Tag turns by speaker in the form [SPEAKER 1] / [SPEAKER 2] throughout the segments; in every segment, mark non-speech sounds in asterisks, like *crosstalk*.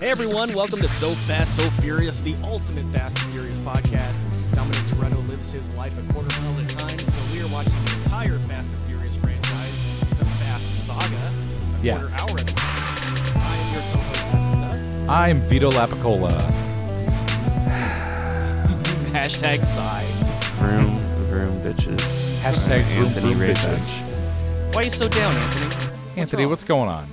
[SPEAKER 1] Hey everyone, welcome to So Fast, So Furious, the ultimate Fast and Furious podcast. Dominic Toretto lives his life a quarter mile at a time, so we are watching the entire Fast and Furious franchise, the Fast Saga, a
[SPEAKER 2] Yeah.
[SPEAKER 1] quarter hour at a time. I am your co-host, Seth
[SPEAKER 2] I'm Vito Lapicola.
[SPEAKER 1] Seth. Hashtag sigh.
[SPEAKER 3] Vroom, vroom, bitches.
[SPEAKER 2] Hashtag
[SPEAKER 3] I'm
[SPEAKER 2] vroom,
[SPEAKER 3] Anthony
[SPEAKER 2] vroom,
[SPEAKER 3] Reyes.
[SPEAKER 2] bitches.
[SPEAKER 1] Why are you so down, Anthony?
[SPEAKER 2] Anthony, what's going on?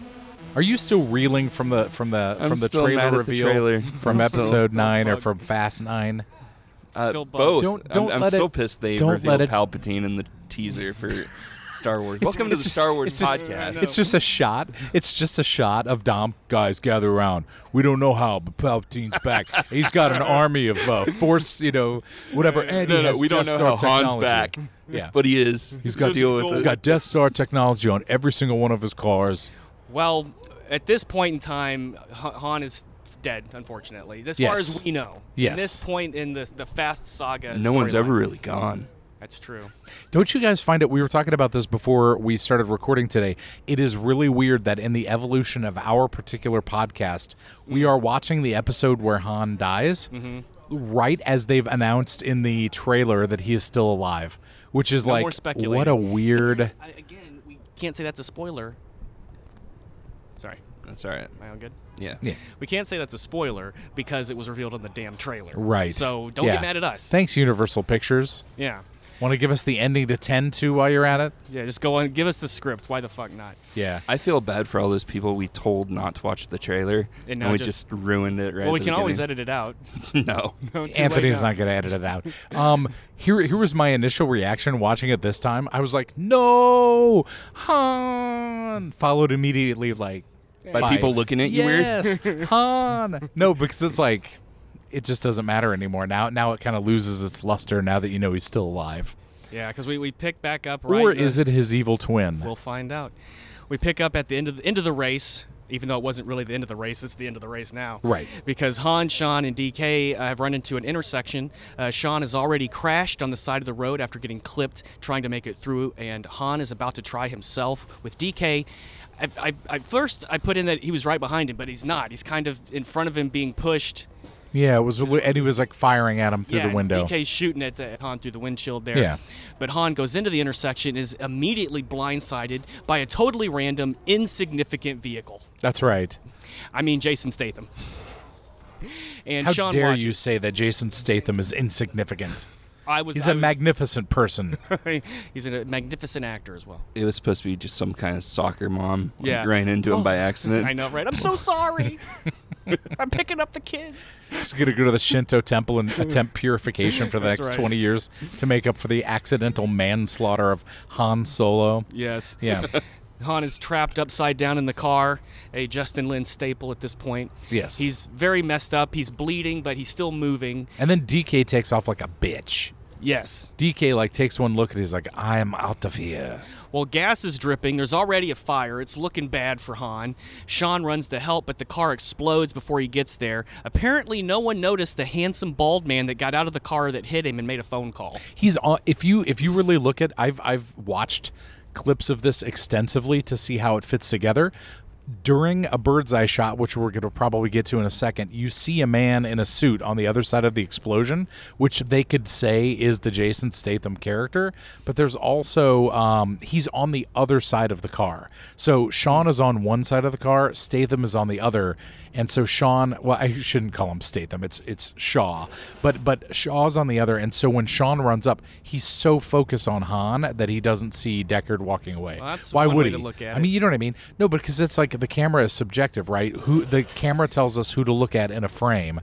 [SPEAKER 2] Are you still reeling from the from the
[SPEAKER 3] I'm
[SPEAKER 2] from the
[SPEAKER 3] still
[SPEAKER 2] trailer
[SPEAKER 3] mad at the
[SPEAKER 2] reveal
[SPEAKER 3] trailer.
[SPEAKER 2] *laughs* from
[SPEAKER 3] I'm still-
[SPEAKER 2] episode
[SPEAKER 1] still
[SPEAKER 2] nine or
[SPEAKER 1] bugged.
[SPEAKER 2] from Fast Nine?
[SPEAKER 3] Uh,
[SPEAKER 1] Still bugged.
[SPEAKER 3] both.
[SPEAKER 2] Don't-
[SPEAKER 3] I'm-
[SPEAKER 2] don't
[SPEAKER 3] I'm,
[SPEAKER 2] let
[SPEAKER 3] so
[SPEAKER 2] it-
[SPEAKER 3] pissed they
[SPEAKER 2] don't
[SPEAKER 3] revealed
[SPEAKER 2] let it-
[SPEAKER 3] Palpatine in the teaser for Star Wars. Welcome to
[SPEAKER 2] It's
[SPEAKER 3] the
[SPEAKER 2] just-
[SPEAKER 3] Star Wars
[SPEAKER 2] it's just-
[SPEAKER 3] podcast.
[SPEAKER 1] No.
[SPEAKER 2] It's just a shot. It's just a shot of Dom. Guys, gather around. We don't know how, but Palpatine's back.
[SPEAKER 3] *laughs*
[SPEAKER 2] He's got an army of uh, force, you know, whatever. And
[SPEAKER 3] no,
[SPEAKER 2] he
[SPEAKER 3] no,
[SPEAKER 2] has
[SPEAKER 3] we don't
[SPEAKER 2] Death
[SPEAKER 3] know how
[SPEAKER 2] Star
[SPEAKER 3] Han's
[SPEAKER 2] technology.
[SPEAKER 3] back,
[SPEAKER 2] Yeah,
[SPEAKER 3] but he is.
[SPEAKER 2] He's got-
[SPEAKER 3] deal with
[SPEAKER 2] he's
[SPEAKER 3] it.
[SPEAKER 2] got Death Star technology on every single one of his cars.
[SPEAKER 1] Well, at this point in time, H- Han is dead, unfortunately, as far
[SPEAKER 2] Yes.
[SPEAKER 1] as we know.
[SPEAKER 2] Yes.
[SPEAKER 1] At this point in the, the Fast Saga
[SPEAKER 3] no one's
[SPEAKER 1] storyline.
[SPEAKER 3] ever really gone.
[SPEAKER 1] That's true.
[SPEAKER 2] Don't you guys find it? We were talking about this before we started recording today. It is really weird that in the evolution of our particular podcast, we
[SPEAKER 1] Mm-hmm.
[SPEAKER 2] are watching the episode where Han dies right as they've announced in the trailer that he is still alive, which is
[SPEAKER 1] more
[SPEAKER 2] like,
[SPEAKER 1] speculating.
[SPEAKER 2] what
[SPEAKER 1] *laughs*
[SPEAKER 2] a weird.
[SPEAKER 1] I, again, we can't say that's a spoiler. Sorry,
[SPEAKER 3] That's all right.
[SPEAKER 1] am I on good?
[SPEAKER 3] Yeah.
[SPEAKER 2] Yeah.
[SPEAKER 1] We can't say that's a spoiler because it was revealed in the damn trailer.
[SPEAKER 2] Right.
[SPEAKER 1] So don't
[SPEAKER 2] Yeah.
[SPEAKER 1] get mad at us.
[SPEAKER 2] Thanks, Universal Pictures.
[SPEAKER 1] yeah.
[SPEAKER 2] Want to give us the ending to 10 to while you're at it?
[SPEAKER 1] Yeah, just go on. Give us the script. Why the fuck not?
[SPEAKER 2] Yeah.
[SPEAKER 3] I feel bad for all those people we told not to watch the trailer,
[SPEAKER 1] And
[SPEAKER 3] and,
[SPEAKER 1] now
[SPEAKER 3] we
[SPEAKER 1] just-
[SPEAKER 3] just, ruined it. Right.
[SPEAKER 1] well, we
[SPEAKER 3] at the
[SPEAKER 1] can always edit
[SPEAKER 3] beginning.
[SPEAKER 1] it out. *laughs*
[SPEAKER 3] *laughs* no.
[SPEAKER 1] No, too late
[SPEAKER 2] Anthony's
[SPEAKER 1] now.
[SPEAKER 2] not going to edit it out. Um, here, here was my initial reaction watching it this time. I was like, "No, Han!" Followed immediately, like
[SPEAKER 3] By people looking at you weird.
[SPEAKER 2] yes, Han. No, because it's like it just doesn't matter anymore. Now, now it kind of loses its luster now that you know he's still alive.
[SPEAKER 1] Yeah, because we, we pick back up right.
[SPEAKER 2] or
[SPEAKER 1] in the-
[SPEAKER 2] is it his evil twin?
[SPEAKER 1] We'll find out. We pick up at the end of the end of the race, even though it wasn't really the end of the race. It's the end of the race now,
[SPEAKER 2] Right.
[SPEAKER 1] Because Han, Sean, and DK uh, have run into an intersection. Uh, Sean has already crashed on the side of the road after getting clipped trying to make it through, and Han is about to try himself with DK. I, I, I first I put in that he was right behind him, but he's not. He's kind of in front of him, being pushed.
[SPEAKER 2] yeah, it was. And he was like firing at him through
[SPEAKER 1] Yeah,
[SPEAKER 2] the window.
[SPEAKER 1] DK's shooting at, at Han through the windshield there.
[SPEAKER 2] Yeah.
[SPEAKER 1] But Han goes into the intersection is immediately blindsided by a totally random, insignificant vehicle.
[SPEAKER 2] That's right.
[SPEAKER 1] I mean, Jason Statham. And
[SPEAKER 2] How
[SPEAKER 1] Sean
[SPEAKER 2] dare
[SPEAKER 1] watches.
[SPEAKER 2] you say that Jason Statham is insignificant?
[SPEAKER 1] I was.
[SPEAKER 2] He's
[SPEAKER 1] a
[SPEAKER 2] a magnificent person.
[SPEAKER 1] *laughs* he's a magnificent actor as well.
[SPEAKER 3] It was supposed to be just some kind of soccer mom. Like,
[SPEAKER 1] Yeah.
[SPEAKER 3] Ran into him by accident.
[SPEAKER 1] I know, right? I'm
[SPEAKER 2] *laughs*
[SPEAKER 1] so sorry. *laughs* I'm picking up the kids.
[SPEAKER 2] She's gonna go to the Shinto temple and attempt purification for the
[SPEAKER 1] That's
[SPEAKER 2] next
[SPEAKER 1] right.
[SPEAKER 2] twenty years to make up for the accidental manslaughter of Han Solo.
[SPEAKER 1] Yes.
[SPEAKER 2] Yeah,
[SPEAKER 1] Han is trapped upside down in the car, a Justin Lin staple at this point.
[SPEAKER 2] Yes.
[SPEAKER 1] He's very messed up. He's bleeding, but he's still moving.
[SPEAKER 2] and then DK takes off like a bitch.
[SPEAKER 1] Yes.
[SPEAKER 2] DK like takes one look and he's like, "I'm out of here."
[SPEAKER 1] Well, gas is dripping. There's already a fire. It's looking bad for Han. Sean runs to help, but the car explodes before he gets there. Apparently, no one noticed the handsome bald man that got out of the car that hit him and made a phone call.
[SPEAKER 2] He's on. If you if you really look at, I've I've watched clips of this extensively to see how it fits together. During a bird's eye shot, which we're going to probably get to in a second, you see a man in a suit on the other side of the explosion, which they could say is the Jason Statham character. But there's also um, he's on the other side of the car. So Sean is on one side of the car, Statham is on the other, and so Sean. Well, I shouldn't call him Statham. It's it's Shaw, but but Shaw's on the other, and so when Sean runs up, he's so focused on Han that he doesn't see Deckard walking away.
[SPEAKER 1] Well, that's
[SPEAKER 2] Why
[SPEAKER 1] one
[SPEAKER 2] would
[SPEAKER 1] way
[SPEAKER 2] he?
[SPEAKER 1] to look at
[SPEAKER 2] I mean, you know what I mean? No, but because it's like the camera is subjective, right? Who the camera tells us who to look at in a frame.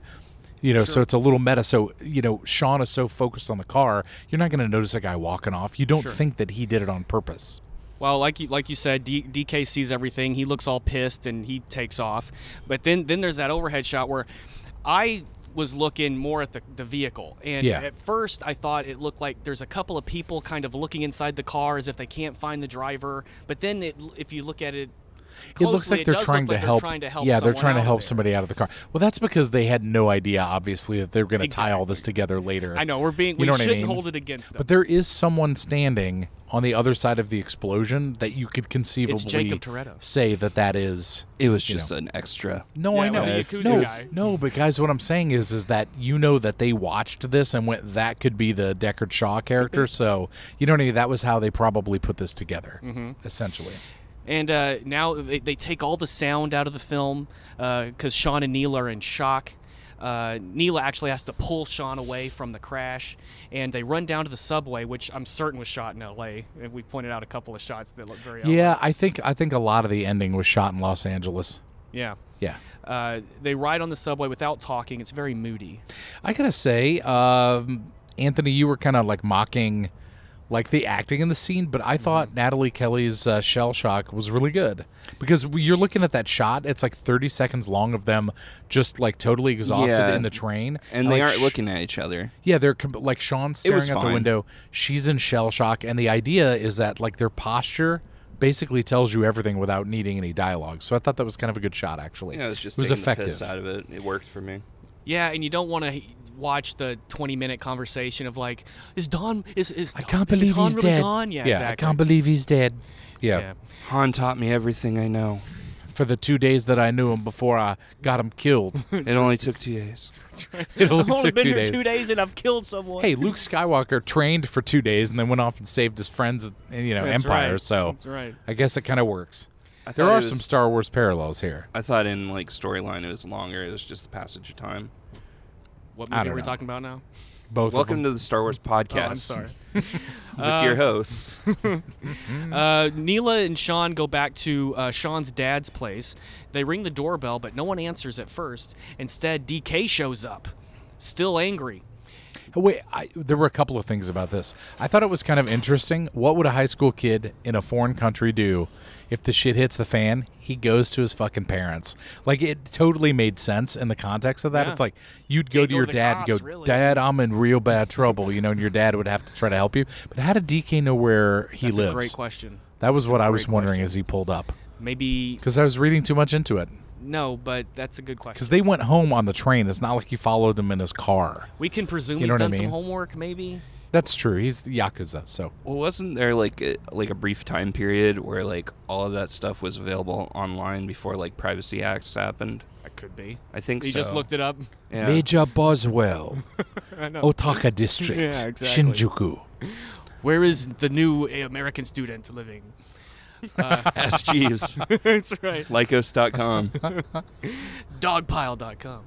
[SPEAKER 2] You know, so it's a little meta. So you know, Sean is so focused on the car, you're not going to notice a guy walking off. You don't think that he did it on purpose.
[SPEAKER 1] Well, like you like you said, D- DK sees everything. He looks all pissed and he takes off. But then then there's that overhead shot where I was looking more at the, the vehicle and
[SPEAKER 2] Yeah.
[SPEAKER 1] at first i thought it looked like there's a couple of people kind of looking inside the car as if they can't find the driver but then it, if you look at it
[SPEAKER 2] it looks
[SPEAKER 1] closely,
[SPEAKER 2] like they're
[SPEAKER 1] does look
[SPEAKER 2] trying
[SPEAKER 1] like
[SPEAKER 2] to
[SPEAKER 1] they're
[SPEAKER 2] help.
[SPEAKER 1] trying to help
[SPEAKER 2] yeah, they're
[SPEAKER 1] someone
[SPEAKER 2] trying
[SPEAKER 1] out
[SPEAKER 2] to
[SPEAKER 1] of
[SPEAKER 2] help
[SPEAKER 1] there.
[SPEAKER 2] somebody out of the car. Well, that's because they had no idea, obviously, that they were going to tie all this together later.
[SPEAKER 1] I know we're being
[SPEAKER 2] You
[SPEAKER 1] we
[SPEAKER 2] know what I
[SPEAKER 1] shouldn't
[SPEAKER 2] mean?
[SPEAKER 1] hold it against them.
[SPEAKER 2] But there is someone standing on the other side of the explosion that you could conceivably
[SPEAKER 1] Jacob Toretto.
[SPEAKER 2] say that that is.
[SPEAKER 3] It was just an extra.
[SPEAKER 2] No,
[SPEAKER 1] Yeah,
[SPEAKER 2] I
[SPEAKER 1] it
[SPEAKER 2] know.
[SPEAKER 1] was a
[SPEAKER 2] Yes.
[SPEAKER 1] Yakuza
[SPEAKER 2] no,
[SPEAKER 1] guy.
[SPEAKER 2] no, but guys, what I'm saying is, is that you know that they watched this and went, that could be the Deckard
[SPEAKER 1] *laughs*
[SPEAKER 2] Shaw character. So you know what I mean? That was how they probably put this together,
[SPEAKER 1] Mm-hmm.
[SPEAKER 2] essentially.
[SPEAKER 1] And uh, now they, they take all the sound out of the film because Sean and Neil are in shock. Uh, Neela actually has to pull Sean away from the crash, and they run down to the subway, which I'm certain was shot in L.A. And we pointed out a couple of shots that look very LA.
[SPEAKER 2] Yeah, I think I think a lot of the ending was shot in Los Angeles.
[SPEAKER 1] yeah.
[SPEAKER 2] Yeah.
[SPEAKER 1] Uh, they ride on the subway without talking. It's very moody.
[SPEAKER 2] I gotta say, um, Anthony, you were kind of like mocking, like the acting in the scene, but I thought
[SPEAKER 3] Mm-hmm.
[SPEAKER 2] Natalie Kelly's uh, shell shock was really good because we- you're looking at that shot. It's like 30 seconds long of them just like totally exhausted
[SPEAKER 3] Yeah.
[SPEAKER 2] in the train,
[SPEAKER 3] And they
[SPEAKER 2] like,
[SPEAKER 3] aren't
[SPEAKER 2] sh-
[SPEAKER 3] looking at each other.
[SPEAKER 2] Yeah, they're com- like Sean's
[SPEAKER 3] It
[SPEAKER 2] staring
[SPEAKER 3] was
[SPEAKER 2] out the
[SPEAKER 3] fine.
[SPEAKER 2] window. She's in shell shock, and the idea is that like their posture. Basically tells you everything without needing any dialogue, so I thought that was kind of a good shot. Actually,
[SPEAKER 3] You know, it's just
[SPEAKER 2] it was
[SPEAKER 3] taking
[SPEAKER 2] effective.
[SPEAKER 3] the piss out of it. It worked for me.
[SPEAKER 1] Yeah, and you don't want to watch the 20 minute conversation of like, is Don is, is
[SPEAKER 2] I can't
[SPEAKER 1] is
[SPEAKER 2] believe
[SPEAKER 1] Han
[SPEAKER 2] he's
[SPEAKER 1] really
[SPEAKER 2] dead.
[SPEAKER 1] Gone? Yeah,
[SPEAKER 2] I
[SPEAKER 1] exactly.
[SPEAKER 2] can't believe he's dead. Yeah.
[SPEAKER 1] Yeah.
[SPEAKER 3] Han taught me everything I know.
[SPEAKER 2] For the two days that I knew him before I got him killed.
[SPEAKER 1] *laughs*
[SPEAKER 2] *laughs*
[SPEAKER 3] It only took two days.
[SPEAKER 2] It only
[SPEAKER 1] I've only
[SPEAKER 2] took
[SPEAKER 1] been
[SPEAKER 2] two
[SPEAKER 1] here
[SPEAKER 2] days.
[SPEAKER 1] two days and I've killed someone.
[SPEAKER 2] Hey, Luke Skywalker trained for two days and then went off and saved his friends, you know,
[SPEAKER 1] That's
[SPEAKER 2] Empire.
[SPEAKER 1] right.
[SPEAKER 2] So
[SPEAKER 1] That's right.
[SPEAKER 2] I guess it kind of works.
[SPEAKER 3] I
[SPEAKER 2] There
[SPEAKER 3] thought it
[SPEAKER 2] are
[SPEAKER 3] was-
[SPEAKER 2] some Star Wars parallels here.
[SPEAKER 3] I thought in like storyline it was longer. It was just the passage of time.
[SPEAKER 1] what
[SPEAKER 2] I
[SPEAKER 1] movie
[SPEAKER 2] don't
[SPEAKER 1] are we
[SPEAKER 2] know.
[SPEAKER 1] talking about now?
[SPEAKER 2] Both
[SPEAKER 3] Welcome
[SPEAKER 2] of
[SPEAKER 3] to the Star Wars podcast.
[SPEAKER 1] Oh, I'm sorry.
[SPEAKER 3] *laughs* With your hosts.
[SPEAKER 1] Uh, Neela and Sean go back to uh, Sean's dad's place. They ring the doorbell, but no one answers at first. Instead, DK shows up, still angry.
[SPEAKER 2] to wait. I, there were a couple of things about this. I thought it was kind of interesting. What would a high school kid in a foreign country do if the shit hits the fan? He goes to his fucking parents. Like it totally made sense in the context of that.
[SPEAKER 1] Yeah.
[SPEAKER 2] It's like you'd go
[SPEAKER 1] Can't
[SPEAKER 2] to
[SPEAKER 1] go
[SPEAKER 2] your
[SPEAKER 1] to the
[SPEAKER 2] dad and
[SPEAKER 1] cops,
[SPEAKER 2] go,
[SPEAKER 1] really.
[SPEAKER 2] "Dad, dad, I'm in real bad trouble, you know, and your dad would have to try to help you. But how did DK know where he
[SPEAKER 1] That's
[SPEAKER 2] lives?
[SPEAKER 1] a great question.
[SPEAKER 2] That was what I was
[SPEAKER 1] great
[SPEAKER 2] wondering
[SPEAKER 1] question.
[SPEAKER 2] as he pulled up
[SPEAKER 1] Maybe
[SPEAKER 2] because I was reading too much into it.
[SPEAKER 1] no, but that's a good
[SPEAKER 2] Because
[SPEAKER 1] question.
[SPEAKER 2] they went home on the train. It's not like he followed them in his car.
[SPEAKER 1] we can presume
[SPEAKER 2] You
[SPEAKER 1] he's
[SPEAKER 2] know what I
[SPEAKER 1] done some
[SPEAKER 2] mean?
[SPEAKER 1] homework, maybe.
[SPEAKER 2] That's true. He's the yakuza, so
[SPEAKER 3] Well, wasn't there like a, like a brief time period where like all of that stuff was available online before like privacy acts happened?
[SPEAKER 1] That could be.
[SPEAKER 3] I think
[SPEAKER 1] He
[SPEAKER 3] so.
[SPEAKER 1] just looked it up. *laughs*
[SPEAKER 3] Yeah.
[SPEAKER 2] Major Boswell,
[SPEAKER 1] I know.
[SPEAKER 2] Otaka District,
[SPEAKER 1] Yeah, exactly.
[SPEAKER 2] Shinjuku.
[SPEAKER 1] Where is the new American student living? *laughs*
[SPEAKER 3] *laughs* Ask Jeeves.
[SPEAKER 1] that's right.
[SPEAKER 3] Lycos.com.
[SPEAKER 1] dogpile.com.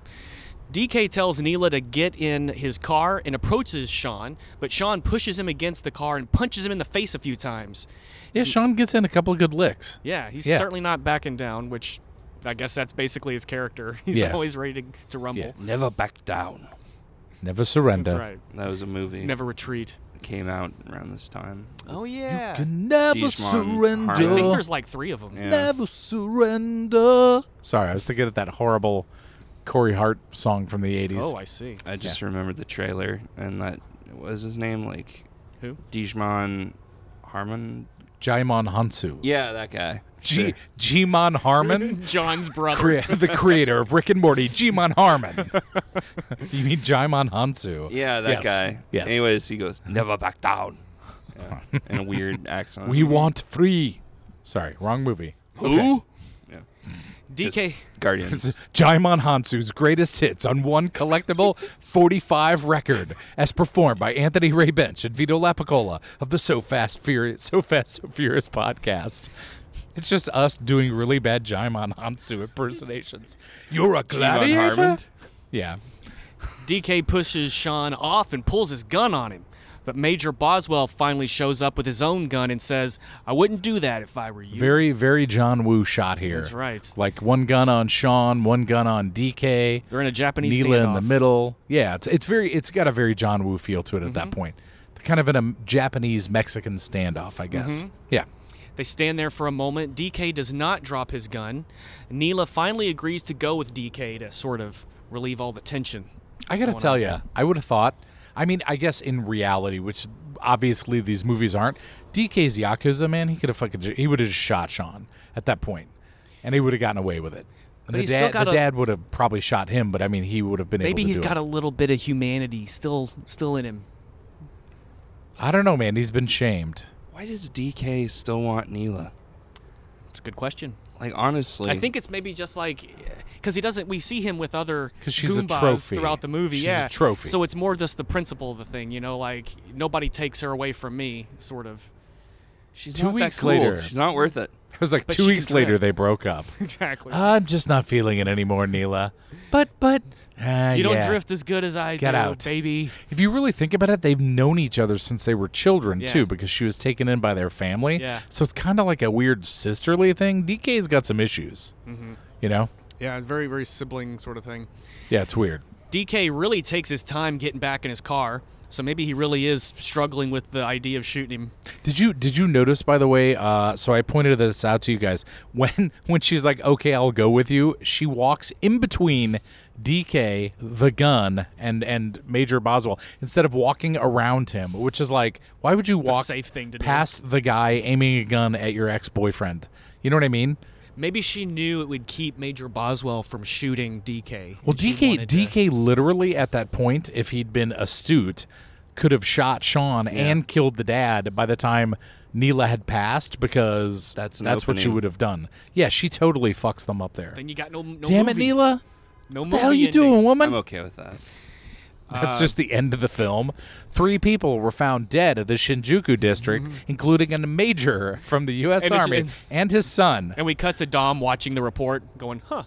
[SPEAKER 1] DK tells Neela to get in his car and approaches Sean, but Sean pushes him against the car and punches him in the face a few times.
[SPEAKER 2] Yeah, Sean gets in a couple of good licks.
[SPEAKER 1] Yeah, he's
[SPEAKER 2] Yeah.
[SPEAKER 1] certainly not backing down, which I guess that's basically his character. *laughs* He's
[SPEAKER 2] Yeah.
[SPEAKER 1] always ready to, to rumble.
[SPEAKER 2] Yeah.
[SPEAKER 3] Never back down.
[SPEAKER 2] Never surrender.
[SPEAKER 1] That's right.
[SPEAKER 3] That was a movie.
[SPEAKER 1] Never retreat.
[SPEAKER 3] that came out around this time.
[SPEAKER 1] Oh, yeah.
[SPEAKER 2] Can never
[SPEAKER 3] Digimon
[SPEAKER 2] surrender.
[SPEAKER 1] I think
[SPEAKER 3] Harmony.
[SPEAKER 1] there's like three of them.
[SPEAKER 3] Yeah.
[SPEAKER 2] Never surrender. Sorry, I was thinking of that horrible Corey Hart song from the 80s.
[SPEAKER 1] Oh, I see.
[SPEAKER 3] I just remembered the trailer and that what was his name like
[SPEAKER 1] Who?
[SPEAKER 3] Digimon Harmon.
[SPEAKER 2] Jaimon Hansu.
[SPEAKER 3] Yeah, that *laughs* guy.
[SPEAKER 2] G-
[SPEAKER 1] *laughs*
[SPEAKER 2] Jimon Harmon,
[SPEAKER 1] John's brother.
[SPEAKER 2] crea- the creator of Rick and Morty, Jimon
[SPEAKER 1] *laughs*
[SPEAKER 2] Harmon. you mean Jaimon Hansu?
[SPEAKER 3] Yeah, that
[SPEAKER 2] Yes.
[SPEAKER 3] guy.
[SPEAKER 2] Yes.
[SPEAKER 3] Anyways, he goes never back down.
[SPEAKER 2] *laughs*
[SPEAKER 3] Yeah. In a weird accent.
[SPEAKER 2] We want free. Sorry, wrong movie.
[SPEAKER 3] who? Yeah.
[SPEAKER 1] DK.
[SPEAKER 3] It's
[SPEAKER 2] *laughs*
[SPEAKER 3] Guardians.
[SPEAKER 2] Jaimon Hansu's greatest hits on one collectible 45 record, as performed by Anthony Ray Bench and Vito Lapicola of the So Fast Furious, So Fast So Furious podcast. It's just us doing really bad Jaimon Hansu impersonations. You're a gladiator.
[SPEAKER 3] Harmon?
[SPEAKER 2] Yeah.
[SPEAKER 1] DK pushes Sean off and pulls his gun on him. But Major Boswell finally shows up with his own gun and says, I wouldn't do that if I were you.
[SPEAKER 2] Very, very John Woo shot here.
[SPEAKER 1] That's right.
[SPEAKER 2] Like one gun on Sean, one gun on DK.
[SPEAKER 1] They're in a Japanese
[SPEAKER 2] Neela in
[SPEAKER 1] standoff.
[SPEAKER 2] the middle. Yeah, it's, it's very it's got a very John Woo feel to it at
[SPEAKER 1] Mm-hmm.
[SPEAKER 2] that point. Kind of in a Japanese Mexican standoff, I guess.
[SPEAKER 1] Mm-hmm.
[SPEAKER 2] Yeah.
[SPEAKER 1] They stand there for a moment. DK does not drop his gun. Neela finally agrees to go with DK to sort of relieve all the tension.
[SPEAKER 2] I gotta tell you, I would have thought. I mean, I guess in reality, which obviously these movies aren't, DK's yakuza man. He could have fucking ju- he would have just shot Sean at that point. and he would have gotten away with it. And the
[SPEAKER 1] he's still
[SPEAKER 2] dad, the
[SPEAKER 1] got a-
[SPEAKER 2] dad would have probably shot him, but I mean, he would have been
[SPEAKER 1] Maybe
[SPEAKER 2] able to
[SPEAKER 1] he's
[SPEAKER 2] do
[SPEAKER 1] got
[SPEAKER 2] it.
[SPEAKER 1] a little bit of humanity still still in him.
[SPEAKER 2] I don't know, man. He's been shamed.
[SPEAKER 3] Why does DK still want Neela?
[SPEAKER 1] It's a good question.
[SPEAKER 3] Like honestly,
[SPEAKER 1] I think it's maybe just like because he doesn't. We see him with other
[SPEAKER 2] 'Cause she's a
[SPEAKER 1] Goombas
[SPEAKER 2] trophy.
[SPEAKER 1] throughout the movie.
[SPEAKER 2] She's a
[SPEAKER 1] yeah,
[SPEAKER 2] trophy.
[SPEAKER 1] So it's more just the principle of the thing, you know, like nobody takes her away from me, sort of.
[SPEAKER 3] she's
[SPEAKER 2] two
[SPEAKER 3] not that
[SPEAKER 2] weeks
[SPEAKER 3] cool.
[SPEAKER 2] later-
[SPEAKER 3] She's not worth it.
[SPEAKER 2] It was like
[SPEAKER 1] But
[SPEAKER 2] two
[SPEAKER 1] she
[SPEAKER 2] weeks
[SPEAKER 1] can
[SPEAKER 2] later
[SPEAKER 1] drift.
[SPEAKER 2] they broke up.
[SPEAKER 1] Exactly.
[SPEAKER 2] I'm just not feeling it anymore, Neela. But but uh,
[SPEAKER 1] you don't
[SPEAKER 2] yeah.
[SPEAKER 1] drift as good as I
[SPEAKER 2] Get
[SPEAKER 1] do,
[SPEAKER 2] out.
[SPEAKER 1] baby.
[SPEAKER 2] If you really think about it, they've known each other since they were children
[SPEAKER 1] Yeah.
[SPEAKER 2] too, because she was taken in by their family.
[SPEAKER 1] Yeah.
[SPEAKER 2] So it's kind of like a weird sisterly thing. DK's got some issues.
[SPEAKER 1] Mm-hmm.
[SPEAKER 2] You know?
[SPEAKER 1] Yeah, very very sibling sort of thing.
[SPEAKER 2] Yeah, it's weird.
[SPEAKER 1] DK really takes his time getting back in his car, so maybe he really is struggling with the idea of shooting him.
[SPEAKER 2] Did you did you notice by the way? Uh, so I pointed this out to you guys *laughs* when when she's like, "Okay, I'll go with you." She walks in between DK, the gun, and and Major Boswell instead of walking around him, which is like, why would you walk
[SPEAKER 1] safe thing to do.
[SPEAKER 2] past the guy aiming a gun at your ex boyfriend? You know what I mean?
[SPEAKER 1] Maybe she knew it would keep Major Boswell from shooting DK.
[SPEAKER 2] Well,
[SPEAKER 1] and she
[SPEAKER 2] DK
[SPEAKER 1] wanted to-
[SPEAKER 2] DK literally at that point, if he'd been astute, could have shot Sean and killed the dad by the time Neela had passed because
[SPEAKER 3] That's an
[SPEAKER 2] that's what she
[SPEAKER 3] opening.
[SPEAKER 2] would have done. Yeah, she totally fucks them up there.
[SPEAKER 1] Then you got no. no
[SPEAKER 2] Damn it,
[SPEAKER 1] movie.
[SPEAKER 2] Neela!
[SPEAKER 1] No
[SPEAKER 2] What the hell
[SPEAKER 1] movie
[SPEAKER 2] you
[SPEAKER 1] ending.
[SPEAKER 2] doing, woman?
[SPEAKER 3] I'm okay with that.
[SPEAKER 2] That's just the end of the film. Three people were found dead at the Shinjuku district, including a major from the U.S.
[SPEAKER 1] Mm-hmm. And it's-
[SPEAKER 2] Army
[SPEAKER 1] and-
[SPEAKER 2] and his son.
[SPEAKER 1] And we cut to Dom watching the report, going, "Huh."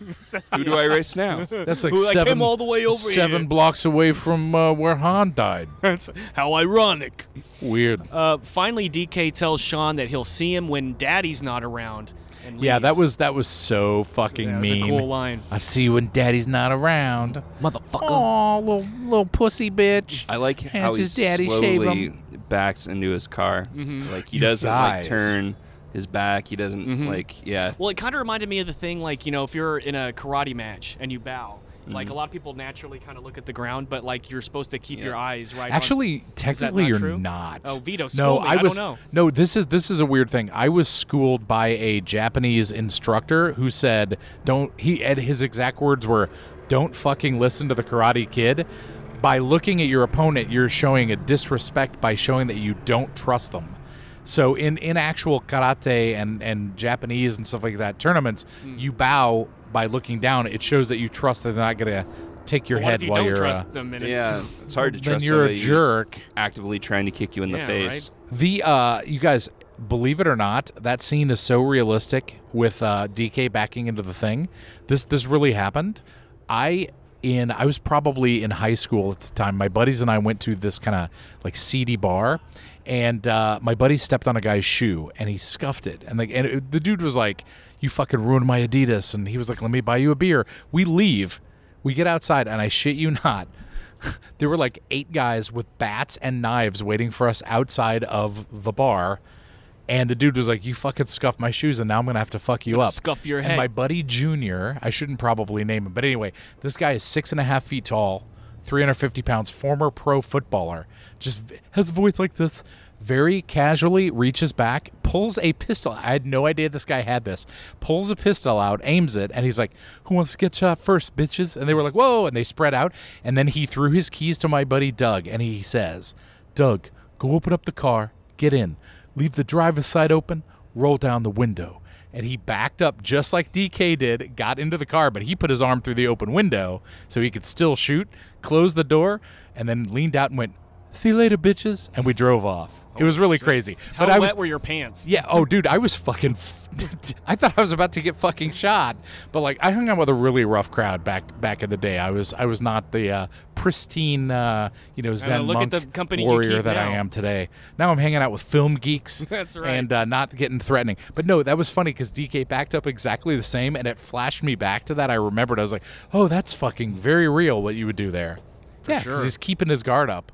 [SPEAKER 1] *laughs* That's the
[SPEAKER 3] Who *laughs* do I race now?
[SPEAKER 2] That's like
[SPEAKER 1] Who I
[SPEAKER 2] seven,
[SPEAKER 1] came all the way over
[SPEAKER 2] seven
[SPEAKER 1] here.
[SPEAKER 2] blocks away from uh, where Han
[SPEAKER 1] *laughs*
[SPEAKER 2] died.
[SPEAKER 1] That's how ironic.
[SPEAKER 2] Weird.
[SPEAKER 1] Uh, finally, DK tells Sean that he'll see him when Daddy's not around. And
[SPEAKER 2] Yeah, that
[SPEAKER 1] leaves.
[SPEAKER 2] was that was so fucking
[SPEAKER 1] That was a
[SPEAKER 2] mean.
[SPEAKER 1] cool line.
[SPEAKER 2] I see you when daddy's not around.
[SPEAKER 1] motherfucker.
[SPEAKER 2] Oh, little little pussy bitch.
[SPEAKER 3] I like
[SPEAKER 2] Has
[SPEAKER 3] how he
[SPEAKER 2] his daddy shave
[SPEAKER 3] slowly backs into his car.
[SPEAKER 1] Mm-hmm.
[SPEAKER 3] Like he
[SPEAKER 2] You
[SPEAKER 3] doesn't
[SPEAKER 2] guys.
[SPEAKER 3] like turn his back. He doesn't like yeah.
[SPEAKER 1] Well, it kind of reminded me of the thing like, you know, if you're in a karate match and you bow, like a lot of people naturally kind of look at the ground, but like you're supposed to keep
[SPEAKER 3] Yeah.
[SPEAKER 1] your eyes right. on-
[SPEAKER 2] Actually, technically,
[SPEAKER 1] not
[SPEAKER 2] you're
[SPEAKER 1] true?
[SPEAKER 2] not.
[SPEAKER 1] Oh, Vito,
[SPEAKER 2] no,
[SPEAKER 1] school me. I
[SPEAKER 2] I
[SPEAKER 1] don't
[SPEAKER 2] was.
[SPEAKER 1] know.
[SPEAKER 2] No, this is this is a weird thing. I was schooled by a Japanese instructor who said, "Don't." He and his exact words were, "Don't fucking listen to the Karate Kid." By looking at your opponent, you're showing a disrespect by showing that you don't trust them. So in in actual karate and and Japanese and stuff like that tournaments,
[SPEAKER 1] Hmm.
[SPEAKER 2] you bow by looking down. It shows that you trust that they're not gonna take your
[SPEAKER 1] what
[SPEAKER 2] head
[SPEAKER 1] if you
[SPEAKER 2] while
[SPEAKER 1] don't
[SPEAKER 2] you're.
[SPEAKER 1] trust
[SPEAKER 2] uh,
[SPEAKER 1] them and it's
[SPEAKER 3] yeah, it's hard to
[SPEAKER 2] then
[SPEAKER 3] trust.
[SPEAKER 2] you're a
[SPEAKER 3] somebody who's
[SPEAKER 2] jerk.
[SPEAKER 3] Actively trying to kick you in
[SPEAKER 1] Yeah,
[SPEAKER 3] the face.
[SPEAKER 2] The uh you guys believe it or not, that scene is so realistic with uh DK backing into the thing. This this really happened. I in I was probably in high school at the time. My buddies and I went to this kind of like seedy bar and uh, my buddy stepped on a guy's shoe and he scuffed it and like and it, the dude was like you fucking ruined my Adidas and he was like let me buy you a beer. We leave. We get outside and I shit you not *laughs* there were like eight guys with bats and knives waiting for us outside of the bar. And the dude was like, "You fucking scuffed my shoes, and now I'm gonna have to
[SPEAKER 1] *laughs*
[SPEAKER 2] fuck you up."
[SPEAKER 1] scuff your
[SPEAKER 2] And
[SPEAKER 1] head.
[SPEAKER 2] my buddy Junior, I shouldn't probably name him, but anyway, this guy is six and a half feet tall, 350 pounds, former pro footballer. Just v- has a voice like this. Very casually reaches back, pulls a pistol. I had no idea this guy had this. Pulls a pistol out, aims it, and he's like, "Who wants to get shot first, bitches?" And they were like, "Whoa!" And they spread out. And then he threw his keys to my buddy Doug, and he says, "Doug, go open up the car, get in, leave the driver's side open, roll down the window." and he backed up just like DK did, got into the car, but he put his arm through the open window so he could still shoot, closed the door, and then leaned out and went, "See you later, bitches," and we drove off. it was really crazy.
[SPEAKER 1] How
[SPEAKER 2] *laughs* but I
[SPEAKER 1] wet
[SPEAKER 2] was
[SPEAKER 1] were your pants?
[SPEAKER 2] yeah, oh dude, I was fucking f- *laughs* I thought I was about to get fucking shot, but like I hung out with a really rough crowd back back in the day. I was I was not the uh, pristine uh, you know zen
[SPEAKER 1] look at
[SPEAKER 2] monk
[SPEAKER 1] the company you
[SPEAKER 2] warrior
[SPEAKER 1] keep
[SPEAKER 2] that I
[SPEAKER 1] now.
[SPEAKER 2] am today. Now I'm hanging out with film geeks
[SPEAKER 1] *laughs* That's right.
[SPEAKER 2] and uh, not getting threatening. But no, that was funny cuz DK backed up exactly the same and it flashed me back to that. I remembered I was like, "Oh, that's fucking very real what you would do there." yeah,
[SPEAKER 1] sure.
[SPEAKER 2] he's keeping his guard up.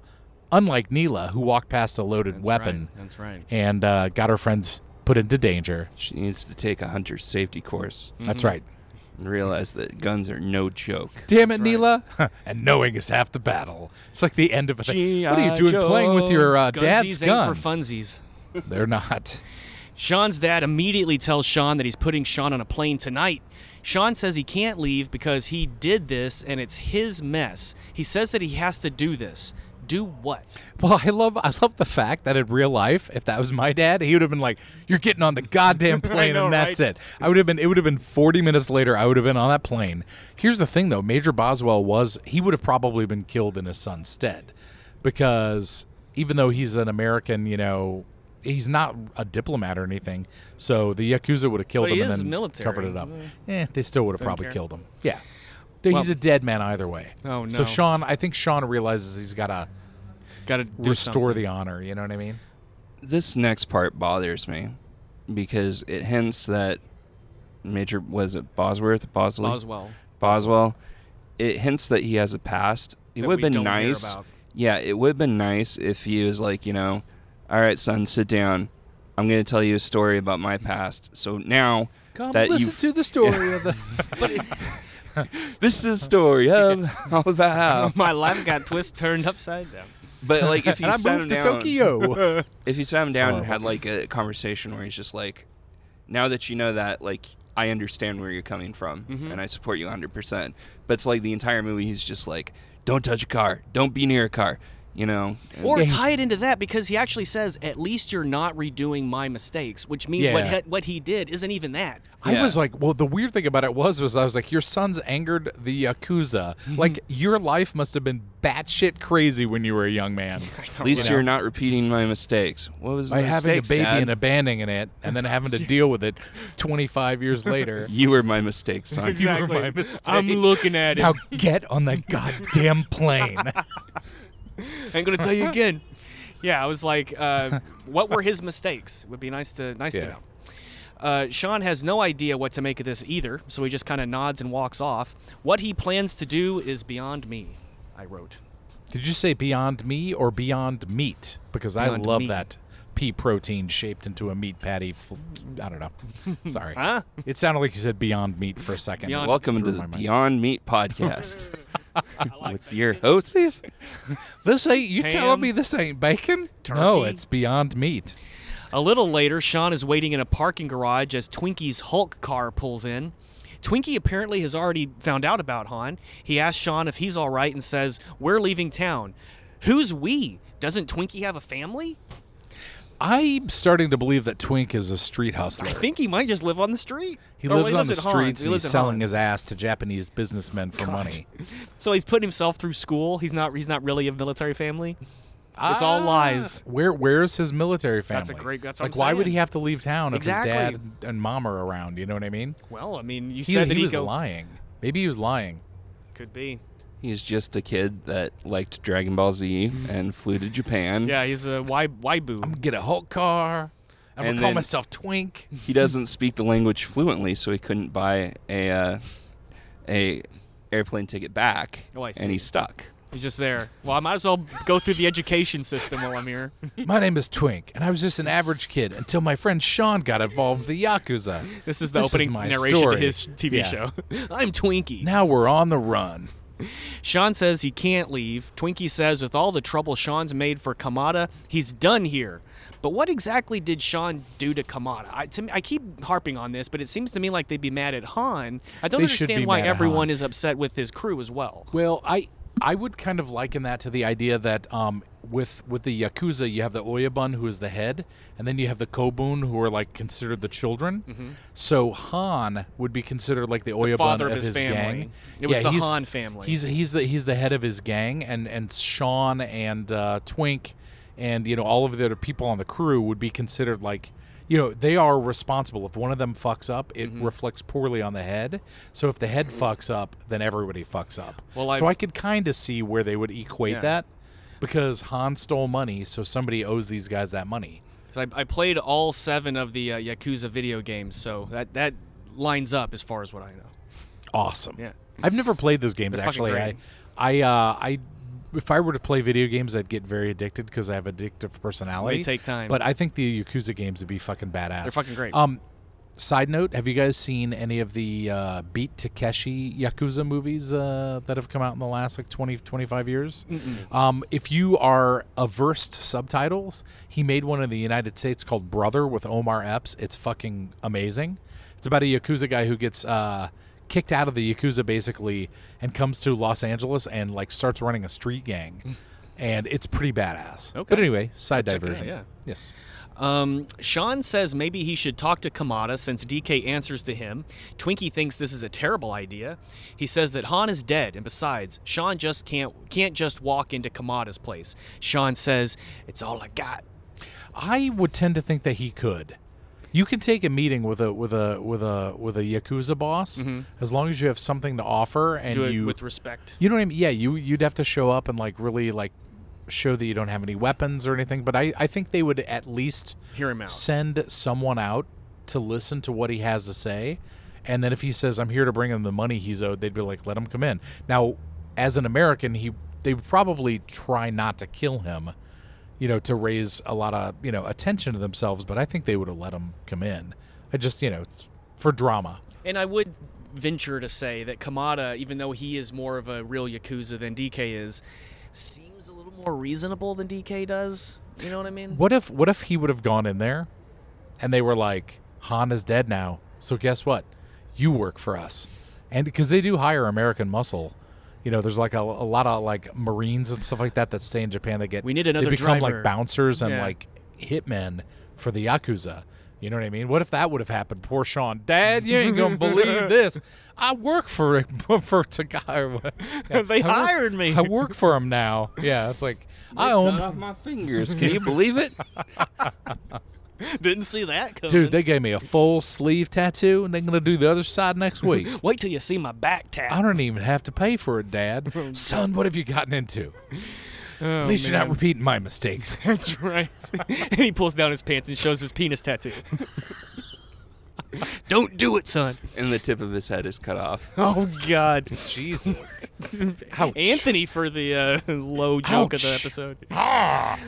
[SPEAKER 2] Unlike Neela, who walked past a loaded weapon
[SPEAKER 1] Right, That's right.
[SPEAKER 2] and uh, got her friends put into danger.
[SPEAKER 3] She needs to take a hunter's safety course
[SPEAKER 2] That's right.
[SPEAKER 3] and realize that guns are no joke.
[SPEAKER 2] Damn it, Neela! *laughs* and knowing is half the battle. It's like the end of a thing.
[SPEAKER 3] G.I.
[SPEAKER 2] What are you doing
[SPEAKER 3] Joe.
[SPEAKER 2] playing with your uh,
[SPEAKER 1] Gunsies
[SPEAKER 2] dad's
[SPEAKER 1] ain't
[SPEAKER 2] gun?
[SPEAKER 1] for funsies.
[SPEAKER 2] They're not.
[SPEAKER 1] Sean's dad immediately tells Sean that he's putting Sean on a plane tonight. Sean says he can't leave because he did this and it's his mess. He says that he has to do this. Do what?
[SPEAKER 2] *laughs* Well, I love I love the fact that in real life, if that was my dad, he would have been like, "You're getting on
[SPEAKER 1] *laughs*
[SPEAKER 2] the goddamn plane,
[SPEAKER 1] know,
[SPEAKER 2] and that's
[SPEAKER 1] right?
[SPEAKER 2] it." I would have been. It would have been 40 minutes later. I would have been on that plane. Here's the thing, though. Major Boswell was he would have probably been killed in his son's stead, because even though he's an American, you know, he's not a diplomat or anything. So the yakuza would have killed
[SPEAKER 1] But
[SPEAKER 2] him
[SPEAKER 1] he
[SPEAKER 2] and
[SPEAKER 1] is
[SPEAKER 2] then
[SPEAKER 1] military. Mm-hmm.
[SPEAKER 2] covered it up. Eh, they still would have probably
[SPEAKER 1] care.
[SPEAKER 2] killed him. Yeah. he's a dead man either way.
[SPEAKER 1] Oh,
[SPEAKER 2] So
[SPEAKER 1] no.
[SPEAKER 2] Sean, I think Sean realizes he's got to
[SPEAKER 1] Got to do
[SPEAKER 2] restore
[SPEAKER 1] something.
[SPEAKER 2] the honor. You know what I mean?
[SPEAKER 3] This next part bothers me because it hints that Major was it Bosworth, Bosley,
[SPEAKER 1] Boswell.
[SPEAKER 3] Boswell. It hints that he has a past. It
[SPEAKER 1] That
[SPEAKER 3] would
[SPEAKER 1] we
[SPEAKER 3] have been
[SPEAKER 1] don't hear
[SPEAKER 3] nice.
[SPEAKER 1] about.
[SPEAKER 3] Yeah, it would have been nice if he was like, you know, all right, son, sit down. I'm going to tell you a story about my past. So now that you've
[SPEAKER 2] to the story
[SPEAKER 3] *laughs*
[SPEAKER 2] of the.
[SPEAKER 3] this is a story of *laughs* all about how.
[SPEAKER 1] My life got twist turned upside down.
[SPEAKER 3] But like, if
[SPEAKER 2] *laughs*
[SPEAKER 3] you
[SPEAKER 2] and I
[SPEAKER 3] sat
[SPEAKER 2] moved
[SPEAKER 3] him
[SPEAKER 2] to
[SPEAKER 3] down,
[SPEAKER 2] Tokyo.
[SPEAKER 3] *laughs* if you sat him down and
[SPEAKER 2] horrible.
[SPEAKER 3] had like a conversation where he's just like, now that you know that, like, I understand where you're coming from
[SPEAKER 2] Mm-hmm.
[SPEAKER 3] and I support you 100%. But it's like the entire movie, he's just like, don't touch a car, don't be near a car, you know?
[SPEAKER 1] *laughs*
[SPEAKER 3] And-
[SPEAKER 1] Or
[SPEAKER 2] Yeah, he-
[SPEAKER 1] tie it into that because he actually says, "At least you're not redoing my mistakes," which means what
[SPEAKER 2] Yeah.
[SPEAKER 1] he, what he did isn't even that.
[SPEAKER 2] *laughs* I
[SPEAKER 3] Yeah.
[SPEAKER 2] was like, well, the weird thing about it was, was I was like, your son's angered the yakuza. Like your life must have been batshit crazy when you were a young
[SPEAKER 3] *laughs*
[SPEAKER 2] man.
[SPEAKER 3] At least
[SPEAKER 2] you
[SPEAKER 3] you are not repeating my mistakes. What was the
[SPEAKER 2] By having a
[SPEAKER 3] mistakes,
[SPEAKER 2] baby
[SPEAKER 3] Dad?
[SPEAKER 2] and abandoning it, and then
[SPEAKER 3] *laughs*
[SPEAKER 2] having to deal with it 25 years later.
[SPEAKER 3] You were my mistake, son.
[SPEAKER 2] my
[SPEAKER 1] *laughs*
[SPEAKER 2] mistake.
[SPEAKER 1] I'm looking at it.
[SPEAKER 2] Now get on the goddamn plane.
[SPEAKER 3] *laughs*
[SPEAKER 1] I'm gonna tell you again. *laughs* Yeah, I was like, *laughs* uh, what were his mistakes? Would be nice to nice
[SPEAKER 2] Yeah.
[SPEAKER 1] to know. Uh, Sean has no idea what to make of this either, so he just kind of nods and walks off. What he plans to do is beyond me. I wrote.
[SPEAKER 2] Did you say beyond me or beyond meat? Because
[SPEAKER 1] Beyond
[SPEAKER 2] I love
[SPEAKER 1] meat.
[SPEAKER 2] that pea protein shaped into a meat patty. Fl- I
[SPEAKER 1] *laughs*
[SPEAKER 2] don't know. Sorry.
[SPEAKER 1] Huh?
[SPEAKER 2] It sounded like you said beyond meat for a second.
[SPEAKER 1] Beyond-
[SPEAKER 3] Welcome to
[SPEAKER 2] Through
[SPEAKER 3] the
[SPEAKER 2] my mind. *laughs*
[SPEAKER 3] Beyond Meat podcast *laughs* with your hosts.
[SPEAKER 2] This ain't you
[SPEAKER 1] Ham?
[SPEAKER 2] telling me this ain't bacon? No,
[SPEAKER 1] Turkey?
[SPEAKER 2] it's beyond meat.
[SPEAKER 1] A little later, Sean is waiting in a parking garage as Twinkie's Hulk car pulls in. Twinkie apparently has already found out about Han. He asks Sean if he's all right and says, "We're leaving town." Who's we? Doesn't Twinkie have a family?
[SPEAKER 2] I'm starting to believe that Twink is a street hustler.
[SPEAKER 1] I think he might just live on the street.
[SPEAKER 2] He
[SPEAKER 1] Or, well,
[SPEAKER 2] lives on the
[SPEAKER 1] at Hans.
[SPEAKER 2] streets
[SPEAKER 1] Oh, He
[SPEAKER 2] and
[SPEAKER 1] lives
[SPEAKER 2] he's
[SPEAKER 1] at
[SPEAKER 2] selling
[SPEAKER 1] Hans.
[SPEAKER 2] his ass to Japanese businessmen for money.
[SPEAKER 1] So he's putting himself through school. He's not. He's not really a military family. It's all lies.
[SPEAKER 2] Where where's his military family?
[SPEAKER 1] That's a great- that's what
[SPEAKER 2] like
[SPEAKER 1] I'm
[SPEAKER 2] why would
[SPEAKER 1] saying.
[SPEAKER 2] he have to leave town
[SPEAKER 1] Exactly.
[SPEAKER 2] if his dad and mom are around? You know what I mean?
[SPEAKER 1] Well, I mean, you
[SPEAKER 2] He,
[SPEAKER 1] said
[SPEAKER 2] he
[SPEAKER 1] that
[SPEAKER 2] was
[SPEAKER 1] go
[SPEAKER 2] lying. Maybe he was lying.
[SPEAKER 1] could be.
[SPEAKER 3] He's just a kid that liked Dragon Ball Z
[SPEAKER 2] Mm-hmm.
[SPEAKER 3] and flew to Japan.
[SPEAKER 1] Yeah, he's a why waibu.
[SPEAKER 2] Get a Hulk car. I'm
[SPEAKER 3] And
[SPEAKER 2] gonna call
[SPEAKER 3] then-
[SPEAKER 2] myself Twink.
[SPEAKER 3] He doesn't speak the language fluently, so he couldn't buy a uh, a airplane ticket back.
[SPEAKER 1] Oh, I see.
[SPEAKER 3] And he's stuck.
[SPEAKER 1] He's just there. Well, I might as well go through the education system while I'm here.
[SPEAKER 2] My name is Twink, and I was just an average kid until my friend Sean got involved with the Yakuza.
[SPEAKER 1] *laughs* This is the
[SPEAKER 2] This is
[SPEAKER 1] opening
[SPEAKER 2] my
[SPEAKER 1] narration
[SPEAKER 2] story.
[SPEAKER 1] to his TV
[SPEAKER 2] Yeah.
[SPEAKER 1] show. *laughs* I'm Twinkie.
[SPEAKER 2] Now we're on the run.
[SPEAKER 1] Sean says he can't leave. Twinkie says with all the trouble Sean's made for Kamada, he's done here. But what exactly did Sean do to Kamada? I, to me, I keep harping on this, but it seems to me like they'd be mad at Han. I don't
[SPEAKER 2] They should be
[SPEAKER 1] understand why
[SPEAKER 2] mad at
[SPEAKER 1] everyone
[SPEAKER 2] Han.
[SPEAKER 1] is upset with his crew as well.
[SPEAKER 2] Well, I I would kind of liken that to the idea that um with with the yakuza you have the oyabun who is the head, and then you have the kobun who are like considered the children. So Han would be considered like the oyabun
[SPEAKER 1] Mm-hmm. father of
[SPEAKER 2] of
[SPEAKER 1] his family.
[SPEAKER 2] gang.
[SPEAKER 1] It was the
[SPEAKER 2] he's-
[SPEAKER 1] Han family.
[SPEAKER 2] He's he's the he's the head of his gang, and and Sean and uh, Twink, and you know all of the other people on the crew would be considered like. You know they are responsible. If one of them fucks up, it
[SPEAKER 1] Mm-hmm.
[SPEAKER 2] reflects poorly on the head. So if the head fucks up, then everybody fucks up.
[SPEAKER 1] Well,
[SPEAKER 2] so
[SPEAKER 1] I've-
[SPEAKER 2] I could kind of see where they would equate
[SPEAKER 1] Yeah.
[SPEAKER 2] that because Han stole money, so somebody owes these guys that money.
[SPEAKER 1] So I, I played all seven of the uh, Yakuza video games, so that that lines up as far as what I know.
[SPEAKER 2] Awesome.
[SPEAKER 1] Yeah.
[SPEAKER 2] I've never played those games
[SPEAKER 1] They're fucking
[SPEAKER 2] actually. I, I, uh, I, if I were to play video games, I'd get very addicted because I have addictive personality.
[SPEAKER 1] They take time.
[SPEAKER 2] But I think the Yakuza games would be fucking badass.
[SPEAKER 1] They're fucking great.
[SPEAKER 2] Um, Side note: Have you guys seen any of the uh, Beat Takeshi Yakuza movies uh, that have come out in the last like 20, 25 years? Um, if you are averse to subtitles, he made one in the United States called Brother with Omar Epps. It's fucking amazing. It's about a Yakuza guy who gets uh, kicked out of the Yakuza basically and comes to Los Angeles and like starts running a street gang. And it's pretty badass.
[SPEAKER 1] Mm. Okay.
[SPEAKER 2] But anyway, side
[SPEAKER 1] Check it out,
[SPEAKER 2] diversion.
[SPEAKER 1] yeah.
[SPEAKER 2] Yes.
[SPEAKER 1] Um, Sean says maybe he should talk to Kamada since DK answers to him. Twinkie thinks this is a terrible idea. He says that Han is dead, and besides, Sean just can't can't just walk into Kamada's place. Sean says it's all I got.
[SPEAKER 2] I would tend to think that he could. You can take a meeting with a with a with a with a yakuza boss as long as you have something to offer and
[SPEAKER 1] Mm-hmm. Do it
[SPEAKER 2] you
[SPEAKER 1] with respect.
[SPEAKER 2] you know what I mean? Yeah, you you'd have to show up and like really like show that you don't have any weapons or anything. But I I think they would at least
[SPEAKER 1] Hear him out.
[SPEAKER 2] send someone out to listen to what he has to say, and then if he says I'm here to bring him the money he's owed, they'd be like let him come in. Now, as an American, he they would probably try not to kill him. You know, to raise a lot of you know attention to themselves, but I think they would have let him come in. I just you know it's for drama.
[SPEAKER 1] And I would venture to say that Kamada, even though he is more of a real Yakuza than DK is, seems a little more reasonable than DK does. You know what I mean?
[SPEAKER 2] What if what if he would have gone in there and they were like, Han is dead now, so guess what? You work for us. And because they do hire American muscle. You know, there's like a, a lot of like Marines and stuff like that that stay in Japan that get
[SPEAKER 1] We need
[SPEAKER 2] they
[SPEAKER 1] another
[SPEAKER 2] become
[SPEAKER 1] driver.
[SPEAKER 2] like bouncers and
[SPEAKER 1] Yeah.
[SPEAKER 2] like hitmen for the Yakuza. You know what I mean? What if that would have happened? Poor Sean. Dad, you ain't
[SPEAKER 1] *laughs*
[SPEAKER 2] gonna believe this. I work for *laughs* for Takai.
[SPEAKER 1] They
[SPEAKER 2] I work-
[SPEAKER 1] hired me. uh,
[SPEAKER 2] I work for him now. Yeah,
[SPEAKER 1] *laughs*
[SPEAKER 2] it's like I
[SPEAKER 1] Oh.
[SPEAKER 2] own
[SPEAKER 3] Cut off my fingers. Can you believe it?
[SPEAKER 1] Didn't see that coming.
[SPEAKER 2] Dude, they gave me a full sleeve tattoo, and they're gonna do the other side
[SPEAKER 1] *laughs*
[SPEAKER 2] next week.
[SPEAKER 1] Wait till you see my back tap.
[SPEAKER 2] I don't even have to pay for it,
[SPEAKER 1] Oh,
[SPEAKER 2] Dad. Son, what have you gotten into? At least you're not repeating
[SPEAKER 1] *laughs*
[SPEAKER 2] my mistakes.
[SPEAKER 1] That's right. and he pulls down his pants and shows his penis tattoo. *laughs* Don't do it, son.
[SPEAKER 3] And the tip of his head is cut off.
[SPEAKER 1] Oh God,
[SPEAKER 2] Jesus.
[SPEAKER 1] Anthony for the uh, *laughs* low joke of the *laughs*
[SPEAKER 2] Ouch.
[SPEAKER 1] episode.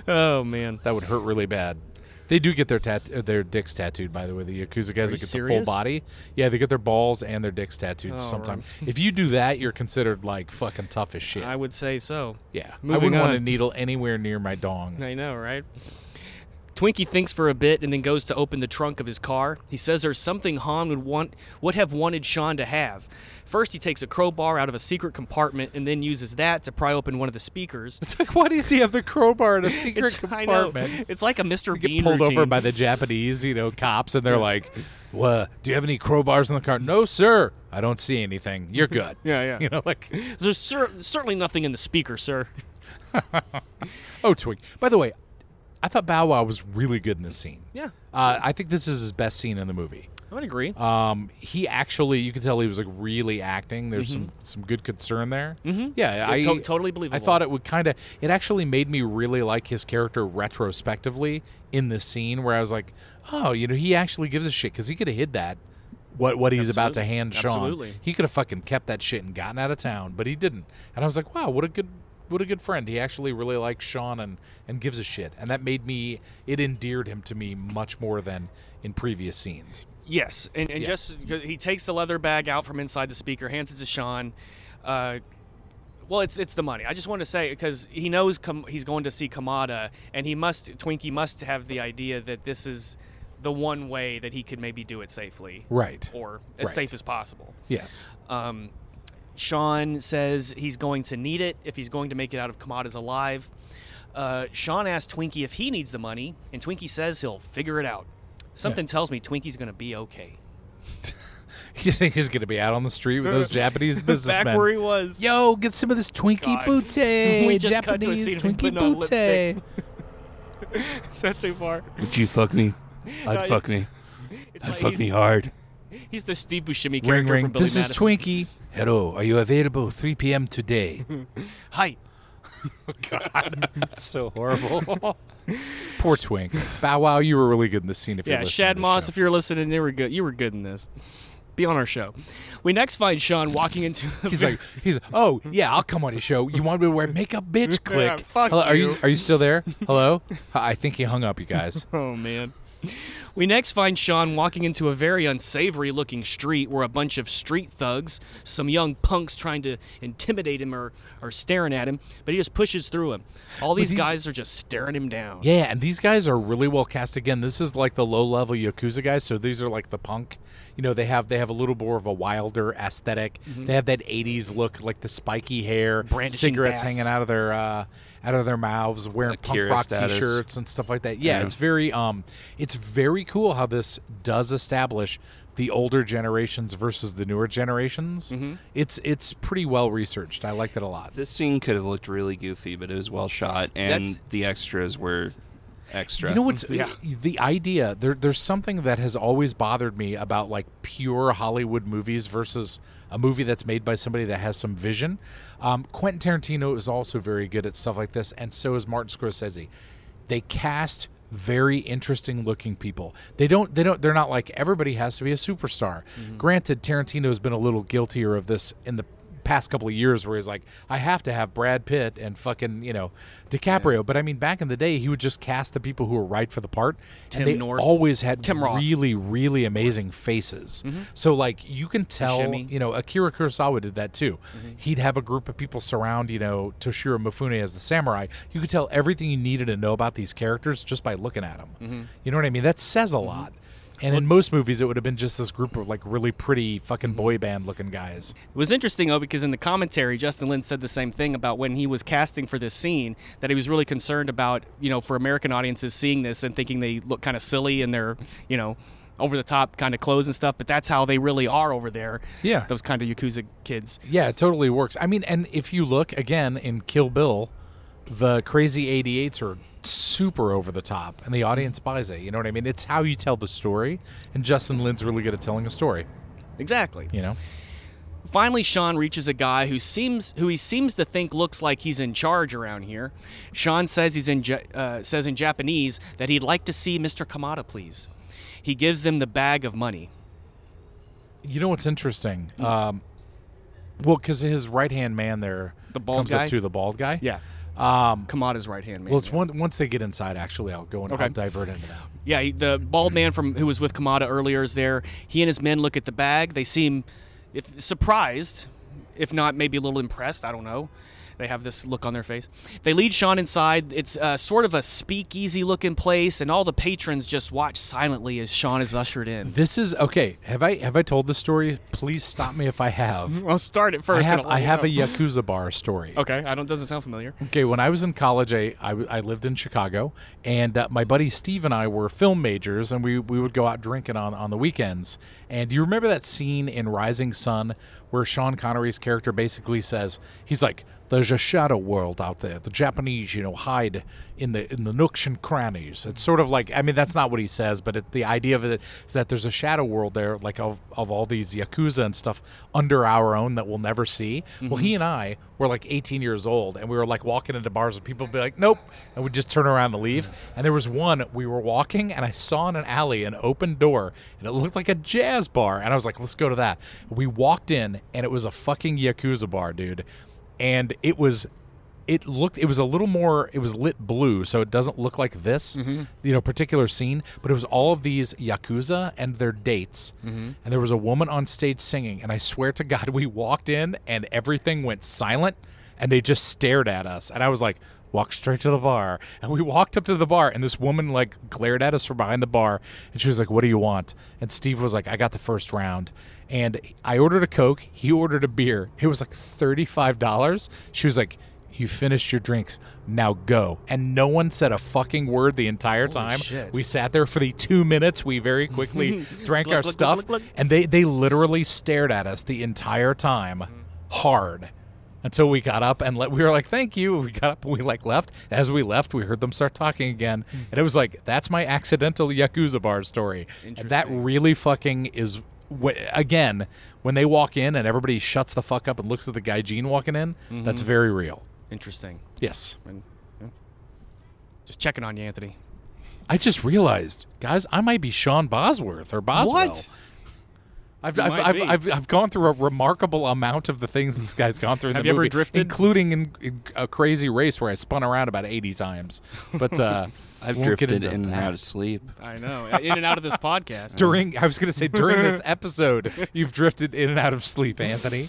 [SPEAKER 1] Oh man,
[SPEAKER 2] That would hurt really bad. They do get their tat- uh, their dicks tattooed, by the way. The Yakuza guys
[SPEAKER 1] Are you
[SPEAKER 2] that get the
[SPEAKER 1] serious?
[SPEAKER 2] full body. Yeah, they get their balls and their dicks tattooed sometimes. If you do that, you're considered like fucking tough as shit.
[SPEAKER 1] I would say so.
[SPEAKER 2] yeah. I
[SPEAKER 1] moving
[SPEAKER 2] wouldn't want a
[SPEAKER 1] on.
[SPEAKER 2] needle anywhere near my dong.
[SPEAKER 1] I know, right? Twinkie thinks for a bit and then goes to open the trunk of his car. He says there's something Han would want would have wanted Sean to have. First he takes a crowbar out of a secret compartment and then uses that to pry open one of the speakers.
[SPEAKER 2] It's like, *laughs* why does he have the crowbar in a secret
[SPEAKER 1] *laughs* It's, I know.
[SPEAKER 2] compartment?
[SPEAKER 1] It's like a Mr.
[SPEAKER 2] get
[SPEAKER 1] Bean
[SPEAKER 2] pulled over
[SPEAKER 1] routine.
[SPEAKER 2] by the Japanese, you know, cops, and they're like, "What? Do you have any crowbars in the car?" No, sir. I don't see anything. You're good.
[SPEAKER 1] *laughs*
[SPEAKER 2] *laughs*
[SPEAKER 1] Yeah, yeah.
[SPEAKER 2] You know, like,
[SPEAKER 1] There's cer- certainly nothing in the speaker, sir.
[SPEAKER 2] oh, Twig. By the way, I thought Bow Wow was really good in this scene.
[SPEAKER 1] Yeah.
[SPEAKER 2] Uh, I think this is his best scene in the movie.
[SPEAKER 1] I would agree.
[SPEAKER 2] Um, he actually, you could tell he was like really acting. There's some some good concern there. Mm-hmm. Yeah, I
[SPEAKER 1] Mm-hmm. to- totally believable.
[SPEAKER 2] I thought it would kind of. It actually made me really like his character retrospectively in this scene where I was like, oh, you know, he actually gives a shit because he could have hid that. What what he's about to
[SPEAKER 1] Absolutely.
[SPEAKER 2] hand Sean.
[SPEAKER 1] Absolutely.
[SPEAKER 2] He could have fucking kept that shit and gotten out of town, but he didn't. And I was like, wow, what a good what a good friend. He actually really likes Sean and and gives a shit. And that made me it endeared him to me much more than in previous scenes.
[SPEAKER 1] yes, and, and just he takes the leather bag out from inside the speaker, hands it to Sean. Uh, well, it's it's the money. I just wanted to say because he knows Kam- he's going to see Kamada, and he must Twinkie must have the idea that this is the one way that he could maybe do it safely,
[SPEAKER 2] Right.
[SPEAKER 1] or as
[SPEAKER 2] Right.
[SPEAKER 1] safe as possible.
[SPEAKER 2] Yes. *laughs*
[SPEAKER 1] Um, Sean says he's going to need it if he's going to make it out of Kamada's alive. Uh, Sean asks Twinkie if he needs the money, and Twinkie says he'll figure it out. Something tells me Twinkie's going to be okay.
[SPEAKER 2] You think he's gonna be out on the street
[SPEAKER 1] *laughs*
[SPEAKER 2] with those Japanese businessmen?
[SPEAKER 1] was. *laughs*
[SPEAKER 2] Yo, get some of this Twinkie
[SPEAKER 1] God. *laughs*
[SPEAKER 2] Butte.
[SPEAKER 1] We just cut to a
[SPEAKER 2] Japanese
[SPEAKER 1] scene of him
[SPEAKER 2] Twinkie
[SPEAKER 1] putting on
[SPEAKER 2] Butte.
[SPEAKER 1] Is that too far?
[SPEAKER 3] Would you fuck me?
[SPEAKER 1] No,
[SPEAKER 3] I'd fuck me.
[SPEAKER 1] It's
[SPEAKER 3] I'd
[SPEAKER 1] like
[SPEAKER 3] fuck
[SPEAKER 1] he's,
[SPEAKER 3] me hard.
[SPEAKER 1] he's the Steve Buscemi character
[SPEAKER 2] Ring, ring.
[SPEAKER 1] from Billy
[SPEAKER 2] This is
[SPEAKER 1] Madison.
[SPEAKER 2] Twinkie. Hello, are you available 3
[SPEAKER 1] *laughs*
[SPEAKER 2] p.m. today?
[SPEAKER 1] Hi.
[SPEAKER 2] *laughs* God, that's
[SPEAKER 1] *laughs*
[SPEAKER 2] so horrible. Poor Twink. Bow Wow, you were really good in this scene. If
[SPEAKER 1] Yeah,
[SPEAKER 2] you're
[SPEAKER 1] Shad Moss, if
[SPEAKER 2] If
[SPEAKER 1] you're listening, you were good. You were good in this. Be on our show. We next find Sean walking into. a
[SPEAKER 2] he's like, he's like, oh yeah, I'll come on your show. You want me to wear makeup,
[SPEAKER 1] *laughs*
[SPEAKER 2] bitch? Click.
[SPEAKER 1] fuck
[SPEAKER 2] Hello, Are
[SPEAKER 1] you. *laughs*
[SPEAKER 2] you are you still there? Hello. I think he hung up, you guys.
[SPEAKER 1] Oh man. We next find Sean walking into a very unsavory looking street where a bunch of street thugs, some young punks trying to intimidate him or are staring at him, but he just pushes through him. All these
[SPEAKER 2] these-
[SPEAKER 1] guys are just staring him down.
[SPEAKER 2] Yeah, and these guys are really well cast. Again, this is like the low level yakuza guys, so these are like the punk. You know, they have they have a little more of a wilder aesthetic. They have that '80s look, like the spiky hair,
[SPEAKER 1] Brandishing
[SPEAKER 2] cigarettes
[SPEAKER 1] bats.
[SPEAKER 2] hanging out of their uh, out of their mouths, wearing punk
[SPEAKER 3] Akira
[SPEAKER 2] rock
[SPEAKER 3] status.
[SPEAKER 2] t-shirts and stuff like that. Yeah,
[SPEAKER 3] Yeah.
[SPEAKER 2] it's very um, it's very cool how this does establish the older generations versus the newer generations. It's it's pretty well researched. I liked it a lot.
[SPEAKER 3] This scene could have looked really goofy, but it was well shot, and
[SPEAKER 1] That's-
[SPEAKER 3] the extras were extra.
[SPEAKER 2] You know what's the idea? There, there's something that has always bothered me about like pure Hollywood movies versus a movie that's made by somebody that has some vision. Um, Quentin Tarantino is also very good at stuff like this, and so is Martin Scorsese. They cast very interesting looking people. They don't they don't they're not like everybody has to be a superstar. Granted Tarantino has been a little guiltier of this in the past couple of years where he's like, I have to have Brad Pitt and fucking, you know, DiCaprio. But I mean, back in the day, he would just cast the people who were right for the part.
[SPEAKER 1] Tim
[SPEAKER 2] and they
[SPEAKER 1] North.
[SPEAKER 2] always had
[SPEAKER 1] Tim Roth. Mm-hmm.
[SPEAKER 2] really, really amazing faces. So, like, you can tell,
[SPEAKER 1] Buscemi.
[SPEAKER 2] you know, Akira Kurosawa did that too.
[SPEAKER 1] Mm-hmm.
[SPEAKER 2] He'd have a group of people surround, you know, Toshiro Mifune as the samurai. You could tell everything you needed to know about these characters just by looking at them.
[SPEAKER 1] Mm-hmm.
[SPEAKER 2] You know what I mean? That says a lot. And in most movies, it would have been just this group of like really pretty fucking boy
[SPEAKER 1] Mm-hmm.
[SPEAKER 2] band looking guys.
[SPEAKER 1] It was interesting though because in the commentary, Justin Lin said the same thing about when he was casting for this scene that he was really concerned about, you know, for American audiences seeing this and thinking they look kind of silly and they're, you know, over the top kind of clothes and stuff. But that's how they really are over there.
[SPEAKER 2] Yeah.
[SPEAKER 1] those kind of yakuza kids.
[SPEAKER 2] Yeah, it totally works. I mean, and if you look again in Kill Bill, the crazy 88s are super over the top and the audience buys it. You know what I mean? It's how you tell the story. And Justin Lin's really good at telling a story,
[SPEAKER 1] Exactly.
[SPEAKER 2] you know?
[SPEAKER 1] Finally, Sean reaches a guy who seems who he seems to think looks like he's in charge around here. Sean says he's in Ja- uh, says in Japanese that he'd like to see Mr. Kamada, please. He gives them the bag of money.
[SPEAKER 2] You know what's interesting?
[SPEAKER 1] Hmm.
[SPEAKER 2] Um, well, because his right hand man there
[SPEAKER 1] The bald
[SPEAKER 2] comes
[SPEAKER 1] guy?
[SPEAKER 2] up to the bald guy.
[SPEAKER 1] Yeah. Um, Kamada's right hand man.
[SPEAKER 2] Well, it's
[SPEAKER 1] yeah.
[SPEAKER 2] one, once they get inside, actually, I'll go and
[SPEAKER 1] Okay.
[SPEAKER 2] I'll divert into that.
[SPEAKER 1] Yeah, he- the bald man from who was with Kamada earlier is there. He and his men look at the bag. They seem if surprised, if not maybe a little impressed. I don't know. They have this look on their face. They lead Sean inside. It's uh, sort of a speakeasy looking place, and all the patrons just watch silently as Sean is ushered in.
[SPEAKER 2] This is okay. Have I have I told the story? Please stop me if I have.
[SPEAKER 1] I'll start it
[SPEAKER 2] I
[SPEAKER 1] first. and
[SPEAKER 2] have
[SPEAKER 1] I'll let
[SPEAKER 2] I
[SPEAKER 1] you
[SPEAKER 2] have
[SPEAKER 1] know.
[SPEAKER 2] a yakuza bar story.
[SPEAKER 1] okay. I don't. Doesn't sound familiar.
[SPEAKER 2] Okay, when I was in college, I, I, w- I lived in Chicago, and uh, my buddy Steve and I were film majors, and we, we would go out drinking on, on the weekends. And do you remember that scene in Rising Sun where Sean Connery's character basically says, he's like, there's a shadow world out there. The Japanese, you know, hide in the in the nooks and crannies. It's sort of like I mean that's not what he says, but it, the idea of it is that there's a shadow world there, like of, of all these yakuza and stuff under our own that we'll never see. Well, he and I were like 18 years old, and we were like walking into bars, and people would be like, "Nope," and we'd just turn around and leave. And there was one we were walking, and I saw in an alley an open door, and it looked like a jazz bar, and I was like, "Let's go to that." We walked in, and it was a fucking yakuza bar, dude, and it was it looked it was a little more it was lit blue so it doesn't look like this you know particular scene but it was all of these yakuza and their dates and there was a woman on stage singing and i swear to god *laughs* we walked in and everything went silent and they just stared at us and i was like walk straight to the bar and we walked up to the bar and this woman like glared at us from behind the bar and she was like what do you want and steve was like i got the first round and i ordered a coke he ordered a beer it was like $35 she was like you finished your drinks. Now go. And no one said a fucking word the entire time.
[SPEAKER 1] shit.
[SPEAKER 2] We sat there for the two minutes.
[SPEAKER 1] *laughs*
[SPEAKER 2] We very quickly drank
[SPEAKER 1] Glug,
[SPEAKER 2] our
[SPEAKER 1] glug,
[SPEAKER 2] stuff.
[SPEAKER 1] glug, glug, glug.
[SPEAKER 2] And they, they literally stared at us the entire time
[SPEAKER 1] Mm-hmm.
[SPEAKER 2] hard until we got up and let, we were like, thank you. We got up and we like left. As we left, we heard them start talking again.
[SPEAKER 1] Mm-hmm.
[SPEAKER 2] And it was like, that's my accidental Yakuza bar story. And that really fucking is wh- again, when they walk in and everybody shuts the fuck up and looks at the guy Gene walking in,
[SPEAKER 1] Mm-hmm.
[SPEAKER 2] that's very real.
[SPEAKER 1] Interesting.
[SPEAKER 2] Yes.
[SPEAKER 1] And, yeah. Just checking on you, Anthony.
[SPEAKER 2] I just realized, guys, I might be Sean Bosworth or Boswell.
[SPEAKER 1] What?
[SPEAKER 2] I've
[SPEAKER 1] You
[SPEAKER 2] I've,
[SPEAKER 1] might
[SPEAKER 2] I've,
[SPEAKER 1] be.
[SPEAKER 2] I've, I've gone through a remarkable amount of the things this guy's gone through. In
[SPEAKER 1] Have
[SPEAKER 2] the
[SPEAKER 1] you ever
[SPEAKER 2] movie,
[SPEAKER 1] drifted?
[SPEAKER 2] including in, in a crazy race where I spun around about eighty times?
[SPEAKER 1] *laughs*
[SPEAKER 2] But uh,
[SPEAKER 3] I've
[SPEAKER 2] won't get
[SPEAKER 3] drifted
[SPEAKER 2] into
[SPEAKER 3] in and
[SPEAKER 2] that.
[SPEAKER 3] out of sleep.
[SPEAKER 1] I know. In and out *laughs* of this podcast.
[SPEAKER 2] during I was going to say during this
[SPEAKER 1] *laughs*
[SPEAKER 2] episode, you've drifted in and out of sleep, Anthony.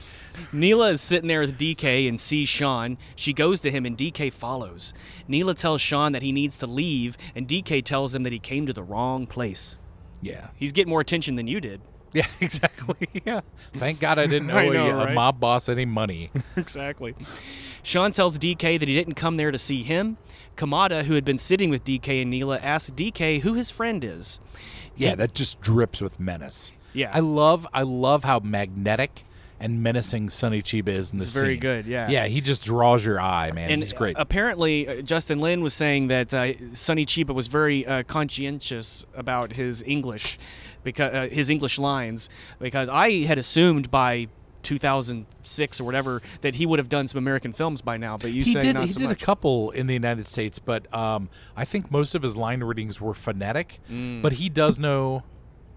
[SPEAKER 1] Neela is sitting there with DK and sees Sean. She goes to him and DK follows. Neela tells Sean that he needs to leave, and DK tells him that he came to the wrong place.
[SPEAKER 2] Yeah.
[SPEAKER 1] He's getting more attention than you did.
[SPEAKER 2] Yeah, *laughs* exactly. Yeah. Thank God I didn't
[SPEAKER 1] *laughs*
[SPEAKER 2] owe
[SPEAKER 1] I know,
[SPEAKER 2] a,
[SPEAKER 1] right?
[SPEAKER 2] a mob boss any money.
[SPEAKER 1] exactly. Sean tells DK that he didn't come there to see him. Kamada, who had been sitting with DK and Neela, asks DK who his friend is.
[SPEAKER 2] Yeah, that just drips with menace.
[SPEAKER 1] Yeah.
[SPEAKER 2] I love I love how magnetic and menacing Sonny Chiba is in this
[SPEAKER 1] He's very
[SPEAKER 2] scene.
[SPEAKER 1] good, yeah.
[SPEAKER 2] Yeah, he just draws your eye, man.
[SPEAKER 1] And
[SPEAKER 2] He's great.
[SPEAKER 1] apparently, uh, Justin Lin was saying that uh, Sonny Chiba was very uh, conscientious about his English, because uh, his English lines, because I had assumed by 2006 or whatever that he would have done some American films by now. But you
[SPEAKER 2] he
[SPEAKER 1] say
[SPEAKER 2] did
[SPEAKER 1] not
[SPEAKER 2] he
[SPEAKER 1] so
[SPEAKER 2] did
[SPEAKER 1] much.
[SPEAKER 2] a couple in the United States, but um, I think most of his line readings were phonetic.
[SPEAKER 1] Mm.
[SPEAKER 2] But he does know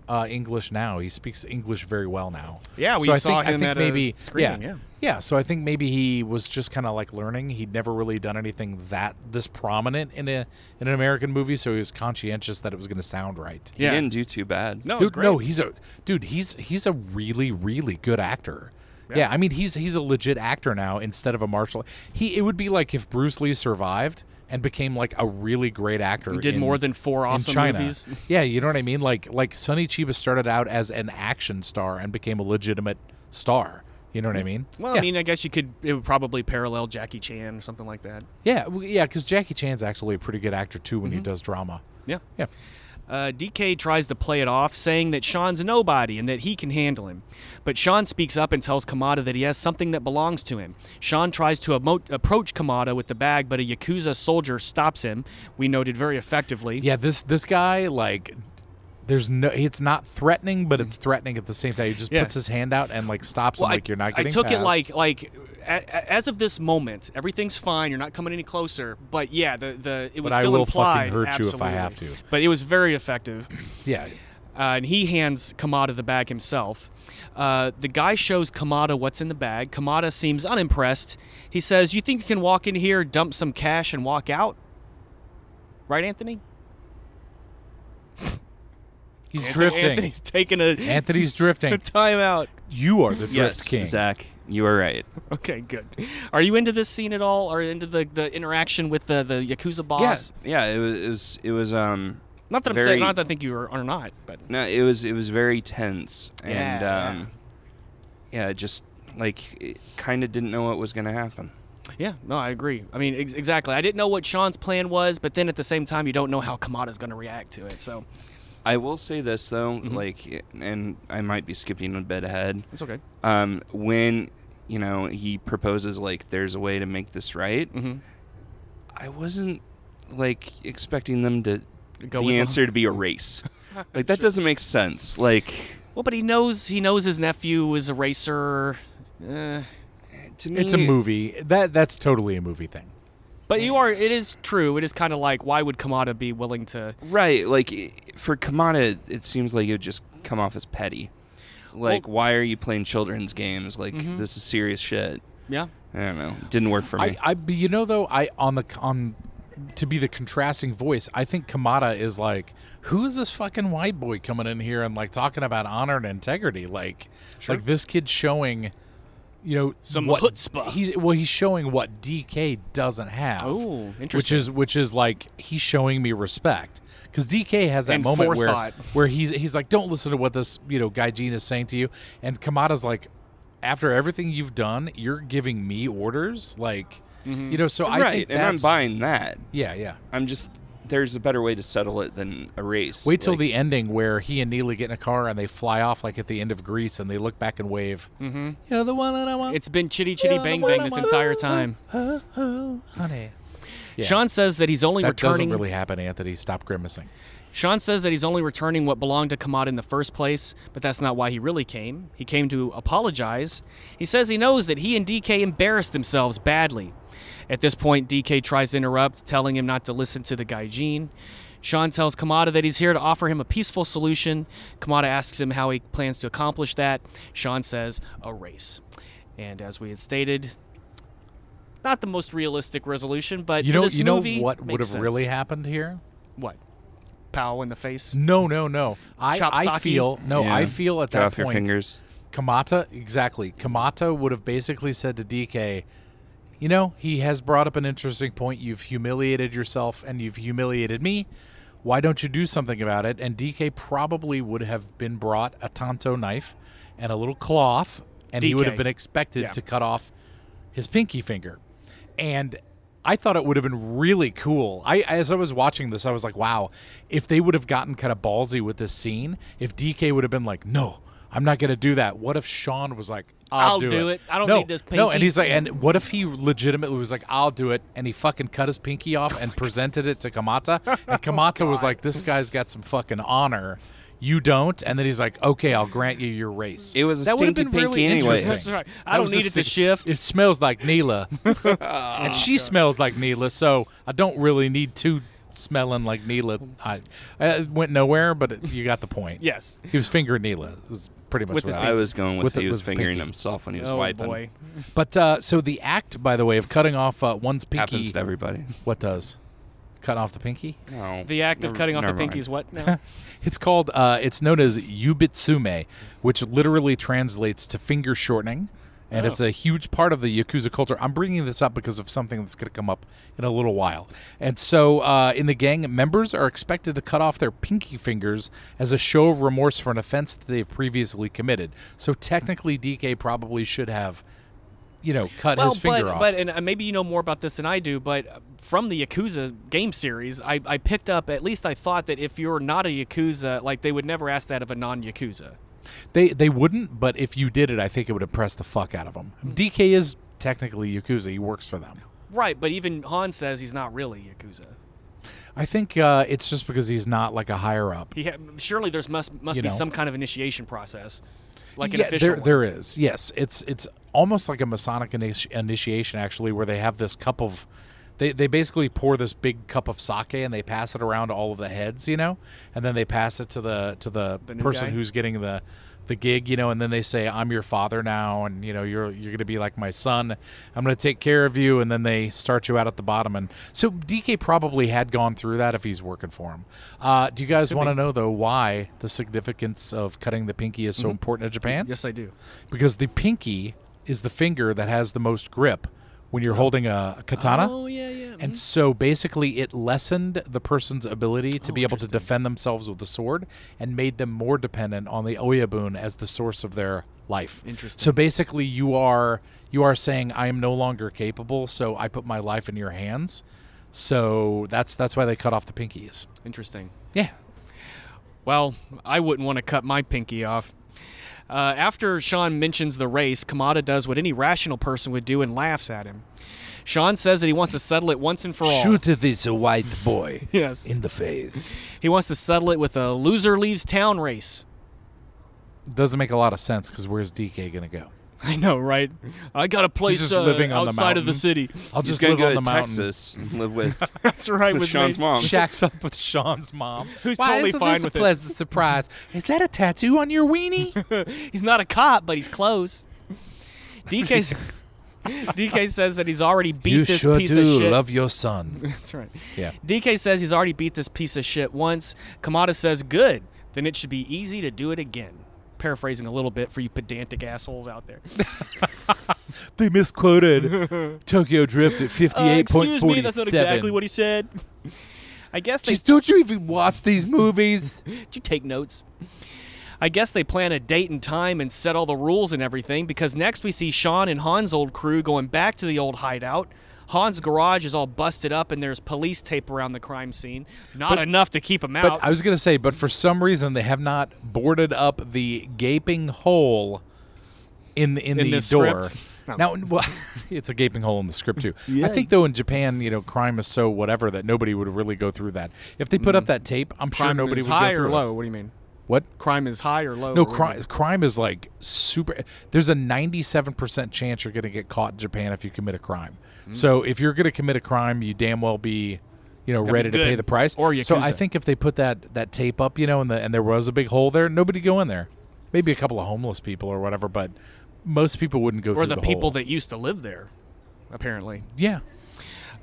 [SPEAKER 2] uh, English now. He speaks English very well now.
[SPEAKER 1] Yeah, we
[SPEAKER 2] so I
[SPEAKER 1] saw
[SPEAKER 2] think, I
[SPEAKER 1] him
[SPEAKER 2] think
[SPEAKER 1] at a
[SPEAKER 2] maybe
[SPEAKER 1] screening,
[SPEAKER 2] yeah,
[SPEAKER 1] yeah.
[SPEAKER 2] yeah. So I think maybe he was just kind of like learning. He'd never really done anything that this prominent in a in an American movie, so he was conscientious that it was going to sound right.
[SPEAKER 1] yeah.
[SPEAKER 3] He didn't do too bad.
[SPEAKER 1] no, it was
[SPEAKER 2] Dude,
[SPEAKER 1] great.
[SPEAKER 2] no, he's a dude. He's he's a really really good actor. Yeah. I mean he's he's a legit actor now instead of a martial. He it would be like if Bruce Lee survived and became like a really great actor.
[SPEAKER 1] did
[SPEAKER 2] in-
[SPEAKER 1] more than four
[SPEAKER 2] in
[SPEAKER 1] awesome
[SPEAKER 2] China.
[SPEAKER 1] movies.
[SPEAKER 2] *laughs* Yeah, you know what I mean. Like like Sonny Chiba started out as an action star and became a legitimate star. You know what I mean?
[SPEAKER 1] Mm. Well,
[SPEAKER 2] yeah.
[SPEAKER 1] I mean, I guess you could. It would probably parallel Jackie Chan or something like that.
[SPEAKER 2] yeah, w- yeah, because Jackie Chan's actually a pretty good actor too
[SPEAKER 1] Mm-hmm.
[SPEAKER 2] when he does drama.
[SPEAKER 1] Yeah.
[SPEAKER 2] Yeah.
[SPEAKER 1] Uh, DK tries to play it off, saying that Sean's nobody and that he can handle him. But Sean speaks up and tells Kamada that he has something that belongs to him. Sean tries to emo- approach Kamada with the bag, but a Yakuza soldier stops him. We noted very effectively.
[SPEAKER 2] Yeah, this this guy like there's no it's not threatening, but it's threatening at the same time. He just
[SPEAKER 1] Yeah.
[SPEAKER 2] puts his hand out and like stops
[SPEAKER 1] Well,
[SPEAKER 2] him like you're not getting
[SPEAKER 1] I took it
[SPEAKER 2] past."
[SPEAKER 1] like like a- a- as of this moment, everything's fine. You're not coming any closer. But yeah, the the it was
[SPEAKER 2] I
[SPEAKER 1] still
[SPEAKER 2] will fucking
[SPEAKER 1] implied.
[SPEAKER 2] hurt you if I
[SPEAKER 1] absolutely.
[SPEAKER 2] have to.
[SPEAKER 1] But it was very effective.
[SPEAKER 2] Yeah.
[SPEAKER 1] uh, and he hands Kamada the bag himself. Uh, the guy shows Kamada what's in the bag. Kamada seems unimpressed. He says, "You think you can walk in here, dump some cash, and walk out?" Right, Anthony?
[SPEAKER 2] He's
[SPEAKER 1] Anthony-
[SPEAKER 2] drifting.
[SPEAKER 1] Anthony's taking *laughs* a,
[SPEAKER 2] Anthony's
[SPEAKER 1] a
[SPEAKER 2] drifting.
[SPEAKER 1] timeout.
[SPEAKER 2] You are the drift
[SPEAKER 3] Yes,
[SPEAKER 2] king.
[SPEAKER 3] Zach, you are right.
[SPEAKER 1] Okay, good. Are you into this scene at all, or into the, the interaction with the, the yakuza boss?
[SPEAKER 3] Yes. Yeah, yeah, it was it was it was um
[SPEAKER 1] Not that I'm
[SPEAKER 3] Very-
[SPEAKER 1] saying, not that I think you are, are not, but
[SPEAKER 3] no, it was it was very tense and
[SPEAKER 1] Yeah,
[SPEAKER 3] um yeah, just like kind of didn't know what was going to happen.
[SPEAKER 1] yeah, no, I agree. I mean, ex- exactly. I didn't know what Sean's plan was, but then at the same time, you don't know how Kamada's going to react to it. So
[SPEAKER 3] I will say this though,
[SPEAKER 1] Mm-hmm.
[SPEAKER 3] like and I might be skipping a bit ahead.
[SPEAKER 1] it's okay.
[SPEAKER 3] um, when you know he proposes like there's a way to make this right
[SPEAKER 1] Mhm.
[SPEAKER 3] i wasn't like expecting them to
[SPEAKER 1] Go with
[SPEAKER 3] the
[SPEAKER 1] the-
[SPEAKER 3] answer to be
[SPEAKER 1] *laughs*
[SPEAKER 3] a race like that doesn't make sense like
[SPEAKER 1] Well, but he knows he knows his nephew is a racer. Uh,
[SPEAKER 3] to me
[SPEAKER 2] It's a movie. That that's totally a movie thing.
[SPEAKER 1] but you are. It is true. It is kind of like why would Kamada be willing to?
[SPEAKER 3] right like i- for kamada it seems like it would just come off as petty like why are you playing children's games like this is serious shit
[SPEAKER 1] Yeah.
[SPEAKER 3] i don't know didn't work for
[SPEAKER 2] Mm-hmm. I,
[SPEAKER 3] me
[SPEAKER 2] I but you know though I on the on to be the contrasting voice, I think Kamada is like, who is this fucking white boy coming in here and like talking about honor and integrity? Like, like this kid showing, you know,
[SPEAKER 1] Some
[SPEAKER 2] what,
[SPEAKER 1] chutzpah.
[SPEAKER 2] He's well, he's showing what DK doesn't have.
[SPEAKER 1] Oh,
[SPEAKER 2] Which
[SPEAKER 1] interesting.
[SPEAKER 2] is which is like he's showing me respect because DK has that
[SPEAKER 1] And
[SPEAKER 2] moment
[SPEAKER 1] forethought.
[SPEAKER 2] where where he's he's like, don't listen to what this you know guy Gene is saying to you, and Kamada's like, after everything you've done, you're giving me orders, like, you know. So I
[SPEAKER 3] right
[SPEAKER 2] think
[SPEAKER 3] and i'm
[SPEAKER 2] that's-
[SPEAKER 3] buying that
[SPEAKER 2] Yeah, yeah.
[SPEAKER 3] i'm just there's a better way to settle it than a race
[SPEAKER 2] Wait till
[SPEAKER 3] Like,
[SPEAKER 2] the ending where he and Neely get in a car and they fly off like at the end of Greece and they look back and wave. Mm-hmm. You're the one that I want.
[SPEAKER 1] It's been chitty chitty
[SPEAKER 2] Yeah,
[SPEAKER 1] bang
[SPEAKER 2] what
[SPEAKER 1] bang
[SPEAKER 2] am
[SPEAKER 1] this
[SPEAKER 2] I-
[SPEAKER 1] entire time.
[SPEAKER 2] oh, oh, honey. Yeah.
[SPEAKER 1] Sean says that he's only
[SPEAKER 2] That
[SPEAKER 1] returning.
[SPEAKER 2] doesn't really happen, Anthony. Stop grimacing.
[SPEAKER 1] Sean says that he's only returning what belonged to Kamada in the first place, but that's not why he really came. He came to apologize. He says he knows that he and DK embarrassed themselves badly. At this point, DK tries to interrupt, telling him not to listen to the Gaijin. Sean tells Kamada that he's here to offer him a peaceful solution. Kamada asks him how he plans to accomplish that. Sean says, a race. And as we had stated, not the most realistic resolution, but
[SPEAKER 2] You
[SPEAKER 1] for
[SPEAKER 2] know,
[SPEAKER 1] this
[SPEAKER 2] you know
[SPEAKER 1] movie,
[SPEAKER 2] what
[SPEAKER 1] makes
[SPEAKER 2] would have
[SPEAKER 1] sense.
[SPEAKER 2] really happened here?
[SPEAKER 1] what pow in the face.
[SPEAKER 2] No, no, no. I,
[SPEAKER 1] Chop
[SPEAKER 2] I
[SPEAKER 1] sake?
[SPEAKER 2] feel no.
[SPEAKER 3] Yeah.
[SPEAKER 2] Oh, I feel at
[SPEAKER 3] Cut
[SPEAKER 2] that
[SPEAKER 3] off your
[SPEAKER 2] point,
[SPEAKER 3] fingers.
[SPEAKER 2] Kamata exactly. Kamata would have basically said to DK, you know, he has brought up an interesting point. You've humiliated yourself and you've humiliated me. Why don't you do something about it? And DK probably would have been brought a tanto knife and a little cloth, and he would
[SPEAKER 1] DK.
[SPEAKER 2] have been expected
[SPEAKER 1] Yeah.
[SPEAKER 2] to cut off his pinky finger. And I thought it would have been really cool. I as I was watching this, I was like, wow, if they would have gotten kind of ballsy with this scene, if DK would have been like, no, I'm not gonna do that. What if Sean was like, I'll,
[SPEAKER 1] I'll do it. I don't
[SPEAKER 2] no,
[SPEAKER 1] need this
[SPEAKER 2] No, and
[SPEAKER 1] pinky.
[SPEAKER 2] he's like, and what if he legitimately was like, I'll do it, and he fucking cut his pinky off and presented it to
[SPEAKER 1] *laughs*
[SPEAKER 2] Kamata, and Kamata was like, this guy's got some fucking honor. You don't, and then he's like, "Okay, I'll grant you your race."
[SPEAKER 3] It was a
[SPEAKER 2] that would have
[SPEAKER 3] stinky
[SPEAKER 2] been really
[SPEAKER 3] pinky anyway.
[SPEAKER 2] interesting.
[SPEAKER 1] That's right. I
[SPEAKER 2] That
[SPEAKER 1] don't
[SPEAKER 2] was a
[SPEAKER 1] need it to
[SPEAKER 2] stinky- Oh,
[SPEAKER 1] shift.
[SPEAKER 2] It smells like *laughs* Neela, and she smells like Neela, so I don't really need two smelling like Neela. I, I it went nowhere, but it, you got the point.
[SPEAKER 1] Yes.
[SPEAKER 2] he was fingering Neela. Is pretty much
[SPEAKER 1] With
[SPEAKER 2] what
[SPEAKER 1] his
[SPEAKER 2] I
[SPEAKER 3] I was going with,
[SPEAKER 2] With
[SPEAKER 3] he
[SPEAKER 2] it
[SPEAKER 3] was
[SPEAKER 2] was
[SPEAKER 3] fingering
[SPEAKER 2] pinky.
[SPEAKER 3] himself when he was
[SPEAKER 1] Oh
[SPEAKER 3] wiping.
[SPEAKER 1] boy.
[SPEAKER 2] But uh, so the act, by the way, of cutting off uh, one's pinky.
[SPEAKER 3] Happens to everybody. *laughs*
[SPEAKER 2] What does? Cut off the pinky?
[SPEAKER 3] No,
[SPEAKER 1] The act of
[SPEAKER 3] never-
[SPEAKER 1] cutting off the
[SPEAKER 3] never mind.
[SPEAKER 1] pinky is *laughs* what now?
[SPEAKER 2] *laughs* It's called. Uh, it's known as yubitsume, which literally translates to finger shortening, and
[SPEAKER 1] Oh.
[SPEAKER 2] it's a huge part of the yakuza culture. I'm bringing this up because of something that's going to come up in a little while. And so, uh, in the gang, members are expected to cut off their pinky fingers as a show of remorse for an offense that they've previously committed. So technically, DK probably should have, you know, cut his finger
[SPEAKER 1] but,
[SPEAKER 2] off.
[SPEAKER 1] But and uh, maybe you know more about this than I do. But uh, from the Yakuza game series, I, I picked up at least I thought that if you're not a Yakuza, like they would never ask that of a non-Yakuza.
[SPEAKER 2] They they wouldn't, but if you did it, I think it would impress the fuck out of them. DK is technically Yakuza. He works for them.
[SPEAKER 1] Right, but even Han says he's not really Yakuza.
[SPEAKER 2] I think uh, it's just because he's not like a higher up.
[SPEAKER 1] He ha- surely there's must must
[SPEAKER 2] You
[SPEAKER 1] be
[SPEAKER 2] know.
[SPEAKER 1] some kind of initiation process, like an
[SPEAKER 2] Yeah,
[SPEAKER 1] official.
[SPEAKER 2] there,
[SPEAKER 1] one.
[SPEAKER 2] there is. Yes, it's it's almost like a Masonic initi- initiation actually, where they have this cup of. They, they basically pour this big cup of sake and they pass it around to all of the heads, you know, and then they pass it to the to the,
[SPEAKER 1] The new
[SPEAKER 2] person
[SPEAKER 1] guy?
[SPEAKER 2] who's getting the the gig, you know, and then they say, "I'm your father now, and you know, you're you're going to be like my son. I'm going to take care of you." And then they start you out at the bottom, and so DK probably had gone through that if he's working for him. Uh, do you guys want to know though why the significance of cutting the pinky is so important in Japan?
[SPEAKER 1] Mm-hmm. Yes, I do.
[SPEAKER 2] because the pinky is the finger that has the most grip when you're holding a katana.
[SPEAKER 1] Oh yeah, yeah.
[SPEAKER 3] Mm-hmm.
[SPEAKER 2] And so basically, it lessened the person's ability
[SPEAKER 3] Oh,
[SPEAKER 2] to be able to defend themselves with the sword and made them more dependent on the oyabun as the source of their life.
[SPEAKER 1] Interesting.
[SPEAKER 2] So basically, you are you are saying I am no longer capable, so I put my life in your hands. So that's that's why they cut off the pinkies.
[SPEAKER 1] Interesting.
[SPEAKER 2] Yeah.
[SPEAKER 1] Well, I wouldn't want to cut my pinky off. Uh, after Sean mentions the race, Kamada does what any rational person would do and laughs at him. Sean says that he wants to settle it once and for all.
[SPEAKER 2] this white
[SPEAKER 3] *laughs*
[SPEAKER 2] boy
[SPEAKER 1] *laughs* Yes.
[SPEAKER 2] the face.
[SPEAKER 1] He wants to settle it with a loser leaves town race.
[SPEAKER 2] Doesn't make a lot of sense because where's DK gonna go?
[SPEAKER 1] I know, right? I got a place
[SPEAKER 2] just
[SPEAKER 1] uh,
[SPEAKER 2] living on the
[SPEAKER 1] outside of the
[SPEAKER 2] mountain. *laughs*
[SPEAKER 1] city.
[SPEAKER 2] I'll
[SPEAKER 3] He's
[SPEAKER 2] just
[SPEAKER 3] gonna
[SPEAKER 2] live
[SPEAKER 3] go
[SPEAKER 2] on
[SPEAKER 3] to
[SPEAKER 2] the mountain.
[SPEAKER 3] Texas
[SPEAKER 2] *laughs*
[SPEAKER 3] and live with,
[SPEAKER 1] That's right
[SPEAKER 3] with
[SPEAKER 1] with
[SPEAKER 3] Sean's
[SPEAKER 1] me.
[SPEAKER 3] mom.
[SPEAKER 2] shacks up with Sean's mom,
[SPEAKER 1] *laughs* Who's totally
[SPEAKER 2] isn't
[SPEAKER 1] fine
[SPEAKER 2] this
[SPEAKER 1] with
[SPEAKER 2] a
[SPEAKER 1] it.
[SPEAKER 2] pleasant surprise? Is that a tattoo on your
[SPEAKER 1] *laughs*
[SPEAKER 2] weenie?
[SPEAKER 1] He's not a cop, but he's close.
[SPEAKER 2] *laughs*
[SPEAKER 1] *laughs* DK's, DK says that he's already beat this piece of shit.
[SPEAKER 2] your *laughs* son.
[SPEAKER 1] *laughs* That's right.
[SPEAKER 2] Yeah.
[SPEAKER 1] DK says he's already beat this piece of shit once. Kamada says, good. Then it should be easy to do it again. Paraphrasing a little bit for you pedantic assholes out
[SPEAKER 2] *laughs*
[SPEAKER 1] there.
[SPEAKER 2] They
[SPEAKER 1] *laughs*
[SPEAKER 2] misquoted Tokyo Drift at
[SPEAKER 1] Uh,
[SPEAKER 2] fifty-eight
[SPEAKER 1] excuse me, that's not exactly what he said. *laughs* I guess they
[SPEAKER 2] don't you even watch these movies?
[SPEAKER 1] Did you take notes? I guess they plan a date and time and set all the rules and everything because next we see Sean and Han's old crew going back to the old hideout. Han's garage is all busted up and there's police tape around the crime scene. Not enough to keep him out.
[SPEAKER 2] But I was gonna say, but for some reason they have not boarded up the gaping hole in in,
[SPEAKER 1] In
[SPEAKER 2] the
[SPEAKER 1] this
[SPEAKER 2] door.
[SPEAKER 1] script? No.
[SPEAKER 2] Now, well, *laughs* it's a gaping hole in the script too. I think though in Japan, you know, crime is so whatever that nobody would really go through that. If they put up that tape, I'm sure
[SPEAKER 1] crime
[SPEAKER 2] nobody
[SPEAKER 1] is
[SPEAKER 2] would
[SPEAKER 1] high
[SPEAKER 2] go
[SPEAKER 1] or
[SPEAKER 2] through it.
[SPEAKER 1] low. What do you mean?
[SPEAKER 2] What?
[SPEAKER 1] Crime is high or low?
[SPEAKER 2] No,
[SPEAKER 1] or what do you
[SPEAKER 2] crime, crime is like super. There's a 97% chance Hmm. you're going to get caught in Japan if you commit a crime. So if you're going to commit a crime, you damn well be, you know, ready to
[SPEAKER 1] good.
[SPEAKER 2] pay the price.
[SPEAKER 1] Or
[SPEAKER 2] so I
[SPEAKER 1] Yakuza.
[SPEAKER 2] think if they put that that tape up, you know, and the, and there was a big hole there, nobody go in there. Maybe a couple of homeless people or whatever, but most people wouldn't
[SPEAKER 1] or
[SPEAKER 2] go through
[SPEAKER 1] the,
[SPEAKER 2] the
[SPEAKER 1] people
[SPEAKER 2] hole.
[SPEAKER 1] that used to live there, apparently.
[SPEAKER 2] yeah.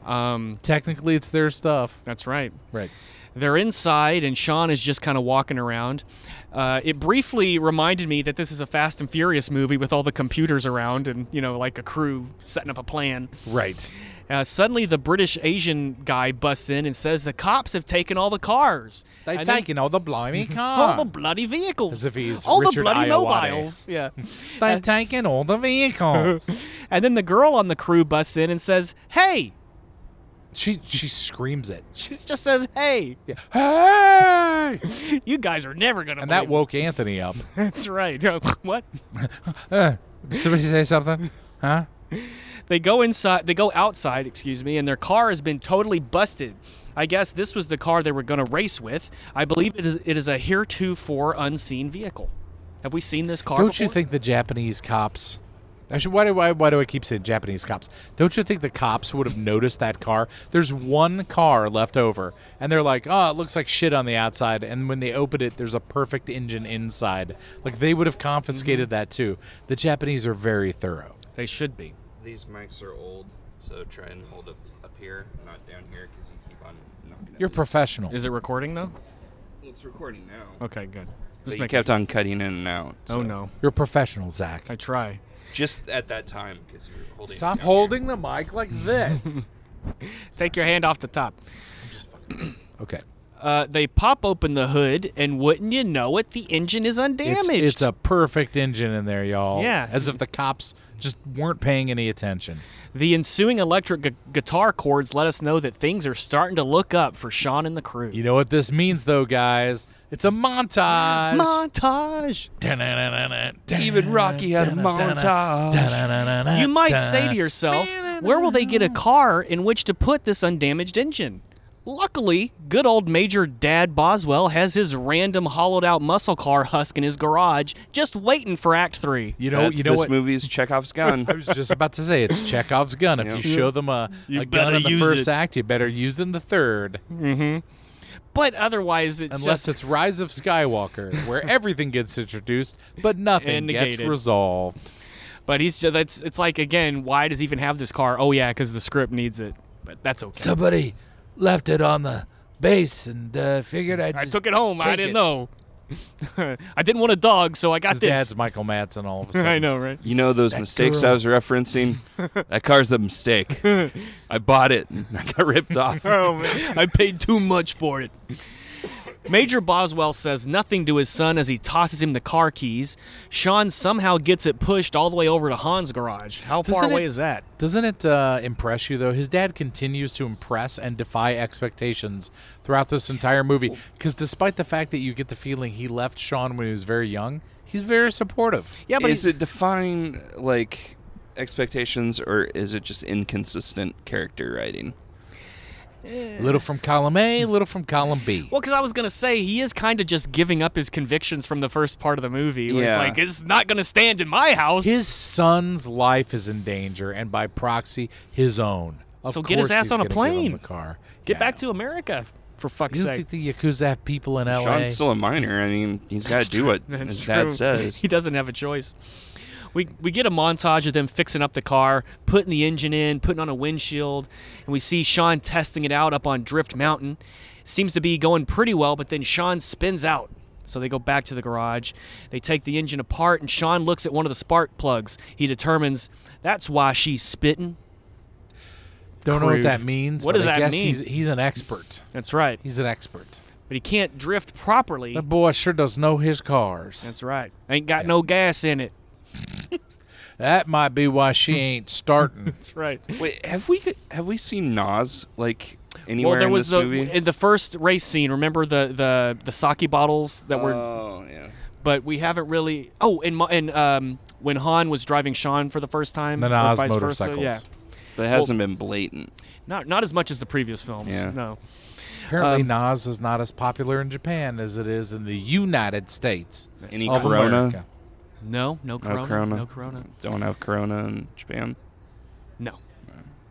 [SPEAKER 1] Um,
[SPEAKER 2] Technically, it's their stuff.
[SPEAKER 1] that's right.
[SPEAKER 2] Right.
[SPEAKER 1] They're inside, and Sean is just kind of walking around. Uh, it briefly reminded me that this is a Fast and Furious movie with all the computers around and, you know, like a crew setting up a plan.
[SPEAKER 2] Right.
[SPEAKER 1] Uh, suddenly, the British Asian guy busts in and says, The cops have taken all the cars.
[SPEAKER 2] They've
[SPEAKER 1] And then-
[SPEAKER 2] taken *laughs* all the blimey
[SPEAKER 1] all
[SPEAKER 2] cars.
[SPEAKER 1] the bloody vehicles.
[SPEAKER 2] As if he's
[SPEAKER 1] all the
[SPEAKER 2] Richard
[SPEAKER 1] bloody
[SPEAKER 2] Iowade.
[SPEAKER 1] mobiles. Yeah.
[SPEAKER 2] They've taken all the vehicles.
[SPEAKER 1] and then the girl on the crew busts in and says, Hey!
[SPEAKER 2] she she screams it.
[SPEAKER 1] She just says, Hey!
[SPEAKER 2] Hey!
[SPEAKER 1] You guys are never going to
[SPEAKER 2] And that
[SPEAKER 1] woke.
[SPEAKER 2] woke Anthony up.
[SPEAKER 1] That's right. what?
[SPEAKER 2] Uh, did somebody say something? Huh?
[SPEAKER 1] They go inside. They go outside, excuse me, and their car has been totally busted. I guess this was the car they were going to race with. I believe it is. It is a heretofore unseen vehicle. Have we seen this car?
[SPEAKER 2] Don't you
[SPEAKER 1] before?
[SPEAKER 2] think the Japanese cops? Actually, why do I why do I keep saying Japanese cops? Don't you think the cops would have noticed that car? There's one car left over, and they're like, "Oh, it looks like shit on the outside." And when they open it, there's a perfect engine inside. Like they would have confiscated that too. The Japanese are very thorough.
[SPEAKER 1] they should be?
[SPEAKER 3] These mics are old, so try and hold up up here, not down here, because you keep on knocking.
[SPEAKER 2] You're professional.
[SPEAKER 1] Is it recording though?
[SPEAKER 3] It's recording now.
[SPEAKER 1] Okay, good.
[SPEAKER 3] But
[SPEAKER 1] Just
[SPEAKER 3] you
[SPEAKER 1] make.
[SPEAKER 3] kept on cutting in and out.
[SPEAKER 1] Oh
[SPEAKER 3] so-
[SPEAKER 1] no,
[SPEAKER 2] You're professional, Zach.
[SPEAKER 1] I try.
[SPEAKER 3] Just at that time, because you were holding. it
[SPEAKER 2] Stop
[SPEAKER 3] down
[SPEAKER 2] holding the mic like this.
[SPEAKER 1] Take your hand off the top.
[SPEAKER 2] *laughs* okay.
[SPEAKER 1] Uh, they pop open the hood, and wouldn't you know it, the engine is
[SPEAKER 2] It's,
[SPEAKER 1] undamaged.
[SPEAKER 2] it's a perfect engine in there, y'all.
[SPEAKER 1] Yeah.
[SPEAKER 2] As if the cops just weren't paying any attention.
[SPEAKER 1] The ensuing electric gu- guitar chords let us know that things are starting to look up for Sean and the crew.
[SPEAKER 2] You know what this means, though, guys? It's a montage.
[SPEAKER 1] Montage.
[SPEAKER 3] Even Rocky had a montage.
[SPEAKER 1] You might say to yourself, where will they get a car in which to put this undamaged engine? Luckily, good old Major Dad Boswell has his random hollowed out muscle car husk in his garage, just waiting for Act 3.
[SPEAKER 2] You
[SPEAKER 3] You
[SPEAKER 2] know,
[SPEAKER 3] know, That's
[SPEAKER 2] you know
[SPEAKER 3] this
[SPEAKER 2] what?
[SPEAKER 3] movie's Chekhov's gun.
[SPEAKER 2] *laughs* I was just about to say it's Chekhov's gun. If
[SPEAKER 3] Yeah.
[SPEAKER 2] you show them a, a gun
[SPEAKER 1] better
[SPEAKER 2] in the
[SPEAKER 1] use
[SPEAKER 2] first
[SPEAKER 1] it.
[SPEAKER 2] act, you better use it in the third.
[SPEAKER 1] But otherwise, it's *laughs*
[SPEAKER 2] Unless
[SPEAKER 1] just
[SPEAKER 2] it's Rise of Skywalker,
[SPEAKER 1] *laughs*
[SPEAKER 2] where everything gets introduced, but nothing
[SPEAKER 1] And
[SPEAKER 2] gets
[SPEAKER 1] negated.
[SPEAKER 2] resolved.
[SPEAKER 1] But he's just, that's it's like again, why does he even have this car? Oh yeah, because the script needs it. But that's okay.
[SPEAKER 4] somebody left it on the base and uh, figured I'd
[SPEAKER 1] I
[SPEAKER 4] just
[SPEAKER 1] took it home. I
[SPEAKER 4] take
[SPEAKER 1] didn't
[SPEAKER 4] it.
[SPEAKER 1] know. *laughs* I didn't want a dog, so I got
[SPEAKER 2] His
[SPEAKER 1] this. *laughs*
[SPEAKER 2] dad's Michael Madsen all of a sudden.
[SPEAKER 1] I know, right?
[SPEAKER 3] You know those mistakes I
[SPEAKER 4] girl.
[SPEAKER 3] was referencing? that car's a mistake. I bought it and I got ripped off.
[SPEAKER 1] Oh man, I paid too much for it. Major Boswell says nothing to his son as he tosses him the car keys. Sean somehow gets it pushed all the way over to Han's garage. How far
[SPEAKER 2] Doesn't
[SPEAKER 1] away
[SPEAKER 2] it-
[SPEAKER 1] is that?
[SPEAKER 2] Doesn't it uh, impress you though? His dad continues to impress and defy expectations throughout this entire movie. Because despite the fact that you get the feeling he left Sean when he was very young, he's very supportive.
[SPEAKER 1] Yeah, but
[SPEAKER 3] is
[SPEAKER 1] he's-
[SPEAKER 3] it define like expectations or is it just inconsistent character writing?
[SPEAKER 2] A little from column A, a little from column B.
[SPEAKER 1] well, because I was gonna say he is kind of just giving up his convictions from the first part of the movie. Where He's
[SPEAKER 3] Yeah.
[SPEAKER 1] like, it's not gonna stand in my house.
[SPEAKER 2] His son's life is in danger, and by proxy, his own. Of
[SPEAKER 1] So get his
[SPEAKER 2] course
[SPEAKER 1] ass
[SPEAKER 2] he's
[SPEAKER 1] on a
[SPEAKER 2] gonna give him
[SPEAKER 1] plane.
[SPEAKER 2] the car.
[SPEAKER 1] Get
[SPEAKER 2] Yeah.
[SPEAKER 1] back to America, for fuck's
[SPEAKER 2] You don't
[SPEAKER 1] sake.
[SPEAKER 2] think the yakuza have people in L.A.
[SPEAKER 3] Sean's still a minor. I mean, he's got to do what
[SPEAKER 1] That's
[SPEAKER 3] his
[SPEAKER 1] true.
[SPEAKER 3] dad says.
[SPEAKER 1] *laughs* He doesn't have a choice. We, we get a montage of them fixing up the car, putting the engine in, putting on a windshield, and we see Sean testing it out up on Drift Mountain. Seems to be going pretty well, but then Sean spins out. So they go back to the garage. They take the engine apart, and Sean looks at one of the spark plugs. He determines that's why she's spitting.
[SPEAKER 2] Don't know what
[SPEAKER 1] Crude.
[SPEAKER 2] that means.
[SPEAKER 1] What
[SPEAKER 2] but
[SPEAKER 1] does
[SPEAKER 2] I
[SPEAKER 1] that
[SPEAKER 2] guess
[SPEAKER 1] mean?
[SPEAKER 2] He's, he's an expert.
[SPEAKER 1] That's right.
[SPEAKER 2] He's an expert.
[SPEAKER 1] But he can't drift properly.
[SPEAKER 2] That boy sure does know his cars.
[SPEAKER 1] That's right. Ain't got no gas in it.
[SPEAKER 2] That might be why she ain't starting.
[SPEAKER 1] That's right.
[SPEAKER 3] Wait, have we have we seen Nas like anywhere
[SPEAKER 1] Well, there
[SPEAKER 3] in
[SPEAKER 1] was
[SPEAKER 3] this
[SPEAKER 1] the,
[SPEAKER 3] movie?
[SPEAKER 1] in the first race scene. Remember the the the sake bottles that were,
[SPEAKER 3] oh yeah.
[SPEAKER 1] but we haven't really. Oh, and Mo- and um, when Han was driving Sean for the first time,
[SPEAKER 2] The
[SPEAKER 1] or
[SPEAKER 2] Nas
[SPEAKER 1] vice versa,
[SPEAKER 2] motorcycles.
[SPEAKER 1] yeah,
[SPEAKER 3] But it hasn't been blatant.
[SPEAKER 1] not not as much as the previous films.
[SPEAKER 3] Yeah.
[SPEAKER 1] No,
[SPEAKER 2] *laughs* Apparently, Nas is not as popular in Japan as it is in the United States.
[SPEAKER 3] Any
[SPEAKER 2] of
[SPEAKER 3] Corona?
[SPEAKER 2] America.
[SPEAKER 1] no, no Corona, no Corona,
[SPEAKER 3] Corona.
[SPEAKER 1] no, corona.
[SPEAKER 3] Don't have Corona in Japan.
[SPEAKER 1] no.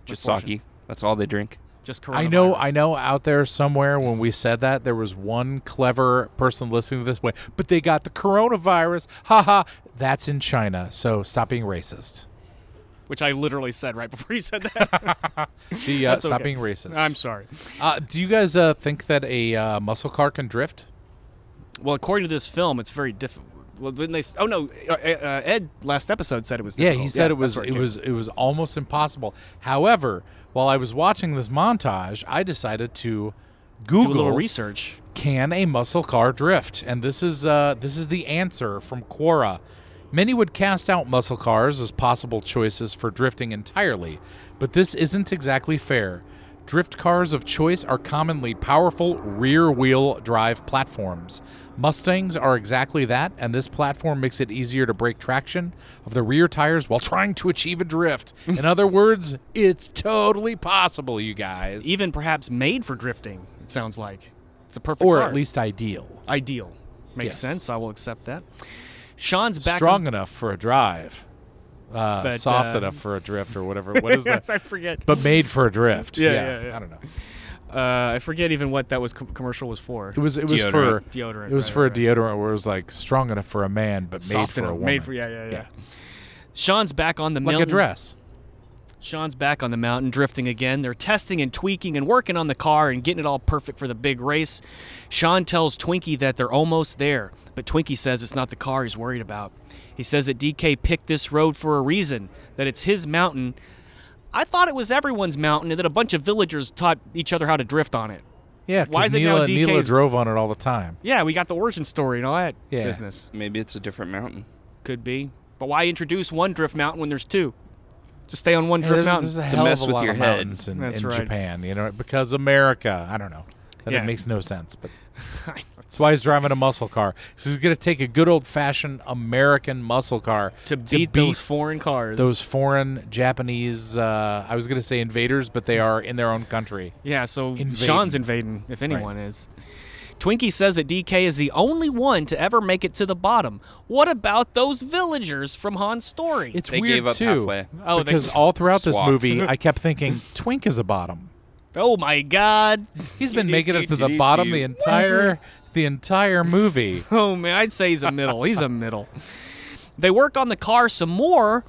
[SPEAKER 3] Just
[SPEAKER 1] Unfortunate.
[SPEAKER 3] sake. That's all they drink.
[SPEAKER 1] Just coronavirus.
[SPEAKER 2] I know, I know. Out there somewhere, when we said that, there was one clever person listening to this way, but they got the coronavirus. Ha ha! That's in China, so stop being racist.
[SPEAKER 1] Which I literally said right *laughs* before you said that.
[SPEAKER 2] *laughs* The, uh,
[SPEAKER 1] That's
[SPEAKER 2] stop
[SPEAKER 1] okay.
[SPEAKER 2] being racist.
[SPEAKER 1] I'm sorry.
[SPEAKER 2] uh, do you guys uh, think that a uh, muscle car can drift?
[SPEAKER 1] Well, according to this film, it's very different. Well, didn't they? s- Oh no, uh, uh, Ed last episode said it was.
[SPEAKER 2] Yeah,
[SPEAKER 1] difficult.
[SPEAKER 2] he said it
[SPEAKER 1] that's
[SPEAKER 2] was
[SPEAKER 1] where
[SPEAKER 2] it,
[SPEAKER 1] came
[SPEAKER 2] was it was almost impossible. However, while I was watching this montage, I decided to
[SPEAKER 1] from. do a
[SPEAKER 2] Google
[SPEAKER 1] little research.
[SPEAKER 2] can a muscle car drift? And this is uh, this is the answer from Quora. Many would cast out muscle cars as possible choices for drifting entirely, but this isn't exactly fair. Drift cars of choice are commonly powerful rear wheel drive platforms. Mustangs are exactly that, and this platform makes it easier to break traction of the rear tires while trying to achieve a drift.
[SPEAKER 1] *laughs*
[SPEAKER 2] In other words, it's totally possible, you guys.
[SPEAKER 1] Even perhaps made for drifting. It sounds like it's a perfect
[SPEAKER 2] or
[SPEAKER 1] car.
[SPEAKER 2] at least ideal.
[SPEAKER 1] ideal. Makes
[SPEAKER 2] Yes.
[SPEAKER 1] sense. I will accept that. Sean's back.
[SPEAKER 2] *laughs* strong enough for a drive, uh,
[SPEAKER 1] But,
[SPEAKER 2] soft
[SPEAKER 1] uh,
[SPEAKER 2] enough for a drift, or whatever.
[SPEAKER 1] *laughs*
[SPEAKER 2] What is that?
[SPEAKER 1] yes, I forget.
[SPEAKER 2] But made for a drift.
[SPEAKER 1] Yeah, yeah, yeah.
[SPEAKER 2] I don't know.
[SPEAKER 1] Uh, I forget even what that was com- commercial was for.
[SPEAKER 2] It was it was for
[SPEAKER 3] Deodorant.
[SPEAKER 1] Deodorant,
[SPEAKER 2] It was
[SPEAKER 1] right,
[SPEAKER 2] for
[SPEAKER 1] right,
[SPEAKER 2] a deodorant where it was like strong enough for a man, but
[SPEAKER 1] Soft
[SPEAKER 2] made for
[SPEAKER 1] enough,
[SPEAKER 2] a woman.
[SPEAKER 1] made for yeah, yeah, yeah. Sean's back on the
[SPEAKER 2] Like
[SPEAKER 1] mountain.
[SPEAKER 2] a dress.
[SPEAKER 1] Sean's back on the mountain drifting again. They're testing and tweaking and working on the car and getting it all perfect for the big race. Sean tells Twinkie that they're almost there, but Twinkie says it's not the car he's worried about. He says that DK picked this road for a reason, that it's his mountain. I thought it was everyone's mountain and that a bunch of villagers taught each other how to drift on it.
[SPEAKER 2] Yeah,
[SPEAKER 1] Why
[SPEAKER 2] because
[SPEAKER 1] is it now
[SPEAKER 2] Neela, Neela
[SPEAKER 1] DK's
[SPEAKER 2] drove on it all the time.
[SPEAKER 1] Yeah, we got the origin story and all that
[SPEAKER 2] Yeah.
[SPEAKER 1] business.
[SPEAKER 3] Maybe it's a different mountain.
[SPEAKER 1] Could be. But why introduce one drift mountain when there's two? Just stay on one
[SPEAKER 2] Hey,
[SPEAKER 1] drift
[SPEAKER 2] there's,
[SPEAKER 1] mountain.
[SPEAKER 2] there's a
[SPEAKER 3] To
[SPEAKER 2] hell
[SPEAKER 3] mess
[SPEAKER 2] of a
[SPEAKER 3] with
[SPEAKER 2] lot
[SPEAKER 3] your
[SPEAKER 2] of
[SPEAKER 3] head.
[SPEAKER 2] mountains in,
[SPEAKER 1] That's
[SPEAKER 2] in
[SPEAKER 1] right.
[SPEAKER 2] Japan, you know, because America. I don't know. That
[SPEAKER 1] Yeah.
[SPEAKER 2] it makes no sense,
[SPEAKER 1] *laughs*
[SPEAKER 2] but That's why he's driving a muscle car. So he's going to take a good old fashioned American muscle car
[SPEAKER 1] to beat those foreign cars.
[SPEAKER 2] those foreign Japanese. Uh, I was going to say invaders, but they are in their own country.
[SPEAKER 1] Yeah, so
[SPEAKER 2] Invading.
[SPEAKER 1] Sean's invading, if anyone is. Twinkie says that DK is the only one to ever make it to the bottom. What about those villagers from Han's story?
[SPEAKER 2] It's
[SPEAKER 3] They
[SPEAKER 2] weird
[SPEAKER 3] gave up
[SPEAKER 2] too,
[SPEAKER 3] halfway.
[SPEAKER 1] Oh, they
[SPEAKER 2] because
[SPEAKER 1] just
[SPEAKER 2] all throughout this
[SPEAKER 1] *laughs*
[SPEAKER 3] swapped.
[SPEAKER 2] movie, I kept thinking Twink is a bottom.
[SPEAKER 1] oh my god. *laughs*
[SPEAKER 2] He's been making it to the bottom the entire *laughs* the
[SPEAKER 1] *laughs*
[SPEAKER 2] entire movie.
[SPEAKER 1] Oh man, I'd say he's a middle. He's a middle. They work on the car some more,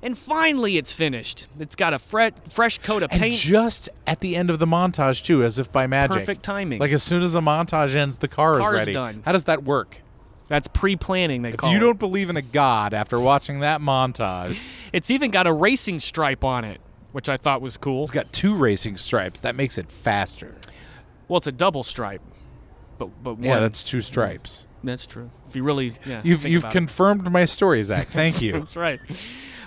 [SPEAKER 1] and finally it's finished. It's got a fre- fresh coat of
[SPEAKER 2] And
[SPEAKER 1] paint.
[SPEAKER 2] just at the end of the montage too, as if by magic.
[SPEAKER 1] Perfect timing.
[SPEAKER 2] Like as soon as the montage ends, the car
[SPEAKER 1] Car's
[SPEAKER 2] is ready.
[SPEAKER 1] done.
[SPEAKER 2] How does that work?
[SPEAKER 1] That's pre-planning, they
[SPEAKER 2] If
[SPEAKER 1] call
[SPEAKER 2] you
[SPEAKER 1] it.
[SPEAKER 2] don't believe in a god after watching that montage,
[SPEAKER 1] It's even got a racing stripe on it, which I thought was cool.
[SPEAKER 2] it's got two racing stripes. That makes it faster.
[SPEAKER 1] Well, it's a double stripe. But but one
[SPEAKER 2] Yeah, that's two stripes.
[SPEAKER 1] That's true. If you really, yeah.
[SPEAKER 2] You've
[SPEAKER 1] think
[SPEAKER 2] you've
[SPEAKER 1] about
[SPEAKER 2] confirmed my story,
[SPEAKER 1] *laughs*
[SPEAKER 2] Zach. Thank
[SPEAKER 1] it.
[SPEAKER 2] you.
[SPEAKER 1] That's right.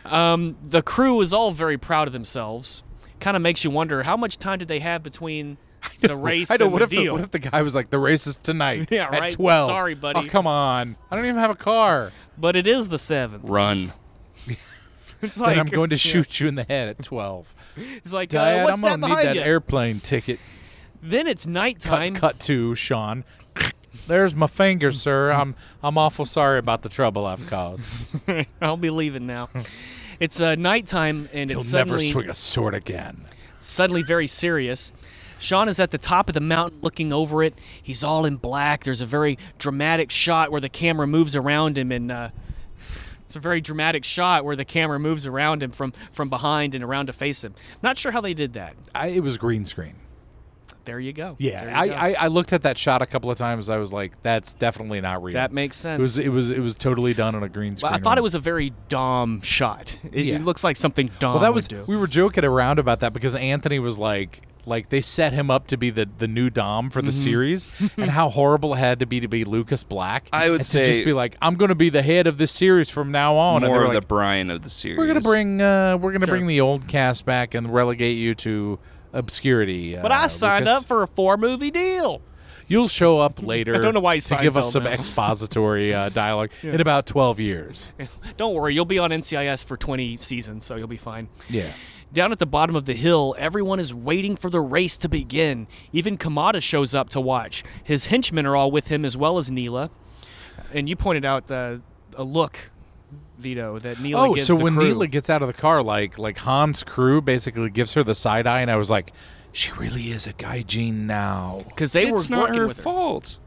[SPEAKER 1] Um, the crew is all very proud of themselves. Kind of makes you wonder how much time did they have between the race
[SPEAKER 2] *laughs* I know.
[SPEAKER 1] and
[SPEAKER 2] What
[SPEAKER 1] the
[SPEAKER 2] if the,
[SPEAKER 1] deal?
[SPEAKER 2] what if the guy was like the race is tonight?
[SPEAKER 1] *laughs* Yeah, right.
[SPEAKER 2] At twelve.
[SPEAKER 1] Sorry, buddy.
[SPEAKER 2] Oh, come on. I don't even have a car.
[SPEAKER 1] but it is the
[SPEAKER 2] *laughs*
[SPEAKER 1] seventh.
[SPEAKER 3] Run.
[SPEAKER 1] It's *laughs*
[SPEAKER 2] Then
[SPEAKER 1] like
[SPEAKER 2] I'm going to
[SPEAKER 1] yeah.
[SPEAKER 2] shoot you in the head at twelve.
[SPEAKER 1] *laughs* It's like uh,
[SPEAKER 2] Dad,
[SPEAKER 1] what's
[SPEAKER 2] I'm
[SPEAKER 1] that
[SPEAKER 2] gonna need
[SPEAKER 1] behind
[SPEAKER 2] that
[SPEAKER 1] you?
[SPEAKER 2] airplane ticket.
[SPEAKER 1] then it's
[SPEAKER 2] *laughs* Cut,
[SPEAKER 1] nighttime.
[SPEAKER 2] cut to Sean. *laughs* There's my finger, sir. I'm I'm awful sorry about the trouble I've caused.
[SPEAKER 1] *laughs* *laughs* I'll be leaving now. It's uh, nighttime and it's
[SPEAKER 2] He'll
[SPEAKER 1] suddenly
[SPEAKER 2] never swing a sword again.
[SPEAKER 1] suddenly very serious. Sean is at the top of the mountain looking over it. He's all in black. There's a very dramatic shot where the camera moves around him and uh, it's a very dramatic shot where the camera moves around him from from behind and around to face him. Not sure how they did that.
[SPEAKER 2] I, it was green screen.
[SPEAKER 1] There you go. There
[SPEAKER 2] Yeah,
[SPEAKER 1] you
[SPEAKER 2] I,
[SPEAKER 1] go.
[SPEAKER 2] I, I looked at that shot a couple of times. I was like, that's definitely not real.
[SPEAKER 1] that makes sense.
[SPEAKER 2] It was it was it was totally done on a green screen.
[SPEAKER 1] I thought it
[SPEAKER 2] room.
[SPEAKER 1] was a very Dom shot. It,
[SPEAKER 2] Yeah.
[SPEAKER 1] it looks like something Dom
[SPEAKER 2] Well, that was
[SPEAKER 1] would Um, do.
[SPEAKER 2] we were joking around about that because Anthony was like like they set him up to be the the new Dom for the
[SPEAKER 1] Mm-hmm. *laughs*
[SPEAKER 2] series and how horrible it had to be to be Lucas Black.
[SPEAKER 3] I would
[SPEAKER 2] and to just
[SPEAKER 3] say-
[SPEAKER 2] be like I'm going to be the head of this series from now on. and they
[SPEAKER 3] More
[SPEAKER 2] were
[SPEAKER 3] of the
[SPEAKER 2] like,
[SPEAKER 3] Brian of the series.
[SPEAKER 2] we're going to bring uh, we're going to
[SPEAKER 1] Sure.
[SPEAKER 2] bring the old cast back and relegate you to obscurity. uh,
[SPEAKER 1] but I signed up for a four movie deal.
[SPEAKER 2] You'll show
[SPEAKER 1] *laughs*
[SPEAKER 2] up later.
[SPEAKER 1] don't know why he's
[SPEAKER 2] to give us
[SPEAKER 1] Seinfeld
[SPEAKER 2] some
[SPEAKER 1] now.
[SPEAKER 2] expository
[SPEAKER 1] *laughs*
[SPEAKER 2] uh, dialogue in about 12 years.
[SPEAKER 1] Don't worry, you'll be on NCIS for 20 seasons, so you'll be fine.
[SPEAKER 2] Yeah.
[SPEAKER 1] Down at the bottom of the hill, everyone is waiting for the race to begin. Even Kamada shows up to watch. His henchmen are all with him, as well as Neela. And you pointed out uh, a look, Vito, that Neela
[SPEAKER 2] oh,
[SPEAKER 1] gives
[SPEAKER 2] so
[SPEAKER 1] the
[SPEAKER 2] when
[SPEAKER 1] crew.
[SPEAKER 2] Neela gets out of the car, like like Han's crew basically gives her the side eye, and I was like, she really is a gaijin now.
[SPEAKER 1] because they
[SPEAKER 3] it's
[SPEAKER 1] were
[SPEAKER 3] not
[SPEAKER 1] working
[SPEAKER 3] her
[SPEAKER 1] with her.
[SPEAKER 3] fault.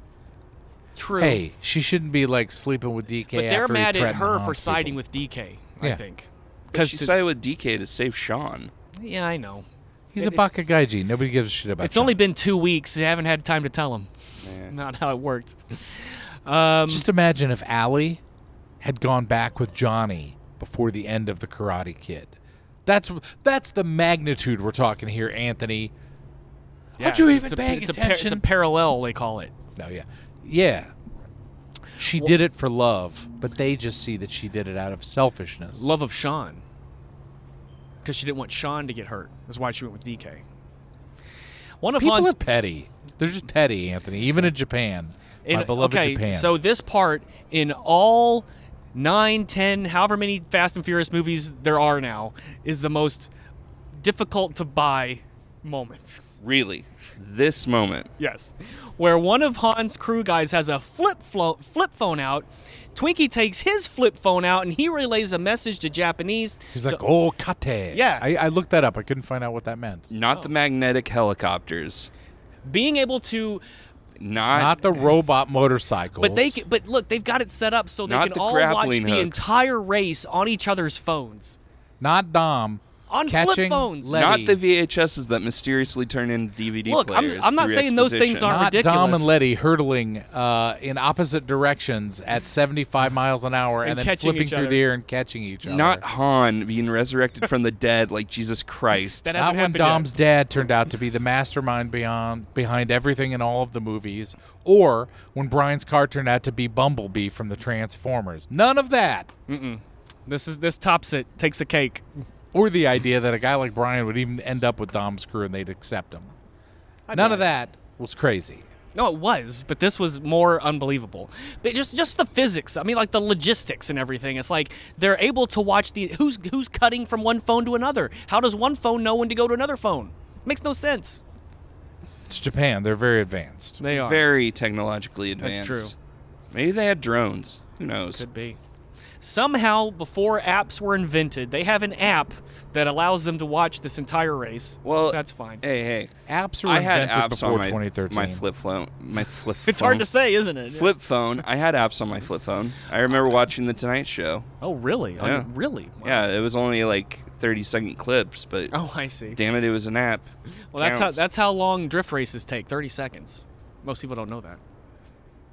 [SPEAKER 1] True.
[SPEAKER 2] Hey, she shouldn't be like sleeping with DK.
[SPEAKER 1] but they're
[SPEAKER 2] after he
[SPEAKER 1] mad at
[SPEAKER 2] threatened to
[SPEAKER 1] her
[SPEAKER 2] harm
[SPEAKER 1] for siding
[SPEAKER 2] people.
[SPEAKER 1] with DK. I
[SPEAKER 2] Yeah.
[SPEAKER 1] think. Because
[SPEAKER 3] Because she sided with DK to save Sean.
[SPEAKER 1] yeah, I know.
[SPEAKER 2] He's a baka gaijin. Nobody gives a shit about.
[SPEAKER 1] It's
[SPEAKER 2] him.
[SPEAKER 1] only been two weeks. I haven't had time to tell him.
[SPEAKER 3] Man.
[SPEAKER 1] Not how it worked. Um,
[SPEAKER 2] Just imagine if Allie had gone back with Johnny before the end of the Karate Kid. That's that's the magnitude we're talking here, Anthony.
[SPEAKER 1] yeah,
[SPEAKER 2] Aren't you
[SPEAKER 1] it's-
[SPEAKER 2] even
[SPEAKER 1] it's a-
[SPEAKER 2] paying
[SPEAKER 1] it's a par- It's a
[SPEAKER 2] attention?
[SPEAKER 1] parallel they call it.
[SPEAKER 2] No, yeah, yeah. She did it for love, but they just see that she did it out of selfishness.
[SPEAKER 1] Love of Sean. Because she didn't want Sean to get hurt. That's why she went with DK. One of
[SPEAKER 2] People
[SPEAKER 1] Han's
[SPEAKER 2] are petty. They're just petty, Anthony. Even in Japan,
[SPEAKER 1] in-
[SPEAKER 2] my beloved
[SPEAKER 1] okay,
[SPEAKER 2] Japan.
[SPEAKER 1] So this part in all nine, ten, however many Fast and Furious movies there are now, is the most difficult to buy moment. *laughs*
[SPEAKER 3] Really, this moment.
[SPEAKER 1] Yes, where one of Han's crew guys has a flip flo- flip phone out. Twinkie takes his flip phone out and he relays a message to Japanese.
[SPEAKER 2] he's
[SPEAKER 1] to-
[SPEAKER 2] like, "Oh, kate."
[SPEAKER 1] Yeah.
[SPEAKER 2] I, I looked that up. I couldn't find out what that meant.
[SPEAKER 1] Oh.
[SPEAKER 3] Not the magnetic helicopters.
[SPEAKER 1] being able to
[SPEAKER 3] Not,
[SPEAKER 2] Not the robot motorcycles.
[SPEAKER 1] But they, can, but look, they've got it set up so they
[SPEAKER 3] Not
[SPEAKER 1] can
[SPEAKER 3] the
[SPEAKER 1] all watch
[SPEAKER 3] grappling
[SPEAKER 1] the
[SPEAKER 3] hooks.
[SPEAKER 1] entire race on each other's phones.
[SPEAKER 2] not Dom
[SPEAKER 1] On flip
[SPEAKER 2] catching
[SPEAKER 1] phones.
[SPEAKER 2] Letty.
[SPEAKER 3] not the VHSs that mysteriously turn into DVD
[SPEAKER 1] Look, I'm-
[SPEAKER 3] players.
[SPEAKER 1] I'm not
[SPEAKER 3] through
[SPEAKER 1] saying those things
[SPEAKER 3] exposition.
[SPEAKER 1] aren't-
[SPEAKER 2] not Dom
[SPEAKER 1] ridiculous.
[SPEAKER 2] and Letty hurtling uh, in opposite directions at 75 miles an hour and,
[SPEAKER 1] And
[SPEAKER 2] then
[SPEAKER 1] catching
[SPEAKER 2] flipping
[SPEAKER 1] each
[SPEAKER 2] through
[SPEAKER 1] other.
[SPEAKER 2] the air and catching each other.
[SPEAKER 3] Not Han being resurrected from the dead
[SPEAKER 1] *laughs*
[SPEAKER 3] like Jesus Christ.
[SPEAKER 1] That
[SPEAKER 2] Not
[SPEAKER 1] hasn't
[SPEAKER 2] when
[SPEAKER 1] happened yet.
[SPEAKER 2] Dom's dad turned out to be the mastermind beyond behind everything in all of the movies, or when Brian's car turned out to be Bumblebee from the Transformers. None of that,
[SPEAKER 1] This is this tops it. Takes a cake.
[SPEAKER 2] or the idea that a guy like Brian would even end up with Dom's crew and they'd accept him. None of that was crazy.
[SPEAKER 1] No, it was, but this was more unbelievable. But just just the physics. I mean, like the logistics and everything. It's like they're able to watch the who's who's cutting from one phone to another. How does one phone know when to go to another phone? Makes no sense.
[SPEAKER 2] It's Japan; they're very advanced.
[SPEAKER 1] They are
[SPEAKER 3] Very technologically
[SPEAKER 1] That's
[SPEAKER 3] advanced.
[SPEAKER 1] true.
[SPEAKER 3] Maybe they had drones. Who knows?
[SPEAKER 1] Could be. Somehow, before apps were invented, they have an app that allows them to watch this entire race.
[SPEAKER 3] Well, eh,
[SPEAKER 1] that's fine.
[SPEAKER 3] Hey, hey.
[SPEAKER 2] Apps were
[SPEAKER 3] I had
[SPEAKER 2] invented
[SPEAKER 3] apps
[SPEAKER 2] before
[SPEAKER 3] on my,
[SPEAKER 2] 2013.
[SPEAKER 3] my flip phone. My flip phone.
[SPEAKER 1] It's hard to say, isn't it?
[SPEAKER 3] Flip phone. I had apps on my flip phone. I remember watching the Tonight Show.
[SPEAKER 1] Oh, really? Oh,
[SPEAKER 3] Yeah.
[SPEAKER 1] really? Wow.
[SPEAKER 3] Yeah, it was only like 30 second clips, but
[SPEAKER 1] Oh, I see.
[SPEAKER 3] damn it, it was an app.
[SPEAKER 1] Well, that's how
[SPEAKER 3] Counts.
[SPEAKER 1] that's how long drift races take. Thirty seconds. Most people don't know that.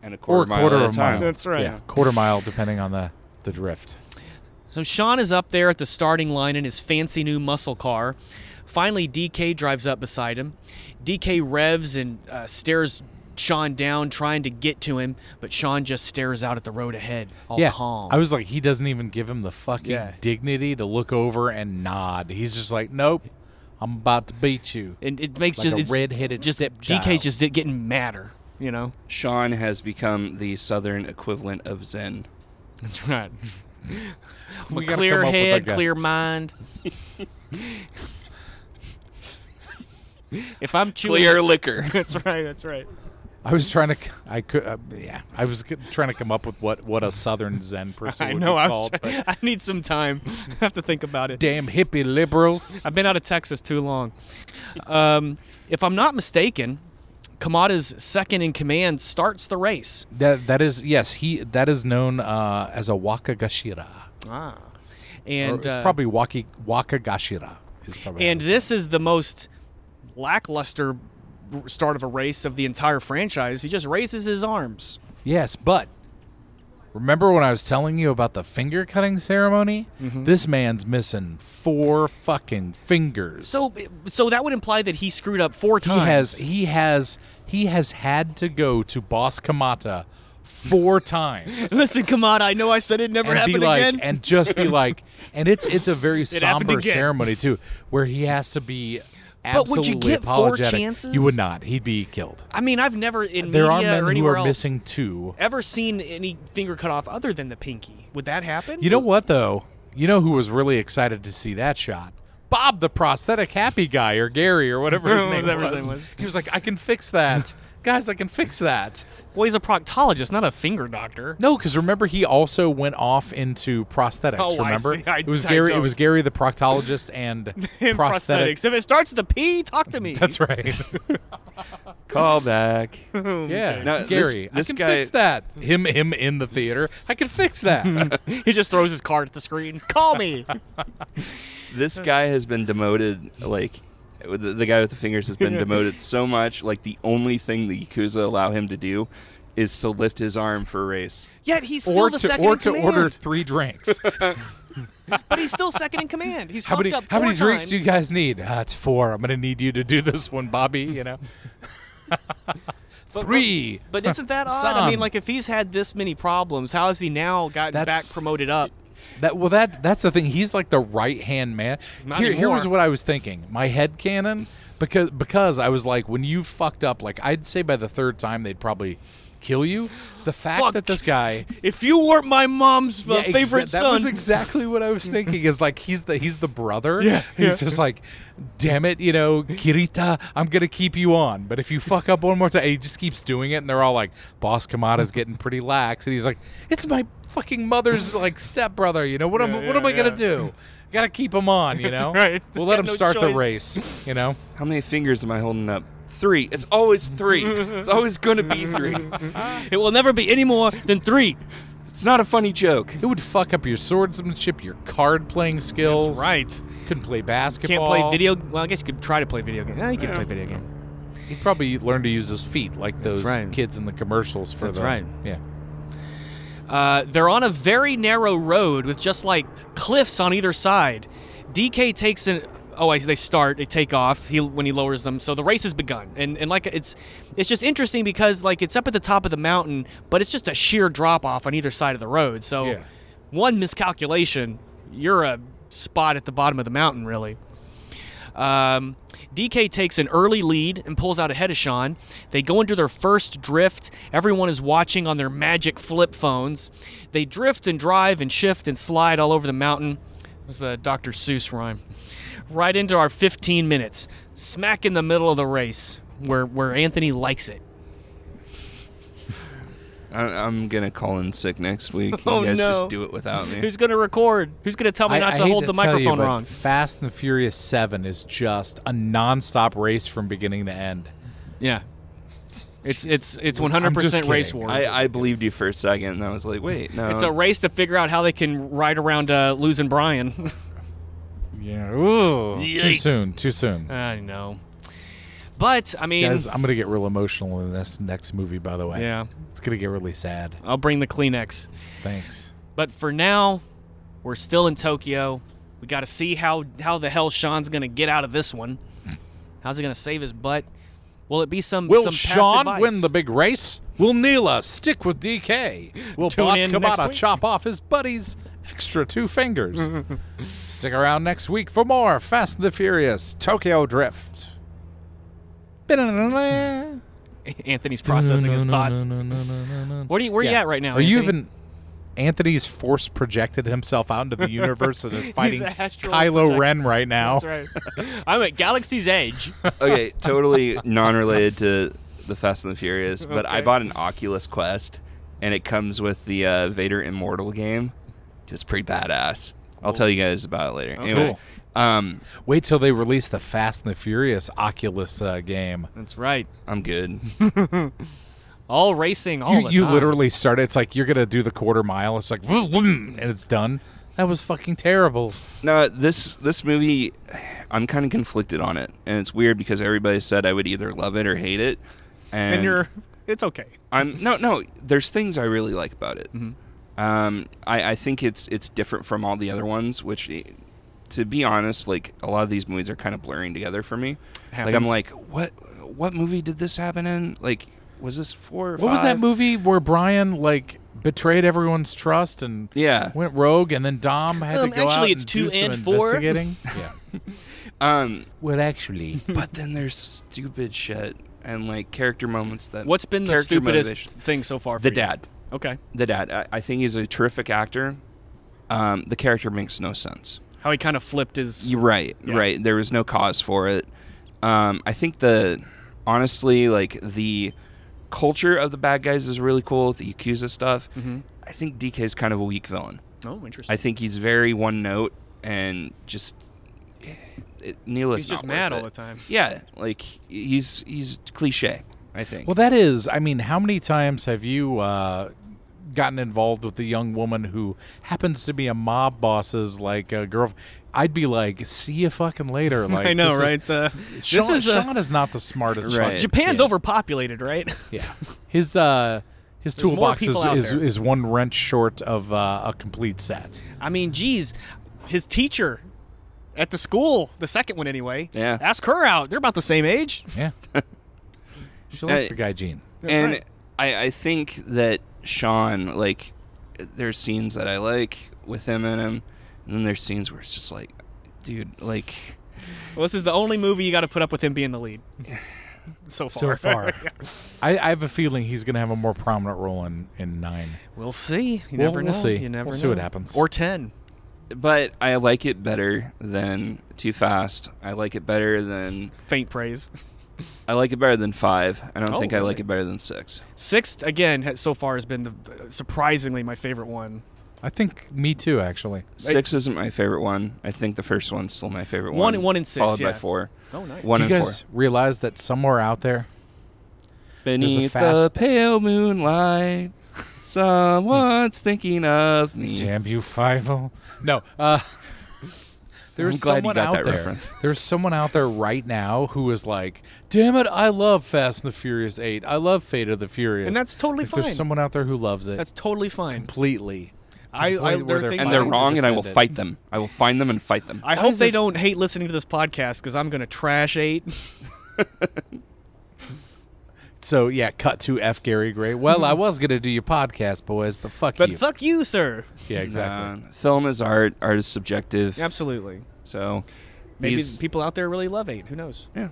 [SPEAKER 3] and a quarter
[SPEAKER 2] or a
[SPEAKER 3] mile
[SPEAKER 2] quarter
[SPEAKER 3] at
[SPEAKER 2] of
[SPEAKER 3] a
[SPEAKER 2] a
[SPEAKER 3] time.
[SPEAKER 2] mile.
[SPEAKER 1] That's right.
[SPEAKER 2] Yeah, quarter mile depending on the the drift.
[SPEAKER 1] So Sean is up there at the starting line in his fancy new muscle car. Finally, DK drives up beside him. DK revs and uh, stares Sean down, trying to get to him, but Sean just stares out at the road ahead, all
[SPEAKER 2] yeah,
[SPEAKER 1] calm.
[SPEAKER 2] I was like, he doesn't even give him the fucking
[SPEAKER 1] Yeah.
[SPEAKER 2] dignity to look over and nod. He's just like, nope, I'm about to beat you.
[SPEAKER 1] and it makes
[SPEAKER 2] Like
[SPEAKER 1] just
[SPEAKER 2] a
[SPEAKER 1] it's
[SPEAKER 2] red-headed
[SPEAKER 1] just
[SPEAKER 2] stepchild.
[SPEAKER 1] DK's just getting madder, you know.
[SPEAKER 3] Sean has become the southern equivalent of Zen.
[SPEAKER 1] That's right. I'm a
[SPEAKER 2] We gotta
[SPEAKER 1] clear
[SPEAKER 2] come up with,
[SPEAKER 1] head,
[SPEAKER 2] like, a-
[SPEAKER 1] clear mind. *laughs* if I'm chewing,
[SPEAKER 3] Clear liquor.
[SPEAKER 1] *laughs* That's right. That's right.
[SPEAKER 2] I was trying to, c- I could, uh, yeah, I was c- trying to come up with what what a Southern Zen
[SPEAKER 1] *laughs*
[SPEAKER 2] person
[SPEAKER 1] I
[SPEAKER 2] would
[SPEAKER 1] know.
[SPEAKER 2] be
[SPEAKER 1] I, was
[SPEAKER 2] called.
[SPEAKER 1] try-
[SPEAKER 2] but
[SPEAKER 1] *laughs* I need some time. I have to think about it.
[SPEAKER 2] damn hippie liberals.
[SPEAKER 1] I've been out of Texas too long. Um, if I'm not mistaken, Kamada's second in command starts the race.
[SPEAKER 2] That that is yes, he that is known uh, as a wakagashira.
[SPEAKER 1] Ah,
[SPEAKER 2] Or
[SPEAKER 1] and
[SPEAKER 2] it's
[SPEAKER 1] uh,
[SPEAKER 2] probably waki wakagashira is probably.
[SPEAKER 1] And this is the most lackluster start of a race of the entire franchise. He just raises his arms.
[SPEAKER 2] Yes, but remember when I was telling you about the finger cutting ceremony?
[SPEAKER 1] Mm-hmm.
[SPEAKER 2] This man's missing four fucking fingers.
[SPEAKER 1] So, so that would imply that he screwed up four
[SPEAKER 2] he
[SPEAKER 1] times. *laughs*
[SPEAKER 2] has he has he has had to go to Boss Kamata four times.
[SPEAKER 1] Listen, Kamada, I know I said it never
[SPEAKER 2] And be
[SPEAKER 1] happened
[SPEAKER 2] like,
[SPEAKER 1] again.
[SPEAKER 2] and
[SPEAKER 1] *laughs*
[SPEAKER 2] just be like, and it's it's a very
[SPEAKER 1] happened
[SPEAKER 2] somber
[SPEAKER 1] again.
[SPEAKER 2] ceremony too, where he has to be
[SPEAKER 1] But
[SPEAKER 2] absolutely
[SPEAKER 1] would you get four
[SPEAKER 2] apologetic.
[SPEAKER 1] chances?
[SPEAKER 2] You would not. He'd be killed.
[SPEAKER 1] I mean, I've never in
[SPEAKER 2] There are
[SPEAKER 1] media
[SPEAKER 2] men
[SPEAKER 1] or
[SPEAKER 2] who
[SPEAKER 1] anywhere
[SPEAKER 2] are
[SPEAKER 1] else
[SPEAKER 2] missing two.
[SPEAKER 1] ever seen any finger cut off other than the pinky. Would that happen?
[SPEAKER 2] You know what though? You know who was really excited to see that shot? Bob the prosthetic happy guy or Gary or whatever his name
[SPEAKER 1] *laughs* Whatever his
[SPEAKER 2] was.
[SPEAKER 1] name was.
[SPEAKER 2] He was like, I can fix that. guys, I can fix that.
[SPEAKER 1] Well, he's a proctologist, not a finger doctor. *laughs*
[SPEAKER 2] No, because remember he also went off into prosthetics.
[SPEAKER 1] Oh, I
[SPEAKER 2] remember
[SPEAKER 1] see. I-
[SPEAKER 2] it was
[SPEAKER 1] I
[SPEAKER 2] Gary. It
[SPEAKER 1] don't.
[SPEAKER 2] was Gary the proctologist and,
[SPEAKER 1] *laughs* In prosthetics.
[SPEAKER 2] prosthetics.
[SPEAKER 1] If it starts with a P, talk to me. *laughs*
[SPEAKER 2] That's right.
[SPEAKER 3] Call back.
[SPEAKER 1] Oh,
[SPEAKER 2] Yeah,
[SPEAKER 3] No,
[SPEAKER 2] it's
[SPEAKER 3] this-
[SPEAKER 2] Gary.
[SPEAKER 3] this
[SPEAKER 2] I can
[SPEAKER 3] guy-
[SPEAKER 2] fix that. Him, him in the theater. I can
[SPEAKER 1] *laughs*
[SPEAKER 2] fix that.
[SPEAKER 1] he just throws his card at the screen. Call
[SPEAKER 2] *laughs*
[SPEAKER 1] me.
[SPEAKER 3] this guy has been demoted like the, the guy with the fingers has been demoted so much like the only thing the yakuza allow him to do is to lift his arm for a race
[SPEAKER 1] Yet he's still
[SPEAKER 2] or
[SPEAKER 1] the
[SPEAKER 2] to
[SPEAKER 1] second
[SPEAKER 2] or
[SPEAKER 1] in
[SPEAKER 2] to
[SPEAKER 1] command.
[SPEAKER 2] order three drinks.
[SPEAKER 1] But he's still second in command. He's
[SPEAKER 2] How many
[SPEAKER 1] hooked up
[SPEAKER 2] how many
[SPEAKER 1] four
[SPEAKER 2] drinks do you
[SPEAKER 1] times.
[SPEAKER 2] guys need? Ah, it's four. I'm gonna need you to do this one, Bobby. You know, three.
[SPEAKER 1] *laughs* But isn't that odd? I
[SPEAKER 2] Son.
[SPEAKER 1] mean, like if he's had this many problems, how has he now gotten back
[SPEAKER 2] That's-
[SPEAKER 1] promoted up?
[SPEAKER 2] That well, that that's the thing. He's like the right hand man.
[SPEAKER 1] Not
[SPEAKER 2] here, here
[SPEAKER 1] anymore.
[SPEAKER 2] was what I was thinking. My head cannon, because because I was like, when you fucked up, like I'd say by the third time they'd probably kill you. The fact
[SPEAKER 1] Fuck.
[SPEAKER 2] that this guy
[SPEAKER 1] If you weren't my mom's uh,
[SPEAKER 2] Yeah, exa-
[SPEAKER 1] favorite
[SPEAKER 2] that
[SPEAKER 1] son,
[SPEAKER 2] was exactly what I was thinking. Is like he's the he's the brother. Yeah, he's just like, damn it, you know, Kirita, I'm gonna keep you on. But if you fuck up one more time, and he just keeps doing it, and they're all like, Boss Kamada's getting pretty lax, and he's like, it's my fucking mother's like stepbrother. You know what am what am I gonna do? Gotta keep him
[SPEAKER 1] *laughs*
[SPEAKER 2] on. You know,
[SPEAKER 1] right.
[SPEAKER 2] We'll let
[SPEAKER 1] Got
[SPEAKER 2] him
[SPEAKER 1] no
[SPEAKER 2] start the
[SPEAKER 1] choice.
[SPEAKER 2] race. You know,
[SPEAKER 3] how many fingers am i holding up three it's always three it's always gonna be
[SPEAKER 1] *laughs*
[SPEAKER 3] three
[SPEAKER 1] it will never be any more than three.
[SPEAKER 3] it's not a funny joke
[SPEAKER 2] it would fuck up your swordsmanship, your card playing skills.
[SPEAKER 1] Right.
[SPEAKER 2] Couldn't play
[SPEAKER 1] Can't
[SPEAKER 2] basketball.
[SPEAKER 1] play video. Well, I guess you could try to play video game. No, you could
[SPEAKER 3] Yeah.
[SPEAKER 1] play video game.
[SPEAKER 2] He probably learned to use his feet like those
[SPEAKER 1] right.
[SPEAKER 2] kids in the commercials for
[SPEAKER 1] That's
[SPEAKER 2] the
[SPEAKER 1] right.
[SPEAKER 2] Yeah.
[SPEAKER 1] Uh, they're on a very narrow road with just like cliffs on either side. DK takes an. Oh, I, they start. They take off. He when he lowers them, so the race has begun. And and like it's, it's just interesting because like it's up at the top of the mountain, but it's just a sheer drop off on either side of the road. So,
[SPEAKER 2] Yeah.
[SPEAKER 1] one miscalculation, you're a spot at the bottom of the mountain, really. Um, DK takes an early lead and pulls out ahead of Sean. They go into their first drift. Everyone is watching on their magic flip phones. They drift and drive and shift and slide all over the mountain. It was the Dr. Seuss rhyme. Right into our 15 minutes, smack in the middle of the race, where where Anthony likes it.
[SPEAKER 3] I, i'm gonna call in sick next week you
[SPEAKER 1] Oh,
[SPEAKER 3] guys
[SPEAKER 1] no.
[SPEAKER 3] just do it without me
[SPEAKER 1] Who's gonna record? Who's gonna tell me not to
[SPEAKER 2] hate
[SPEAKER 1] hold the
[SPEAKER 2] tell you,
[SPEAKER 1] microphone
[SPEAKER 2] but
[SPEAKER 1] wrong?
[SPEAKER 2] Fast and the Furious Seven is just a nonstop race from beginning to end.
[SPEAKER 1] Yeah. It's it's it's 100% race
[SPEAKER 2] kidding.
[SPEAKER 1] wars.
[SPEAKER 3] I, uh, I believed you for a second and i was like wait no
[SPEAKER 1] It's a race to figure out how they can ride around uh, losing Brian. *laughs*
[SPEAKER 2] Yeah. Ooh. Too
[SPEAKER 1] Yikes. Uh,
[SPEAKER 2] soon. Too soon.
[SPEAKER 1] I know. But I mean,
[SPEAKER 2] Guys, I'm gonna get real emotional in this next movie. By the way.
[SPEAKER 1] yeah,
[SPEAKER 2] It's gonna get really sad.
[SPEAKER 1] I'll bring the Kleenex.
[SPEAKER 2] Thanks.
[SPEAKER 1] But for now, we're still in Tokyo. We got to see how how the hell Sean's gonna get out of this one. How's he gonna save his butt? Will it be some?
[SPEAKER 2] Will
[SPEAKER 1] some past
[SPEAKER 2] Sean
[SPEAKER 1] advice?
[SPEAKER 2] win the big race? Will Neela stick with DK? Will
[SPEAKER 1] Tune
[SPEAKER 2] Boss
[SPEAKER 1] in next
[SPEAKER 2] Kamada
[SPEAKER 1] week.
[SPEAKER 2] chop off his buddy's extra
[SPEAKER 1] *laughs*
[SPEAKER 2] two fingers? stick around next week for more Fast and the Furious Tokyo Drift.
[SPEAKER 1] *laughs* Anthony's processing his thoughts. Where do you, where you
[SPEAKER 2] Yeah.
[SPEAKER 1] at right now?
[SPEAKER 2] Are
[SPEAKER 1] *laughs*
[SPEAKER 2] you
[SPEAKER 1] Anthony?
[SPEAKER 2] even? Anthony's force projected himself out into the
[SPEAKER 1] *laughs*
[SPEAKER 2] universe and is fighting
[SPEAKER 1] astral
[SPEAKER 2] Kylo
[SPEAKER 1] project-
[SPEAKER 2] Ren right now.
[SPEAKER 1] That's right. *laughs* I'm at Galaxy's Edge.
[SPEAKER 3] okay, totally non-related to the Fast and the Furious, but I bought an Oculus Quest, and it comes with the uh, Vader Immortal game. Just pretty badass. I'll tell you guys about it later. Anyways,
[SPEAKER 2] Cool.
[SPEAKER 3] um,
[SPEAKER 2] Wait till they release the Fast and the Furious Oculus uh, game.
[SPEAKER 1] That's right.
[SPEAKER 3] I'm good. *laughs*
[SPEAKER 1] All racing, all
[SPEAKER 2] you,
[SPEAKER 1] the
[SPEAKER 2] you
[SPEAKER 1] time.
[SPEAKER 2] literally start it's like you're gonna do the quarter mile it's like *laughs* vroom, vroom, and it's done that was fucking terrible
[SPEAKER 3] No, this this movie, I'm kind of conflicted on it, and it's weird because everybody said I would either love it or hate it, and,
[SPEAKER 1] and you're. It's okay.
[SPEAKER 3] I'm no no. There's things I really like about it.
[SPEAKER 1] Mm-hmm.
[SPEAKER 3] Um, I, I think it's it's different from all the other ones, which, eh, to be honest, like a lot of these movies are kind of blurring together for me. Like I'm
[SPEAKER 1] Happens.
[SPEAKER 3] like, what what movie did this happen in? Like, was this four? Or
[SPEAKER 2] what was that
[SPEAKER 3] five?
[SPEAKER 2] movie where brian like betrayed everyone's trust and
[SPEAKER 3] Yeah.
[SPEAKER 2] went rogue and then dom had
[SPEAKER 1] Um,
[SPEAKER 2] to go out
[SPEAKER 1] actually, it's
[SPEAKER 2] and
[SPEAKER 1] two
[SPEAKER 2] do some
[SPEAKER 1] and four. *laughs*
[SPEAKER 2] investigating yeah
[SPEAKER 3] Um,
[SPEAKER 2] well actually
[SPEAKER 3] but then there's stupid shit and like character moments that.
[SPEAKER 1] What's been the
[SPEAKER 3] character
[SPEAKER 1] stupidest
[SPEAKER 3] motivation.
[SPEAKER 1] thing so far? For
[SPEAKER 3] The
[SPEAKER 1] you?
[SPEAKER 3] dad.
[SPEAKER 1] Okay.
[SPEAKER 3] The dad. I, I think he's a terrific actor. Um, the character makes no sense.
[SPEAKER 1] How he kind of flipped his.
[SPEAKER 3] You're right, right. There was no cause for it. Um, I think the honestly, like the culture of the bad guys is really cool with the Yakuza stuff.
[SPEAKER 1] Mm-hmm.
[SPEAKER 3] I think DK's kind of a weak villain.
[SPEAKER 1] Oh, interesting.
[SPEAKER 3] I think he's very one note and just. It, Neela's
[SPEAKER 1] He's just
[SPEAKER 3] not worth
[SPEAKER 1] mad all
[SPEAKER 3] it.
[SPEAKER 1] the time.
[SPEAKER 3] Yeah, like he's he's cliche. I think.
[SPEAKER 2] Well, that is. I mean, how many times have you uh, gotten involved with a young woman who happens to be a mob boss's like uh, girl? I'd be like, see you
[SPEAKER 1] *laughs*
[SPEAKER 2] fucking later. *laughs* Like,
[SPEAKER 1] I know,
[SPEAKER 2] this is-
[SPEAKER 1] right? uh,
[SPEAKER 2] Sean,
[SPEAKER 1] this is uh,
[SPEAKER 2] Sean is not the smartest.
[SPEAKER 3] Right.
[SPEAKER 2] fuck.
[SPEAKER 1] Japan's
[SPEAKER 2] Yeah.
[SPEAKER 1] overpopulated, right?
[SPEAKER 2] Yeah, *laughs* his uh, his
[SPEAKER 1] There's more
[SPEAKER 2] toolbox is
[SPEAKER 1] people out
[SPEAKER 2] is,
[SPEAKER 1] there.
[SPEAKER 2] is one wrench short of uh, a complete set.
[SPEAKER 1] I mean, geez, his teacher at the school, the second one anyway.
[SPEAKER 3] Yeah.
[SPEAKER 1] Ask her out. They're about the same age.
[SPEAKER 2] Yeah, *laughs* she likes
[SPEAKER 3] Hey.
[SPEAKER 2] the guy Gene.
[SPEAKER 1] That's
[SPEAKER 3] and
[SPEAKER 1] right.
[SPEAKER 3] I, I think that Sean, like, there's scenes that I like with him in him, and then there's scenes where it's just like, dude, like,
[SPEAKER 1] Well, this is the only movie you got to put up with him being the
[SPEAKER 2] *sighs*
[SPEAKER 1] lead. So
[SPEAKER 3] *laughs*
[SPEAKER 1] far.
[SPEAKER 2] I, I have a feeling he's going to have a more prominent role in in nine.
[SPEAKER 1] we'll see. You
[SPEAKER 2] We'll-
[SPEAKER 1] never
[SPEAKER 2] we'll
[SPEAKER 1] know.
[SPEAKER 2] see.
[SPEAKER 1] You never
[SPEAKER 2] We'll see what
[SPEAKER 1] know.
[SPEAKER 2] happens.
[SPEAKER 1] Or 10.
[SPEAKER 3] but I like it better than Too Fast. I like it better than
[SPEAKER 1] Faint praise.
[SPEAKER 3] I like it better than five. I don't
[SPEAKER 1] Oh,
[SPEAKER 3] think I like
[SPEAKER 1] really?
[SPEAKER 3] it better than six.
[SPEAKER 1] Sixth, again, has, so far has been the, surprisingly my favorite one.
[SPEAKER 2] I think me too, actually.
[SPEAKER 3] Six isn't my favorite one. I think the first one's still my favorite
[SPEAKER 1] One-
[SPEAKER 3] one.
[SPEAKER 1] one and six,
[SPEAKER 3] followed by
[SPEAKER 1] yeah.
[SPEAKER 3] four.
[SPEAKER 1] Oh, nice.
[SPEAKER 3] One
[SPEAKER 2] Do you
[SPEAKER 3] and
[SPEAKER 2] guys
[SPEAKER 3] four.
[SPEAKER 2] realize that somewhere out there,
[SPEAKER 3] Beneath the
[SPEAKER 2] fast-
[SPEAKER 3] pale moonlight, someone's thinking of me.
[SPEAKER 2] damn you, Fievel? No, uh, *laughs*
[SPEAKER 3] I'm
[SPEAKER 2] there's
[SPEAKER 3] glad you
[SPEAKER 2] someone
[SPEAKER 3] got
[SPEAKER 2] out
[SPEAKER 3] that
[SPEAKER 2] there.
[SPEAKER 3] reference.
[SPEAKER 2] *laughs* There's someone out there right now who is like, "Damn it, I love Fast and the Furious Eight. I love Fate of the Furious."
[SPEAKER 1] And that's totally
[SPEAKER 2] Like,
[SPEAKER 1] fine.
[SPEAKER 2] There's someone out there who loves it
[SPEAKER 1] That's totally fine.
[SPEAKER 2] completely.
[SPEAKER 1] I,
[SPEAKER 2] the
[SPEAKER 1] I,
[SPEAKER 2] point
[SPEAKER 1] there
[SPEAKER 2] where
[SPEAKER 1] are
[SPEAKER 2] they're
[SPEAKER 1] things
[SPEAKER 3] and
[SPEAKER 1] I
[SPEAKER 3] they're
[SPEAKER 1] would
[SPEAKER 2] Fine.
[SPEAKER 3] wrong, and I will
[SPEAKER 2] Defend it.
[SPEAKER 3] fight them. I will find them and fight them.
[SPEAKER 1] I
[SPEAKER 2] Why
[SPEAKER 1] hope
[SPEAKER 2] is
[SPEAKER 1] they
[SPEAKER 2] it-
[SPEAKER 1] don't hate listening to this podcast because I'm going to trash eight.
[SPEAKER 2] So yeah, cut to F. Gary Gray. Well, I was gonna do your podcast, boys, but fuck
[SPEAKER 1] But
[SPEAKER 2] you.
[SPEAKER 1] fuck you, sir.
[SPEAKER 2] yeah, exactly.
[SPEAKER 3] Nah, Uh, film is art. Art is
[SPEAKER 1] *laughs*
[SPEAKER 3] subjective.
[SPEAKER 1] Absolutely.
[SPEAKER 3] So
[SPEAKER 1] Maybe
[SPEAKER 3] these
[SPEAKER 1] people out there really love eight. Who knows?
[SPEAKER 3] Yeah.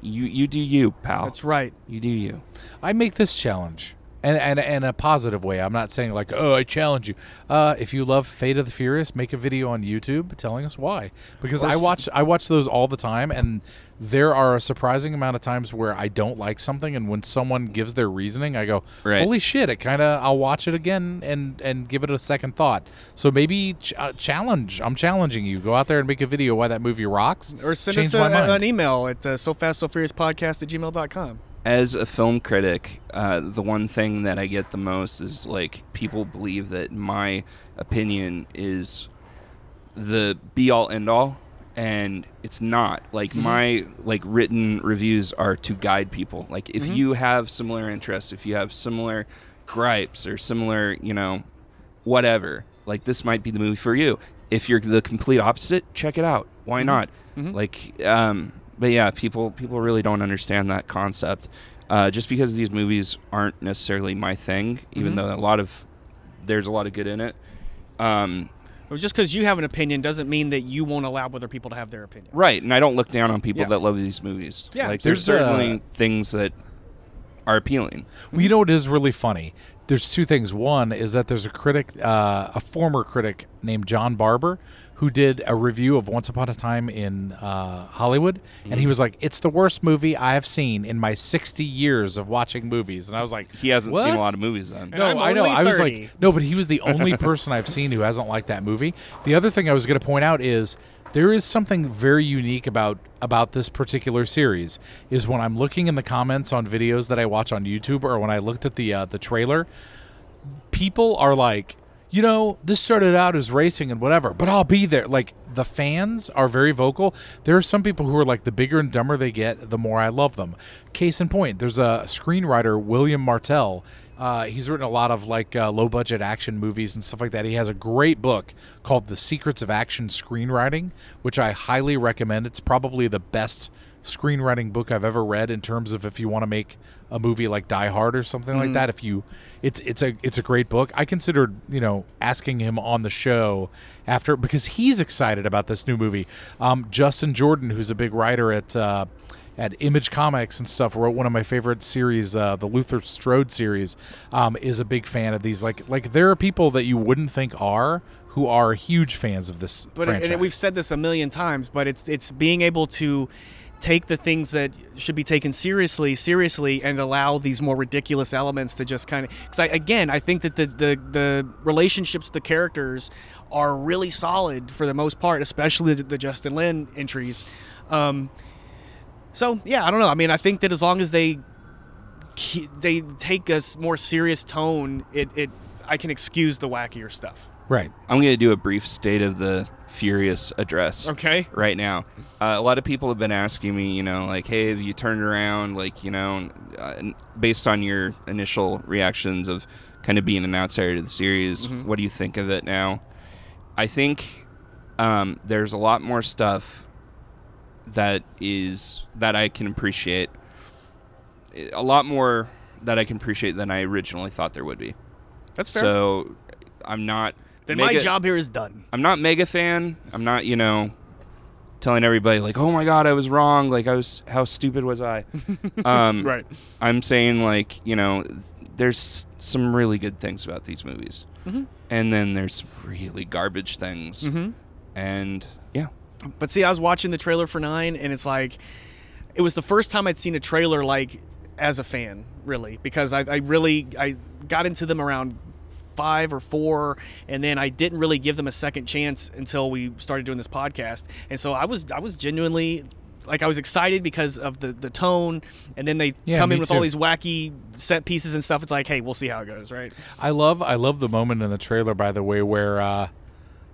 [SPEAKER 3] You you do you, pal.
[SPEAKER 1] That's right.
[SPEAKER 3] You do you.
[SPEAKER 2] I make this challenge. And, and, and a positive way. I'm not saying like, oh, I challenge you. Uh, if you love Fate of the Furious, make a video on YouTube telling us why. Because
[SPEAKER 3] Or
[SPEAKER 2] I
[SPEAKER 3] s-
[SPEAKER 2] watch I watch those all the time, and there are a surprising amount of times where I don't like something, and when someone gives their reasoning, I go,
[SPEAKER 3] Right.
[SPEAKER 2] holy shit! It kind of I'll watch it again and and give it a second thought. So maybe ch- uh, challenge. I'm challenging you. Go out there and make a video why that movie rocks,
[SPEAKER 1] Or send
[SPEAKER 2] Changed
[SPEAKER 1] us a,
[SPEAKER 2] my mind.
[SPEAKER 1] an email at uh, sofastsofuriouspodcast at gmail.com.
[SPEAKER 3] As a film critic, uh, the one thing that I get the most is like people believe that my opinion is the be all end all, and it's not. Like my like written reviews are to guide people. Like if you have similar interests, if you have similar gripes or similar, you know, whatever. Like this might be the movie for you. If you're the complete opposite, check it out. Why not? Like, um, but yeah, people people really don't understand that concept. Uh, just because these movies aren't necessarily my thing, even though a lot of there's a lot of good in it. Um,
[SPEAKER 1] Well, Just because you have an opinion doesn't mean that you won't allow other people to have their opinion.
[SPEAKER 3] Right, and I don't look down on people
[SPEAKER 1] Yeah.
[SPEAKER 3] that love these movies.
[SPEAKER 1] Yeah,
[SPEAKER 3] like there's,
[SPEAKER 2] there's, uh,
[SPEAKER 3] certainly things that are appealing.
[SPEAKER 2] Well, you know what is really funny? There's two things. One is that there's a critic, uh, a former critic named John Barber, who did a review of Once Upon a Time in uh, Hollywood, and
[SPEAKER 3] Mm-hmm.
[SPEAKER 2] he was like, "It's the worst movie I have seen in my 60 years of watching movies." And I was like,
[SPEAKER 3] He hasn't seen a
[SPEAKER 2] "What?"
[SPEAKER 3] lot of movies then.
[SPEAKER 1] And
[SPEAKER 2] No,
[SPEAKER 1] I'm
[SPEAKER 2] I know.
[SPEAKER 1] only
[SPEAKER 2] I was
[SPEAKER 1] 30.
[SPEAKER 2] like, no, but he was
[SPEAKER 1] *laughs*
[SPEAKER 2] the only person I've seen who hasn't liked that movie. The other thing I was going to point out is there is something very unique about about this particular series. Is when I'm looking in the comments on videos that I watch on YouTube or when I looked at the uh, the trailer, people are like, you know, this started out as racing and whatever, but I'll be there. Like the fans are very vocal. There are some people who are like, the bigger and dumber they get, the more I love them. Case in point, there's a screenwriter, William Martell. Uh, he's written a lot of like uh, low budget action movies and stuff like that. He has a great book called The Secrets of Action Screenwriting, which I highly recommend. It's probably the best screenwriting book I've ever read in terms of if you want to make a movie like Die Hard or something like that. If you, it's it's a it's a great book. I considered you know asking him on the show after because he's excited about this new movie. Um, Justin Jordan, who's a big writer at. Uh, at Image Comics and stuff, wrote one of my favorite series, uh, the Luther Strode series, um, is a big fan of these. Like, like there are people that you wouldn't think are who are huge fans of this
[SPEAKER 1] But
[SPEAKER 2] franchise.
[SPEAKER 1] and we've said this a million times, but it's it's being able to take the things that should be taken seriously seriously and allow these more ridiculous elements to just kind of because I, again i think that the, the the relationships with the characters are really solid for the most part especially the, the justin lin entries um, so yeah i don't know i mean i think that as long as they ke- they take a s- more serious tone it, it i can excuse the wackier stuff
[SPEAKER 2] Right.
[SPEAKER 3] I'm going to do a brief state of the furious address.
[SPEAKER 1] okay
[SPEAKER 3] right now. Uh, a lot of people have been asking me, you know, like, hey, have you turned around? Like, you know, uh, n- based on your initial reactions of kind of being an outsider to the series,
[SPEAKER 1] Mm-hmm.
[SPEAKER 3] what do you think of it now? I think um, there's a lot more stuff that is that I can appreciate. eh, A lot more that I can appreciate than I originally thought there would be.
[SPEAKER 1] that's fair
[SPEAKER 3] So I'm not.
[SPEAKER 1] then my
[SPEAKER 3] mega-
[SPEAKER 1] job here is done
[SPEAKER 3] I'm not mega fan. I'm not, you know, telling everybody like, "Oh my god, I was wrong." Like I was how stupid was I?
[SPEAKER 1] *laughs*
[SPEAKER 2] Hmm.
[SPEAKER 3] Um
[SPEAKER 1] right
[SPEAKER 3] I'm saying like, you know, there's some really good things about these movies.
[SPEAKER 1] Mm-hmm.
[SPEAKER 3] And then there's some really garbage things. And yeah.
[SPEAKER 1] But see, I was watching the trailer for Nine, and it's like, it was the first time I'd seen a trailer like as a fan, really, because I, I really I got into them around five or four, and then I didn't really give them a second chance until we started doing this podcast, and so I was I was genuinely. Like I was excited because of the the tone, and then they
[SPEAKER 2] Yeah,
[SPEAKER 1] come in
[SPEAKER 2] me
[SPEAKER 1] with all
[SPEAKER 2] too.
[SPEAKER 1] these wacky set pieces and stuff. It's like, hey, we'll see how it goes, right?
[SPEAKER 2] I love I love the moment in the trailer, by the way, where uh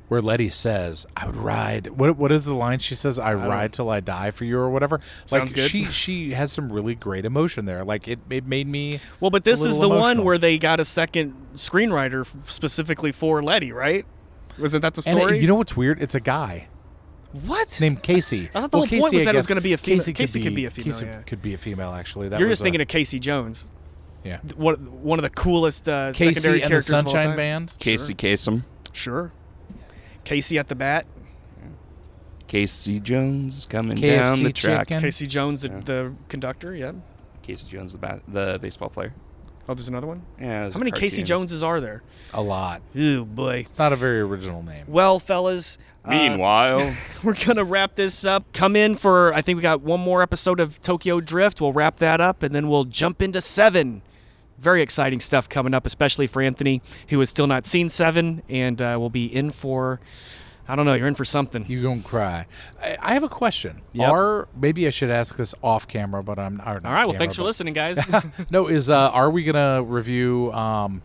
[SPEAKER 2] where Letty says, "I would ride." What what is the line she says? "I, ride till I die for you" or whatever.
[SPEAKER 1] Sounds
[SPEAKER 2] Like
[SPEAKER 1] good.
[SPEAKER 2] she she has some really great emotion there. Like it, it made me.
[SPEAKER 1] Well, but this
[SPEAKER 2] A
[SPEAKER 1] is the
[SPEAKER 2] little
[SPEAKER 1] one
[SPEAKER 2] emotional.
[SPEAKER 1] where they got a second screenwriter f- specifically for Letty, right? Wasn't that the
[SPEAKER 2] And it-
[SPEAKER 1] story?
[SPEAKER 2] you know what's weird? It's a guy
[SPEAKER 1] what?
[SPEAKER 2] *laughs* named Casey.
[SPEAKER 1] I thought the
[SPEAKER 2] Well,
[SPEAKER 1] whole point was
[SPEAKER 2] I
[SPEAKER 1] that it was
[SPEAKER 2] guess.
[SPEAKER 1] gonna be a female-
[SPEAKER 2] could
[SPEAKER 1] Casey could be a female,
[SPEAKER 2] Casey
[SPEAKER 1] yeah.
[SPEAKER 2] could be a female. Actually, that
[SPEAKER 1] You're
[SPEAKER 2] was
[SPEAKER 1] just thinking
[SPEAKER 2] a,
[SPEAKER 1] of Casey Jones,
[SPEAKER 2] yeah.
[SPEAKER 1] th- one one of the coolest uh, secondary
[SPEAKER 2] Casey and the
[SPEAKER 1] characters of all
[SPEAKER 2] Sunshine
[SPEAKER 1] time.
[SPEAKER 2] Band.
[SPEAKER 3] Casey Kasem,
[SPEAKER 1] Sure. Casey at the bat.
[SPEAKER 2] Mm-hmm.
[SPEAKER 3] Casey Jones is coming
[SPEAKER 2] KFC
[SPEAKER 3] down the track.
[SPEAKER 2] chicken.
[SPEAKER 1] Casey Jones, the, the conductor. Yeah.
[SPEAKER 3] Casey Jones the ba- the baseball player.
[SPEAKER 1] Oh, there's another one.
[SPEAKER 3] Yeah. it was
[SPEAKER 1] How
[SPEAKER 3] a
[SPEAKER 1] many Casey
[SPEAKER 3] cartoon.
[SPEAKER 1] Joneses are there?
[SPEAKER 2] A lot.
[SPEAKER 1] Ooh boy.
[SPEAKER 2] It's not a very original name.
[SPEAKER 1] Well, fellas. uh,
[SPEAKER 3] Meanwhile,
[SPEAKER 1] *laughs* we're gonna wrap this up. Come in for I think we got one more episode of Tokyo Drift. We'll wrap that up and then we'll jump into seven. Very exciting stuff coming up, especially for Anthony, who has still not seen seven, and uh, will be in for I don't know. You're in for something.
[SPEAKER 2] You gonna cry? I, I have a question.
[SPEAKER 1] Yep.
[SPEAKER 2] Are maybe I should ask this off camera, but I'm. Or not
[SPEAKER 1] All right. Well,
[SPEAKER 2] camera,
[SPEAKER 1] thanks for
[SPEAKER 2] but-
[SPEAKER 1] listening,
[SPEAKER 2] *laughs*
[SPEAKER 1] guys.
[SPEAKER 2] No, is uh, are we gonna review um,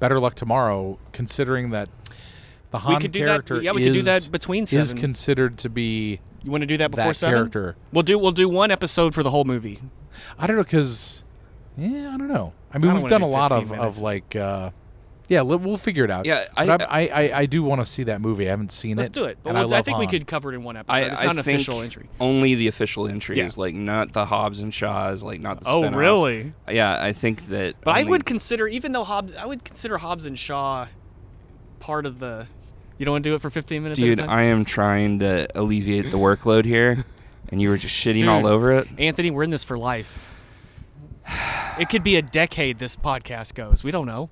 [SPEAKER 2] Better Luck Tomorrow? Considering that the Han
[SPEAKER 1] could do that-
[SPEAKER 2] character,
[SPEAKER 1] yeah, we could do
[SPEAKER 2] is-
[SPEAKER 1] that between
[SPEAKER 2] is
[SPEAKER 1] seven.
[SPEAKER 2] considered to be
[SPEAKER 1] you want to do that before
[SPEAKER 2] that
[SPEAKER 1] seven?
[SPEAKER 2] character.
[SPEAKER 1] We'll do we'll do one episode for the whole movie.
[SPEAKER 2] I don't know because yeah, I don't know. I mean,
[SPEAKER 1] don't
[SPEAKER 2] we've
[SPEAKER 1] wanna
[SPEAKER 2] done
[SPEAKER 1] do
[SPEAKER 2] a lot
[SPEAKER 1] 15
[SPEAKER 2] of,
[SPEAKER 1] minutes.
[SPEAKER 2] of like uh, yeah, li- we'll figure it out.
[SPEAKER 3] Yeah, I-
[SPEAKER 2] But I, I, I I do want to see that movie. I haven't seen
[SPEAKER 1] Let's
[SPEAKER 2] it.
[SPEAKER 1] do it. But
[SPEAKER 2] and
[SPEAKER 1] we'll, I,
[SPEAKER 2] love
[SPEAKER 1] think we
[SPEAKER 2] Han.
[SPEAKER 1] could cover it in one episode.
[SPEAKER 3] I,
[SPEAKER 1] it's
[SPEAKER 3] I
[SPEAKER 1] not an
[SPEAKER 3] think
[SPEAKER 1] official entry.
[SPEAKER 3] Only the official entries,
[SPEAKER 1] Yeah.
[SPEAKER 3] like not the Hobbs and Shaws, like not the.
[SPEAKER 1] Oh,
[SPEAKER 3] spin-offs.
[SPEAKER 1] really?
[SPEAKER 3] Yeah, I think that.
[SPEAKER 1] But I
[SPEAKER 3] only-
[SPEAKER 1] would consider, even though Hobbs, I would consider Hobbs and Shaw part of the. You don't want to do it for 15 minutes, at a
[SPEAKER 3] Dude,
[SPEAKER 1] time?
[SPEAKER 3] I am trying to alleviate the
[SPEAKER 1] *laughs*
[SPEAKER 3] workload here, and you were just shitting all
[SPEAKER 1] Dude.
[SPEAKER 3] over it.
[SPEAKER 1] *laughs* Anthony, we're in this for life. It could be a decade this podcast goes. We don't know.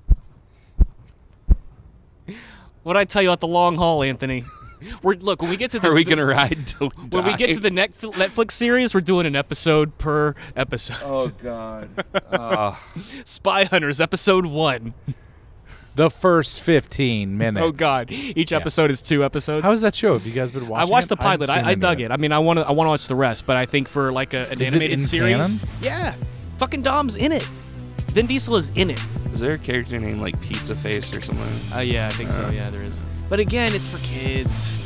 [SPEAKER 1] What I tell you about the long haul, Anthony? We're look when we get to the
[SPEAKER 3] Are we
[SPEAKER 1] the-
[SPEAKER 3] gonna ride till we
[SPEAKER 1] when we get to the Netf- Netflix series, we're doing an episode per episode.
[SPEAKER 3] Oh God.
[SPEAKER 1] Spy Hunters episode one.
[SPEAKER 2] the first fifteen minutes.
[SPEAKER 1] Oh God! Each episode is two episodes.
[SPEAKER 2] How is that show? Have you guys been
[SPEAKER 1] I
[SPEAKER 2] watching?
[SPEAKER 1] watched the
[SPEAKER 2] it? haven't
[SPEAKER 1] pilot.
[SPEAKER 2] seen
[SPEAKER 1] I, I
[SPEAKER 2] any
[SPEAKER 1] dug
[SPEAKER 2] of
[SPEAKER 1] it. I mean, I want to. I want to watch the rest, but I think for like a, an
[SPEAKER 2] Is it
[SPEAKER 1] animated
[SPEAKER 2] in
[SPEAKER 1] series,
[SPEAKER 2] canon?
[SPEAKER 1] yeah, fucking Dom's in it. Vin Diesel is in it.
[SPEAKER 3] Is there a character named like Pizza Face or something?
[SPEAKER 1] Uh, yeah, I think so. Yeah, there is. But again, it's for kids.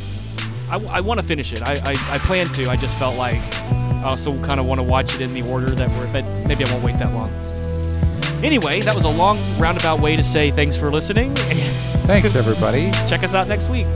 [SPEAKER 1] I, want to finish it. I, I I plan to. I just felt like I also kind of want to watch it in the order that we're. But maybe I won't wait that long. Anyway, that was a long roundabout way to say thanks for listening. and *laughs*
[SPEAKER 2] Thanks, everybody.
[SPEAKER 1] Check us out next week.